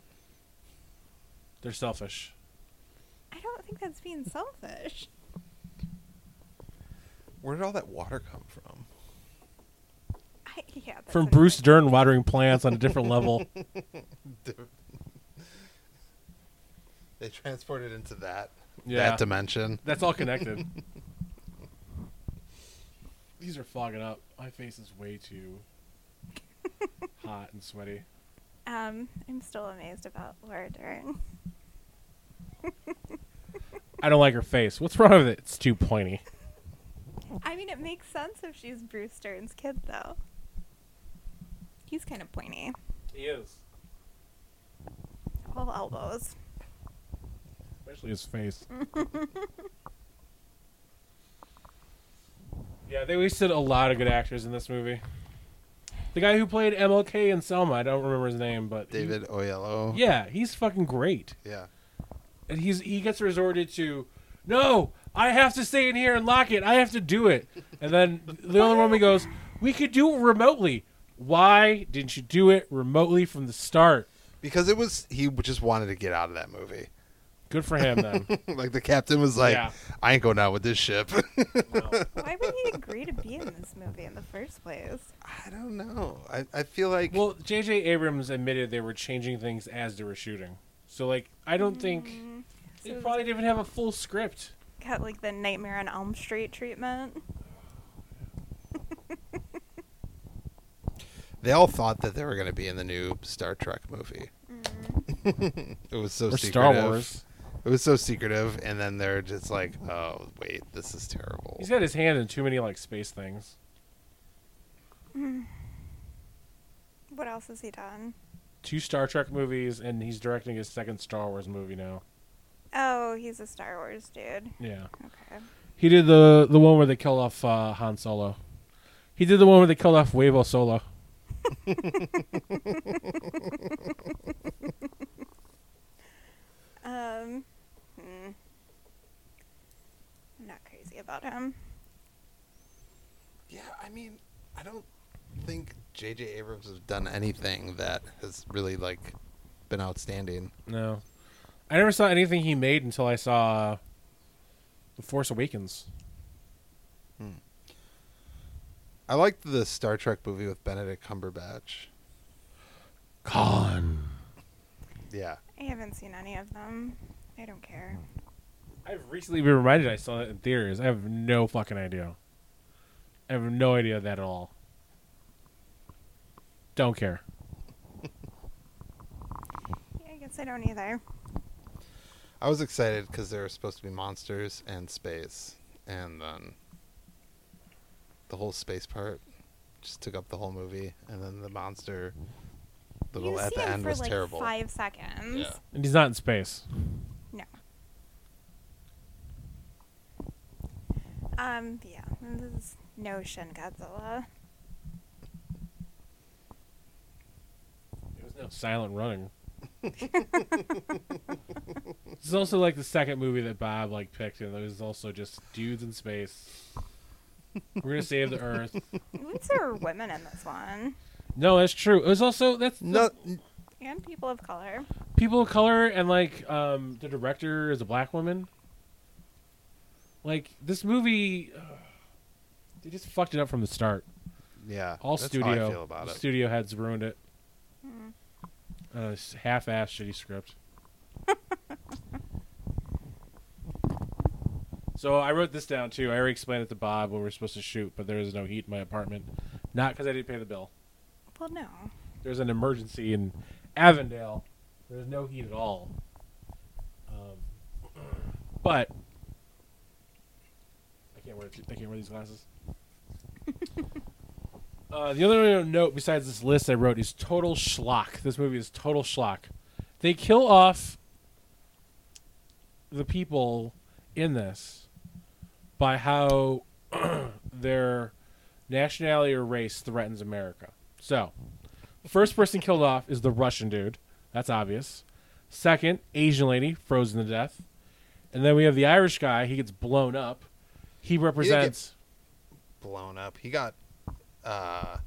Speaker 1: They're selfish.
Speaker 2: I don't think that's being selfish.
Speaker 3: Where did all that water come from?
Speaker 2: I, yeah. That's
Speaker 1: From
Speaker 2: what I
Speaker 1: Bruce
Speaker 2: think.
Speaker 1: Dern watering plants on a different level.
Speaker 3: They transported into that
Speaker 1: Yeah,
Speaker 3: that dimension.
Speaker 1: that's all connected. These are fogging up. My face is way too hot and sweaty.
Speaker 2: Um, I'm still amazed about Laura Dern.
Speaker 1: I don't like her face. What's wrong with it? It's too pointy.
Speaker 2: I mean, it makes sense if she's Bruce Dern's kid though. He's kind of pointy.
Speaker 1: He is.
Speaker 2: All elbows.
Speaker 1: Especially his face. yeah, they wasted a lot of good actors in this movie. The guy who played MLK in Selma, I don't remember his name, but he-
Speaker 3: David Oyelowo.
Speaker 1: yeah, he's fucking great.
Speaker 3: Yeah.
Speaker 1: And he's he gets resorted to, no, I have to stay in here and lock it. I have to do it. And then the other woman goes, we could do it remotely. Why didn't you do it remotely from the start?
Speaker 3: Because it was he just wanted to get out of that movie.
Speaker 1: Good for him then.
Speaker 3: like the captain was like,
Speaker 1: Yeah.
Speaker 3: I ain't going out with this ship.
Speaker 2: Why would he agree to be in this movie in the first place?
Speaker 3: I don't know. I, I feel like
Speaker 1: Well, J.J. Abrams admitted they were changing things as they were shooting. So, like, I don't think they
Speaker 2: So-
Speaker 1: probably didn't even have a full script.
Speaker 2: Got like the Nightmare on Elm Street treatment.
Speaker 3: they all thought that they were going to be in the new Star Trek movie. it was so
Speaker 1: Or Star
Speaker 3: secretive.
Speaker 1: Wars.
Speaker 3: It was so secretive, and then they're just like, "Oh, wait, this is terrible."
Speaker 1: He's got his hand in too many, like, space things.
Speaker 2: What else has he done?
Speaker 1: Two Star Trek movies, and he's directing his second Star Wars movie now.
Speaker 2: Oh, he's a Star Wars dude.
Speaker 1: Yeah.
Speaker 2: Okay.
Speaker 1: He did the the one where they killed off uh, Han Solo. He did the one where they killed off Huevo Solo.
Speaker 2: Um, hmm. I'm not crazy about him.
Speaker 3: yeah, I mean, I don't think J.J. Abrams has done anything that has really like been outstanding.
Speaker 1: No. I never saw anything he made until I saw uh, The Force Awakens.
Speaker 3: I liked the Star Trek movie with Benedict Cumberbatch.
Speaker 1: Con.
Speaker 3: Yeah,
Speaker 2: I haven't seen any of them. I don't care.
Speaker 1: I've recently been reminded I saw that in theaters. I have no fucking idea. I have no idea of that at all. Don't care.
Speaker 2: Yeah, I guess I don't either.
Speaker 3: I was excited because there were supposed to be monsters and space, and then the whole space part just took up the whole movie, and then the monster little
Speaker 2: you
Speaker 3: at
Speaker 2: see
Speaker 3: the
Speaker 2: him
Speaker 3: end
Speaker 2: for
Speaker 3: was
Speaker 2: like
Speaker 3: terrible.
Speaker 2: five seconds.
Speaker 3: Yeah.
Speaker 1: And he's not in space.
Speaker 2: No. Um, yeah, this is no Shin Godzilla.
Speaker 1: There was no silent running. this is also like the second movie that Bob like picked, and it was also just dudes in space. We're gonna save the Earth.
Speaker 2: At least there were women in this one,
Speaker 1: No, that's true. It was also that's
Speaker 3: No,
Speaker 2: and people of color.
Speaker 1: people of color and like um, the director is a black woman. Like this movie, uh, they just fucked it up from the start.
Speaker 3: yeah.
Speaker 1: All
Speaker 3: that's
Speaker 1: studio
Speaker 3: How I feel about it.
Speaker 1: studio heads ruined it. Uh, s- half-assed shitty script. so I wrote this down too. I already explained it to Bob when we were supposed to shoot, but there was no heat in my apartment. Not because I didn't pay the bill.
Speaker 2: Well, no.
Speaker 1: There's an emergency in Avondale. There's no heat at all. Um, but I can't wear I can't wear these glasses. uh, the other note besides this list I wrote is total schlock. This movie is total schlock. They kill off the people in this by how their nationality or race threatens America. So, first person killed off is the Russian dude. That's obvious. Second, Asian lady frozen to death. And then we have the Irish guy. He gets blown up. He represents.
Speaker 3: Blown up. He got, uh,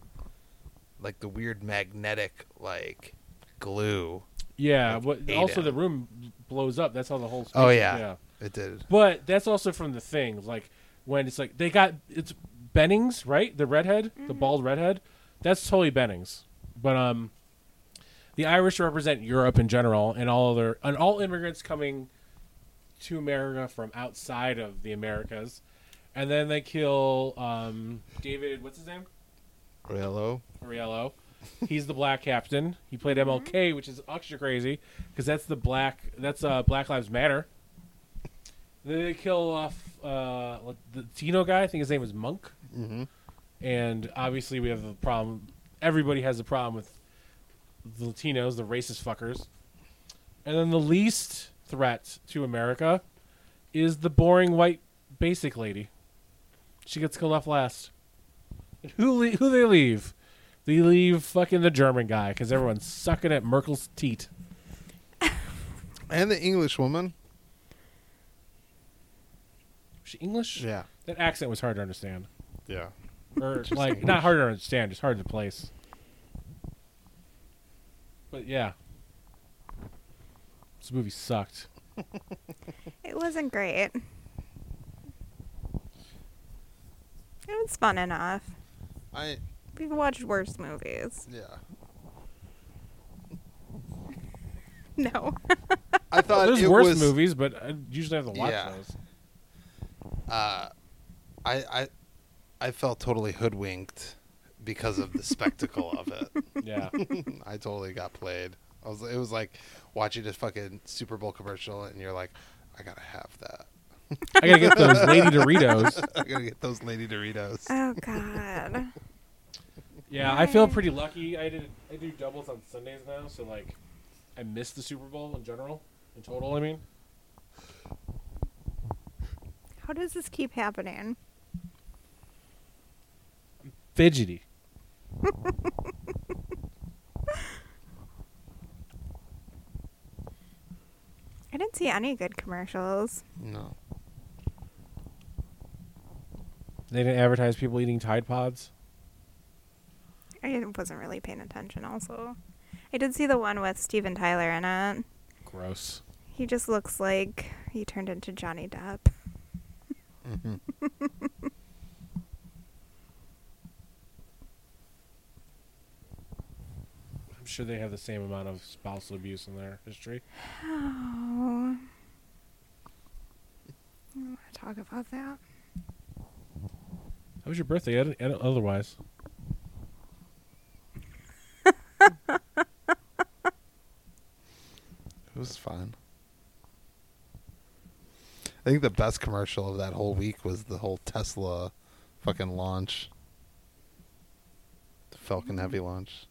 Speaker 3: like the weird magnetic like glue.
Speaker 1: yeah.
Speaker 3: like,
Speaker 1: What,
Speaker 3: ate
Speaker 1: also,
Speaker 3: him.
Speaker 1: the room blows up. That's how the whole.
Speaker 3: Oh
Speaker 1: space-
Speaker 3: yeah, it did.
Speaker 1: But that's also from the thing. Like when it's like they got it's Bennings, right? The redhead, the bald redhead. That's totally Bennings. But um, the Irish represent Europe in general, and all other and all immigrants coming to America from outside of the Americas. And then they kill um, David. What's his name?
Speaker 3: Hello.
Speaker 1: Ariello. He's the black captain. He played MLK, which is extra crazy because that's the black. That's uh, Black Lives Matter. Then they kill off uh, the Latino guy. I think his name was Monk.
Speaker 3: Mhm.
Speaker 1: And obviously, we have the problem. Everybody has a problem with the Latinos, the racist fuckers. And then the least threat to America is the boring white basic lady. She gets killed off last. And who le- who they leave? They leave fucking the German guy because everyone's sucking at Merkel's teat.
Speaker 3: And the English woman.
Speaker 1: Was she English?
Speaker 3: Yeah.
Speaker 1: That accent was hard to understand,
Speaker 3: Yeah.
Speaker 1: or like not hard to understand, just hard to place. But yeah, this movie sucked.
Speaker 2: It wasn't great. It was fun enough.
Speaker 3: I
Speaker 2: We've watched worse movies.
Speaker 3: yeah.
Speaker 2: No.
Speaker 3: I thought
Speaker 1: There's
Speaker 3: it
Speaker 1: worse
Speaker 3: was,
Speaker 1: movies, but I usually have to watch
Speaker 3: Yeah.
Speaker 1: those.
Speaker 3: uh, I, I I felt totally hoodwinked because of the spectacle of it.
Speaker 1: Yeah,
Speaker 3: I totally got played. I was it was like watching a fucking Super Bowl commercial and you're like, I gotta have that.
Speaker 1: I gotta get those Lady Doritos.
Speaker 3: I gotta get those Lady Doritos.
Speaker 2: oh God.
Speaker 1: Yeah, I feel pretty lucky. I did I do doubles on Sundays now, so like I missed the Super Bowl in general, in total. I mean,
Speaker 2: How does this keep happening?
Speaker 1: fidgety.
Speaker 2: I didn't see any good commercials.
Speaker 3: No.
Speaker 1: They didn't advertise people eating Tide Pods.
Speaker 2: I wasn't really paying attention. Also, I did see the one with Steven Tyler in it.
Speaker 1: Gross.
Speaker 2: He just looks like he turned into Johnny Depp.
Speaker 1: I'm sure they have the same amount of spousal abuse in their history.
Speaker 2: Oh. I want to talk about that.
Speaker 1: How was your birthday? Ed- Ed- otherwise,
Speaker 3: It was fun. I think the best commercial of that whole week was the whole Tesla fucking launch. The Falcon Heavy launch.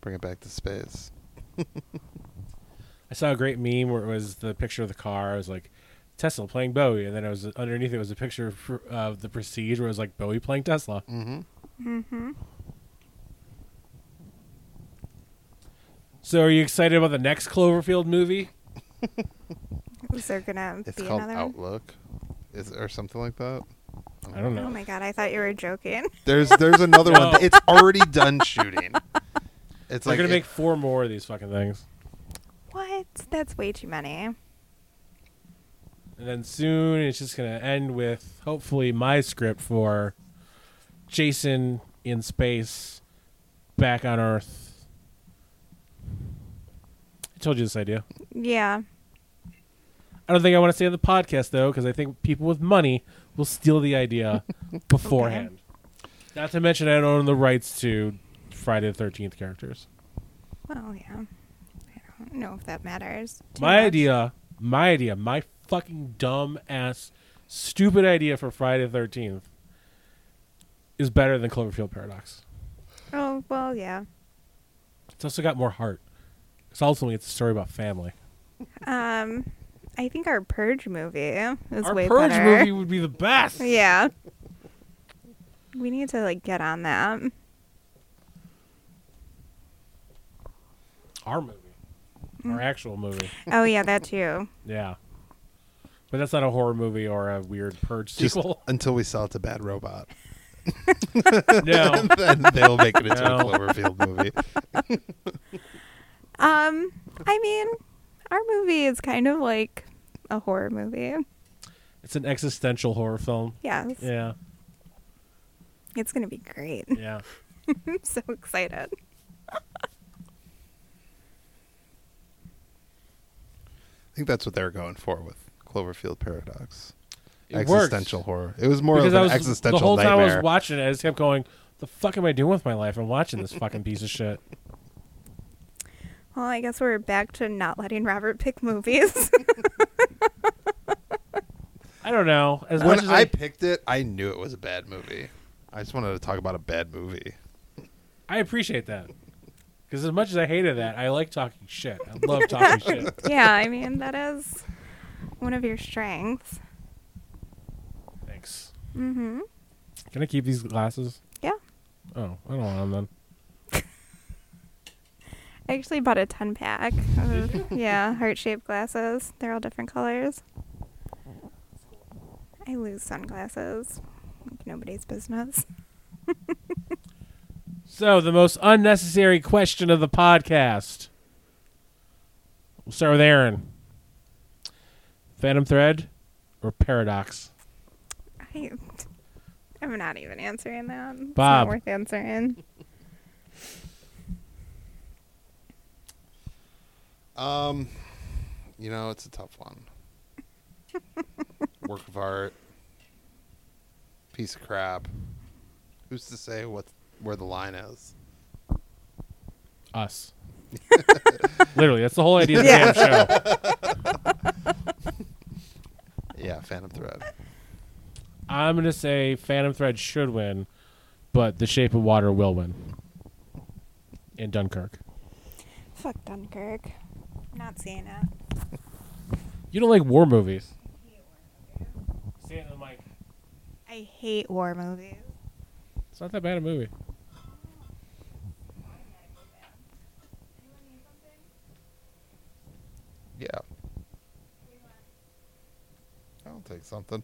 Speaker 3: Bring it back to space.
Speaker 1: I saw a great meme where it was the picture of the car. It was like Tesla playing Bowie, and then it was underneath it was a picture of uh, the Prestige where it was like Bowie playing Tesla.
Speaker 3: Mm-hmm.
Speaker 2: Mm-hmm.
Speaker 1: So, are you excited about the next Cloverfield movie?
Speaker 2: Is there gonna
Speaker 3: It's
Speaker 2: be
Speaker 3: called
Speaker 2: another? one?
Speaker 3: Outlook, is or something like that.
Speaker 1: I don't
Speaker 2: Oh
Speaker 1: know.
Speaker 2: my god, I thought you were joking.
Speaker 3: There's there's another
Speaker 1: No.
Speaker 3: one. It's already done shooting. It's
Speaker 1: They're
Speaker 3: like
Speaker 1: gonna
Speaker 3: it-
Speaker 1: make four more of these fucking things,
Speaker 2: What? That's way too many.
Speaker 1: and then soon it's just gonna end with hopefully my script for Jason in space, back on Earth. I told you this idea.
Speaker 2: Yeah.
Speaker 1: I don't think I want to say on the podcast though, because I think people with money will steal the idea beforehand. Not to mention, I don't own the rights to Friday the Thirteenth characters.
Speaker 2: Well, yeah. I don't know if that matters. too
Speaker 1: my
Speaker 2: much.
Speaker 1: idea, my idea, my fucking dumb ass, stupid idea for Friday the Thirteenth is better than Cloverfield Paradox.
Speaker 2: Oh well, yeah.
Speaker 1: It's also got more heart. Because ultimately, it's a story about family.
Speaker 2: Um, I think our Purge movie is
Speaker 1: Our
Speaker 2: way
Speaker 1: Purge
Speaker 2: better.
Speaker 1: movie would be the best.
Speaker 2: Yeah. We need to like get on that.
Speaker 1: Our movie,
Speaker 2: Mm.
Speaker 1: our actual movie.
Speaker 2: Oh yeah, that too.
Speaker 1: Yeah. But that's not a horror movie or a weird purge
Speaker 3: just
Speaker 1: sequel.
Speaker 3: until we sell it to Bad Robot.
Speaker 1: no.
Speaker 3: then they'll make it into a
Speaker 1: No.
Speaker 3: Cloverfield movie.
Speaker 2: Um, I mean, our movie is kind of like a horror movie.
Speaker 1: It's an existential horror film.
Speaker 2: Yes.
Speaker 1: Yeah.
Speaker 2: It's gonna be great.
Speaker 1: Yeah.
Speaker 2: I'm so excited.
Speaker 3: I think that's what they were going for with Cloverfield Paradox.
Speaker 1: It works.
Speaker 3: existential horror. It was more
Speaker 1: Because
Speaker 3: of
Speaker 1: I
Speaker 3: an
Speaker 1: was
Speaker 3: existential
Speaker 1: the whole time
Speaker 3: nightmare.
Speaker 1: I was watching it, I just kept going, "The fuck am I doing with my life? I'm watching this fucking piece of shit."
Speaker 2: Well, I guess we're back to not letting Robert pick movies.
Speaker 1: I don't know. As much
Speaker 3: when
Speaker 1: as
Speaker 3: I
Speaker 1: I,
Speaker 3: picked it, I knew it was a bad movie. I just wanted to talk about a bad movie.
Speaker 1: I appreciate that, because as much as I hated that, I like talking shit. I love talking shit.
Speaker 2: yeah, I mean that is one of your strengths.
Speaker 1: Thanks.
Speaker 2: Mm-hmm.
Speaker 1: Can I keep these glasses?
Speaker 2: Yeah.
Speaker 1: Oh, I don't want them then.
Speaker 2: I actually bought a 10 pack of, yeah, heart shaped glasses. They're all different colors. I lose sunglasses. Like nobody's business.
Speaker 1: So the most unnecessary question of the podcast. We'll start with Aaron. Phantom Thread or Paradox?
Speaker 2: I, I'm not even answering that. It's
Speaker 1: Bob.
Speaker 2: not worth answering.
Speaker 3: Um, you know, it's a tough one. Work of art, piece of crap. Who's to say what where the line is?
Speaker 1: Us. Literally, that's the whole idea of the
Speaker 2: Yeah.
Speaker 1: damn show.
Speaker 3: Yeah, Phantom Thread.
Speaker 1: I'm gonna say Phantom Thread should win, but The Shape of Water will win. In Dunkirk,
Speaker 2: Fuck Dunkirk. Not seeing it.
Speaker 1: you don't like war movies. Say it in the mic.
Speaker 2: I hate war movies.
Speaker 1: It's not that bad a movie.
Speaker 3: Yeah. I'll take something.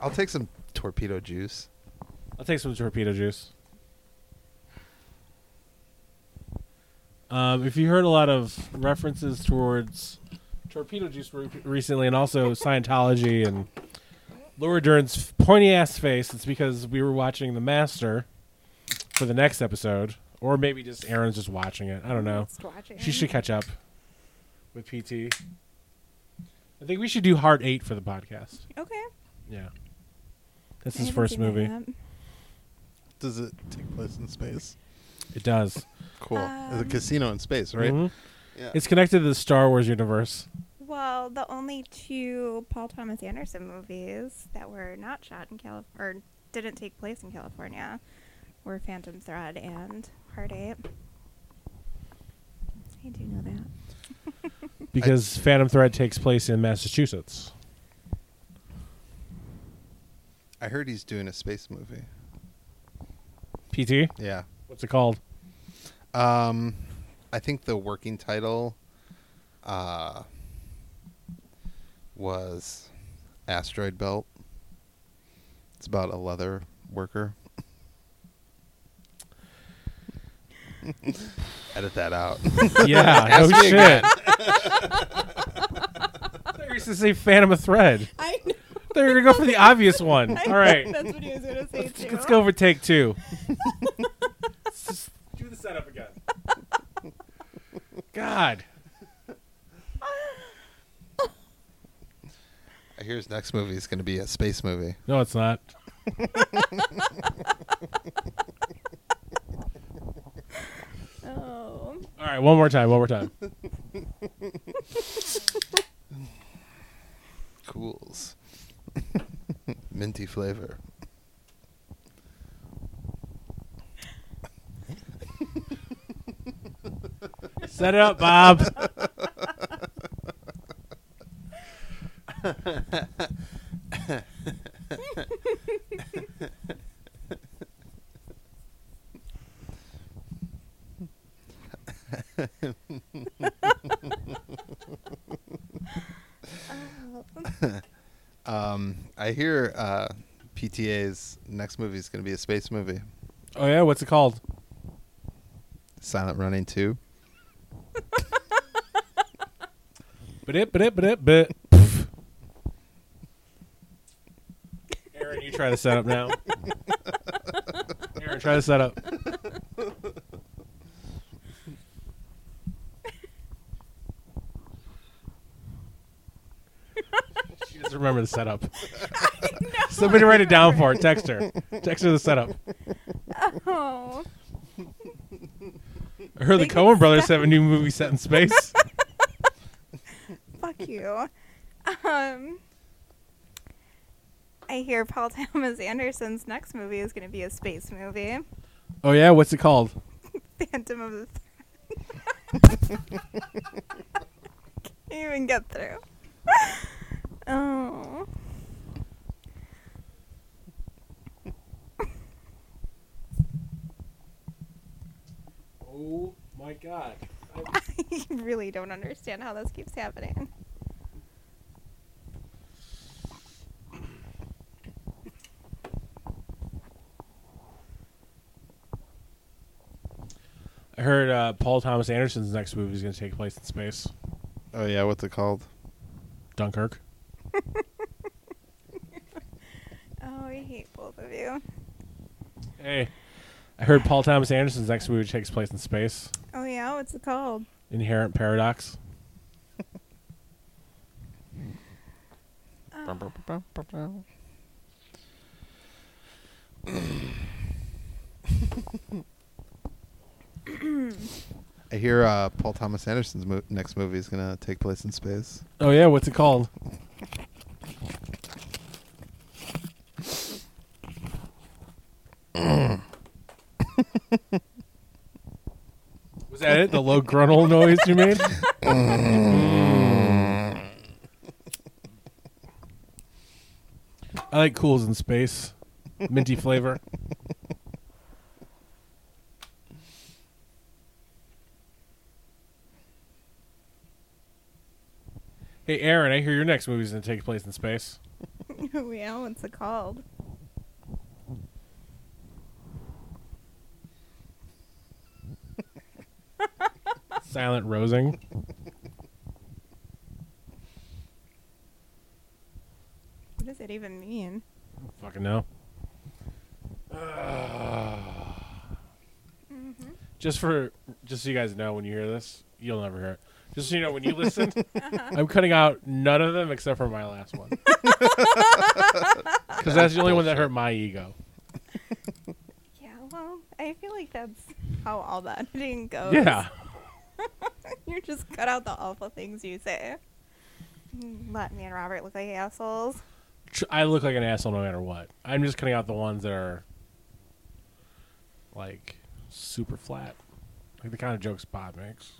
Speaker 3: I'll take some torpedo juice.
Speaker 1: I'll take some torpedo juice. Um, if you heard a lot of references towards torpedo juice re- recently, and also Scientology and Laura Dern's pointy ass face, it's because we were watching The Master for the next episode, or maybe just Aaron's just watching it. I don't know.
Speaker 2: Just watching.
Speaker 1: She should catch up with PT. I think we should do Heart Eight for the podcast.
Speaker 2: Okay.
Speaker 1: Yeah, that's
Speaker 2: I
Speaker 1: his
Speaker 2: haven't
Speaker 1: first
Speaker 2: seen that
Speaker 1: movie.
Speaker 2: yet.
Speaker 3: Does it take place in space?
Speaker 1: It does.
Speaker 3: Cool. Mm-hmm. There's a
Speaker 2: Um,
Speaker 3: casino in space, right?
Speaker 1: Mhm.
Speaker 3: Yeah.
Speaker 1: It's connected to the Star Wars universe.
Speaker 2: Well, the only two Paul Thomas Anderson movies that were not shot in California or didn't take place in California were Phantom Thread and Heart Eight. I do know that.
Speaker 1: Because Phantom Thread takes place in Massachusetts.
Speaker 3: I heard he's doing a space movie.
Speaker 1: PT?
Speaker 3: Yeah.
Speaker 1: What's it called?
Speaker 3: Um, I think the working title uh, was Asteroid Belt. It's about a leather worker. Edit that out.
Speaker 1: Yeah, no shit. I thought you were gonna say Phantom of Thread.
Speaker 2: I know.
Speaker 1: They're gonna go for the obvious one. All right,
Speaker 2: That's what he was going to say, too.
Speaker 1: let's go for take two. Let's just do the setup again. God,
Speaker 3: I hear his next movie is going to be a space movie.
Speaker 1: no, it's not.
Speaker 2: Oh.
Speaker 1: All right, one more time. One more time.
Speaker 3: Cools. Minty flavor.
Speaker 1: Set it up, Bob.
Speaker 3: Um, I hear uh, PTA's next movie is going to be a space movie.
Speaker 1: Oh yeah, what's it called?
Speaker 3: Silent Running 2.
Speaker 1: But it, but it, but it, but. Pff. Aaron, you try the setup now. Aaron, try the setup. she doesn't remember the setup. Somebody write it down for her. Text her. Text her the setup.
Speaker 2: Oh.
Speaker 1: I heard the
Speaker 2: Make it
Speaker 1: Coen brothers have a new movie set in space.
Speaker 2: Fuck you. Um. I hear Paul Thomas Anderson's next movie is going to be a space movie,
Speaker 1: oh yeah, what's it called?
Speaker 2: Phantom of the Thread. Can't even get through. Oh.
Speaker 1: Oh my god.
Speaker 2: I really don't understand how this keeps happening.
Speaker 1: I heard uh, Paul Thomas Anderson's next movie is going to take place in space.
Speaker 3: Oh, yeah. What's it called?
Speaker 1: Dunkirk.
Speaker 2: Oh, I hate both of you.
Speaker 1: Hey, I heard Paul Thomas Anderson's next movie takes place in space.
Speaker 2: Oh yeah, what's it called?
Speaker 1: Inherent Paradox.
Speaker 3: I hear uh, Paul Thomas Anderson's mo- next movie is going to take place in space.
Speaker 1: Oh yeah, what's it called? Was that it? The low gruntle noise you made? I like cools in space. Minty flavor. Hey Aaron, I hear your next movie's gonna take place in space.
Speaker 2: Oh yeah, what's it called?
Speaker 1: Silent Rosing.
Speaker 2: What does it even mean?
Speaker 1: Fucking no. Just for just so you guys know, when you hear this, you'll never hear it. Just so you know, when you listen, I'm cutting out none of them except for my last one, because that's the only one that hurt my ego.
Speaker 2: Yeah, well, I feel like that's how all the editing goes.
Speaker 1: Yeah,
Speaker 2: you just cut out the awful things you say. Mm, Let me and Robert look like assholes.
Speaker 1: Tr- I look like an asshole no matter what. I'm just cutting out the ones that are like super flat, like the kind of jokes Bob makes.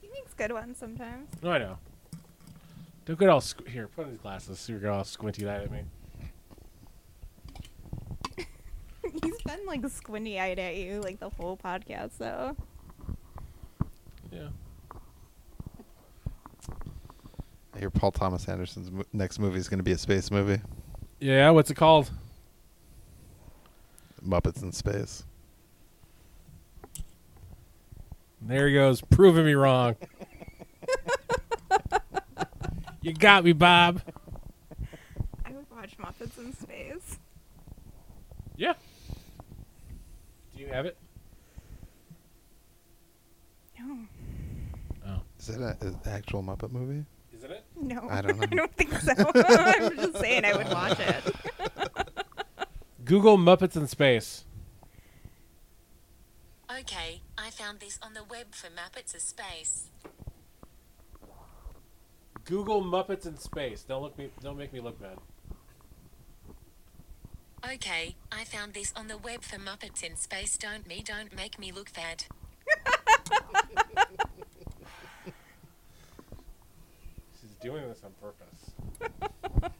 Speaker 2: He makes good ones sometimes.
Speaker 1: No, I know. Don't get all squ- here. Put on these glasses. So you're gonna all squinty eyed at me.
Speaker 2: He's been like squinty eyed at you like the whole podcast though.
Speaker 1: Yeah.
Speaker 4: I hear Paul Thomas Anderson's mo- next movie is going to be a space movie.
Speaker 1: Yeah. What's it called?
Speaker 4: Muppets in Space.
Speaker 1: There he goes, proving me wrong. you got me, Bob.
Speaker 2: I would watch Muppets in Space.
Speaker 1: Yeah. Do you have it?
Speaker 2: No.
Speaker 1: Oh,
Speaker 4: Is that a- an actual Muppet movie?
Speaker 1: isn't it?
Speaker 2: No.
Speaker 4: I don't know.
Speaker 2: I don't think so. I'm just saying I would watch it.
Speaker 1: Google Muppets in Space.
Speaker 6: Okay, I found this on the web for Muppets of Space.
Speaker 1: Google Muppets in Space. Don't look me. Don't make me look bad.
Speaker 6: Okay, I found this on the web for Muppets in Space. Don't me, don't make me look fat.
Speaker 1: She's doing this on purpose.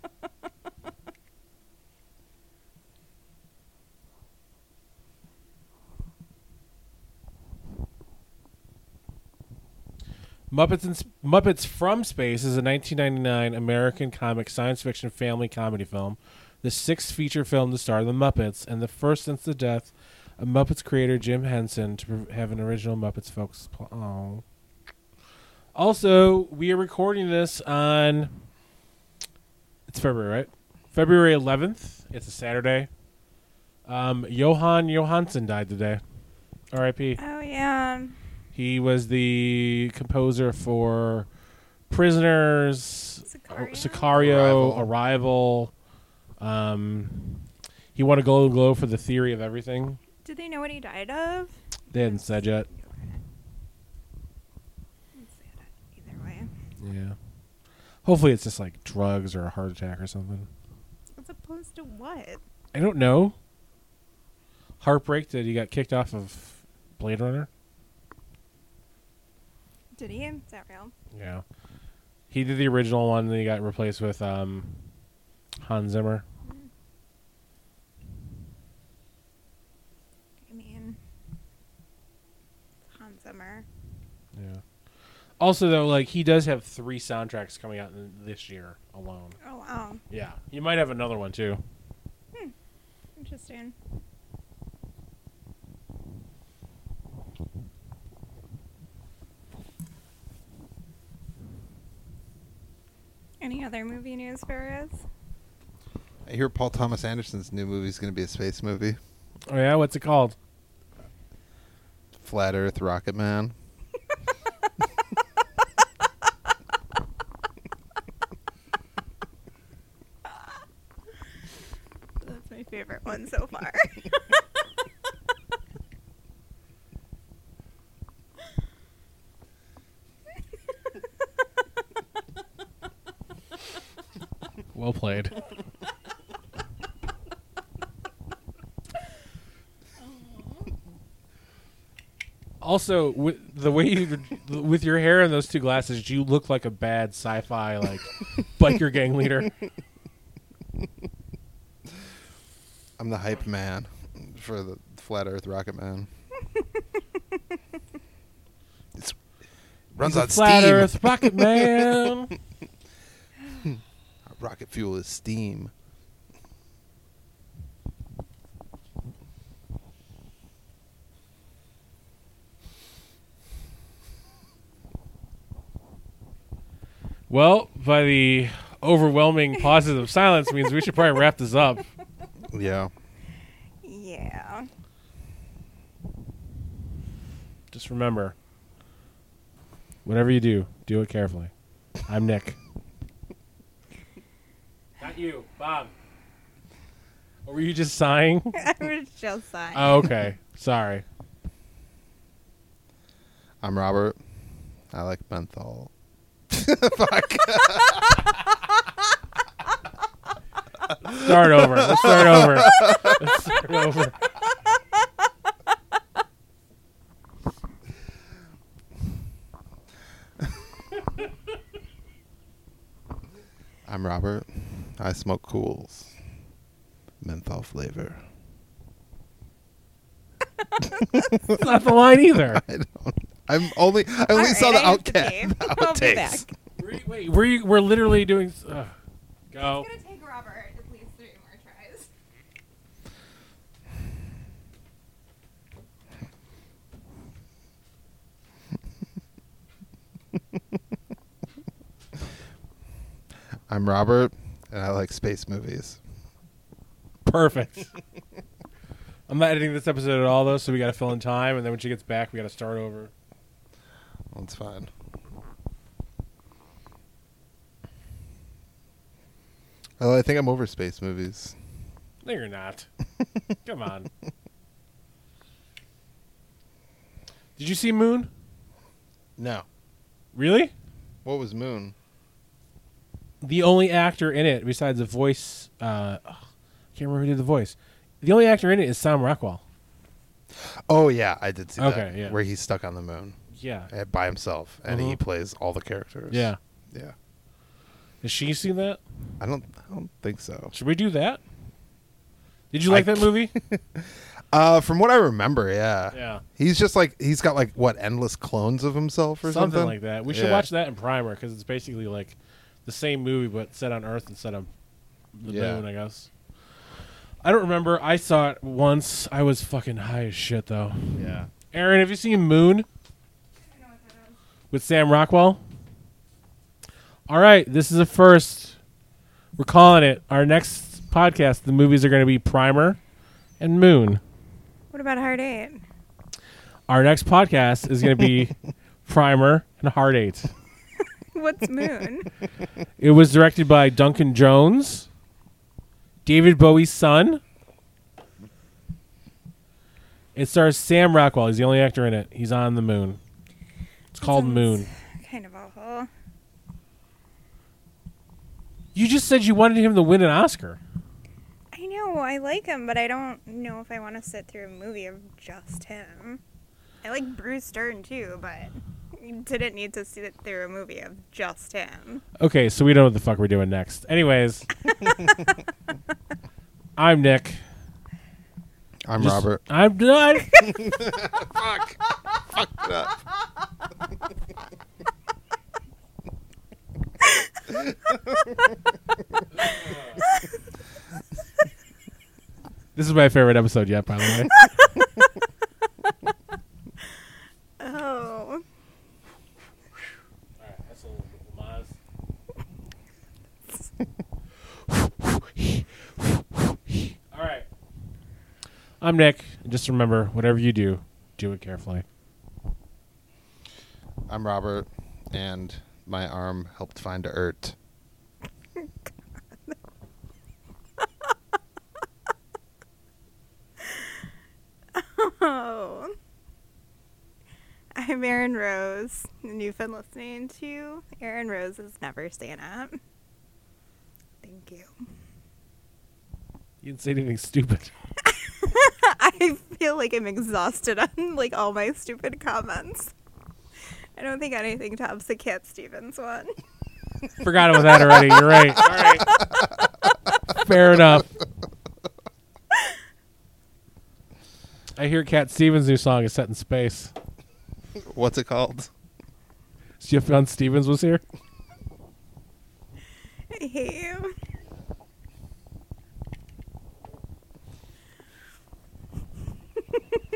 Speaker 1: Muppets in, Sp- Muppets from Space is a 1999 American comic science fiction family comedy film, the sixth feature film to star the Muppets, and the first since the death of Muppets creator Jim Henson to pr- have an original Muppets focus. Pl- oh. Also, we are recording this on. It's February, right? February 11th. It's a Saturday. Um, Johan Johansson died today. R.I.P.
Speaker 2: Oh yeah.
Speaker 1: He was the composer for Prisoners,
Speaker 2: Sicario?
Speaker 1: uh, Sicario, Arrival. Um, he won a Golden Globe for The Theory of Everything.
Speaker 2: Did they know what he died of?
Speaker 1: They hadn't said yet.
Speaker 2: Either way,
Speaker 1: Yeah. Hopefully, it's just like drugs or a heart attack or something.
Speaker 2: as opposed to what?
Speaker 1: I don't know. Heartbreak that he got kicked off of Blade Runner.
Speaker 2: Did he? Is that real?
Speaker 1: Yeah. He did the original one, then he got replaced with um, Hans Zimmer.
Speaker 2: I mean, Hans Zimmer.
Speaker 1: Yeah. Also, though, like he does have three soundtracks coming out in this year alone.
Speaker 2: Oh wow,
Speaker 1: Yeah, he might have another one too.
Speaker 2: interesting. Any other movie news for us?
Speaker 4: I hear Paul Thomas Anderson's new movie is going to be a space movie.
Speaker 1: Oh yeah, what's it called?
Speaker 4: Flat Earth Rocket Man.
Speaker 2: That's my favorite one so far.
Speaker 1: Well played. also, with the way you with your hair and those two glasses, you look like a bad sci-fi like biker gang leader.
Speaker 4: I'm the hype man for the Flat Earth Rocket Man. it's runs
Speaker 1: He's a
Speaker 4: on
Speaker 1: flat
Speaker 4: steam.
Speaker 1: Earth rocket man.
Speaker 4: Rocket fuel is steam.
Speaker 1: Well, by the overwhelming positive silence means we should probably wrap this up.
Speaker 4: Yeah.
Speaker 2: yeah.
Speaker 1: Just remember, whatever you do, do it carefully. I'm Nick. Not you, Bob. Or were you just sighing?
Speaker 2: I was just sighing.
Speaker 1: Oh, okay. Sorry.
Speaker 4: I'm Robert. I like menthol.
Speaker 1: Start over. Let's start over. Let's start over.
Speaker 4: I'm Robert. I smoke cools. Menthol flavor.
Speaker 1: That's not the line either.
Speaker 4: I don't
Speaker 3: I'm only I only
Speaker 2: All
Speaker 3: saw
Speaker 2: right,
Speaker 3: the
Speaker 2: I have to
Speaker 3: outcast.
Speaker 2: pee.
Speaker 3: The
Speaker 2: I'll be back.
Speaker 3: outtakes.
Speaker 1: We're, wait, we're, we're literally doing. Uh, go.
Speaker 2: It's gonna take Robert at least three more tries.
Speaker 3: I'm Robert, and I like space movies.
Speaker 1: Perfect. I'm not editing this episode at all, though, so we got to fill in time, and then when she gets back, we got to start over.
Speaker 3: That's fine. Although Oh, I think I'm over space movies.
Speaker 1: No, you're not. Come on. Did you see Moon?
Speaker 3: No.
Speaker 1: Really?
Speaker 3: What was Moon?
Speaker 1: The only actor in it, besides the voice, uh, ugh, I can't remember who did the voice. The only actor in it is Sam Rockwell.
Speaker 3: Oh yeah, I did see that.
Speaker 1: Okay, yeah.
Speaker 3: Where he's stuck on the moon
Speaker 1: Yeah.
Speaker 3: uh, by himself, and he
Speaker 1: Mhm.
Speaker 2: Mm-hmm.
Speaker 3: plays all the characters.
Speaker 1: Yeah.
Speaker 3: yeah.
Speaker 1: Has she seen that?
Speaker 3: I don't, I don't think so.
Speaker 1: Should we do that? Did you like
Speaker 3: I
Speaker 1: that movie?
Speaker 3: Uh, from what I remember, yeah.
Speaker 1: Yeah.
Speaker 3: He's just like he's got like what endless clones of himself or
Speaker 1: something,
Speaker 3: something,
Speaker 1: like that. We should
Speaker 3: Yeah.
Speaker 1: watch that in Primer because it's basically like the same movie but set on Earth instead of the
Speaker 3: Yeah.
Speaker 1: moon, I guess. I don't remember. I saw it once. I was fucking high as shit though.
Speaker 3: Yeah.
Speaker 1: Aaron, have you seen Moon
Speaker 2: I know what that is.
Speaker 1: with Sam Rockwell? All right, this is a first. We're calling it our next podcast. The movies are going to be Primer and Moon.
Speaker 2: What about Hard Eight?
Speaker 1: Our next podcast is going to be Primer and Heart Eight.
Speaker 2: What's Moon?
Speaker 1: It was directed by Duncan Jones, David Bowie's son. It stars Sam Rockwell. He's the only actor in it. He's on the moon. It's called
Speaker 2: sounds-
Speaker 1: Moon.
Speaker 2: kind of awful.
Speaker 1: You just said you wanted him to win an Oscar.
Speaker 2: I know I like him, but I don't know if I want to sit through a movie of just him. I like Bruce Stern too, but you didn't need to sit through a movie of just him.
Speaker 1: Okay, so we don't know what the fuck we're doing next. Anyways, I'm Nick.
Speaker 3: I'm
Speaker 1: Just-
Speaker 3: Robert.
Speaker 1: I'm not.
Speaker 3: Fuck. Fucked it up.
Speaker 1: this is my favorite episode yet, by the way.
Speaker 2: Oh,
Speaker 1: All right. I'm Nick. Just remember, whatever you do, do it carefully.
Speaker 3: I'm Robert, and my arm helped find Ert.
Speaker 2: oh. I'm Erin Rose, and you've been listening to Erin Rose's Never Stand Up. Thank you.
Speaker 1: You didn't say anything stupid.
Speaker 2: I feel like I'm exhausted on like all my stupid comments. I don't think anything tops the Cat Stevens one.
Speaker 1: Forgot about that already. You're right. All right. Fair enough. I hear Cat Stevens' new song is set in space.
Speaker 3: What's it called?
Speaker 1: Stefan Stevens was here.
Speaker 2: I hate you.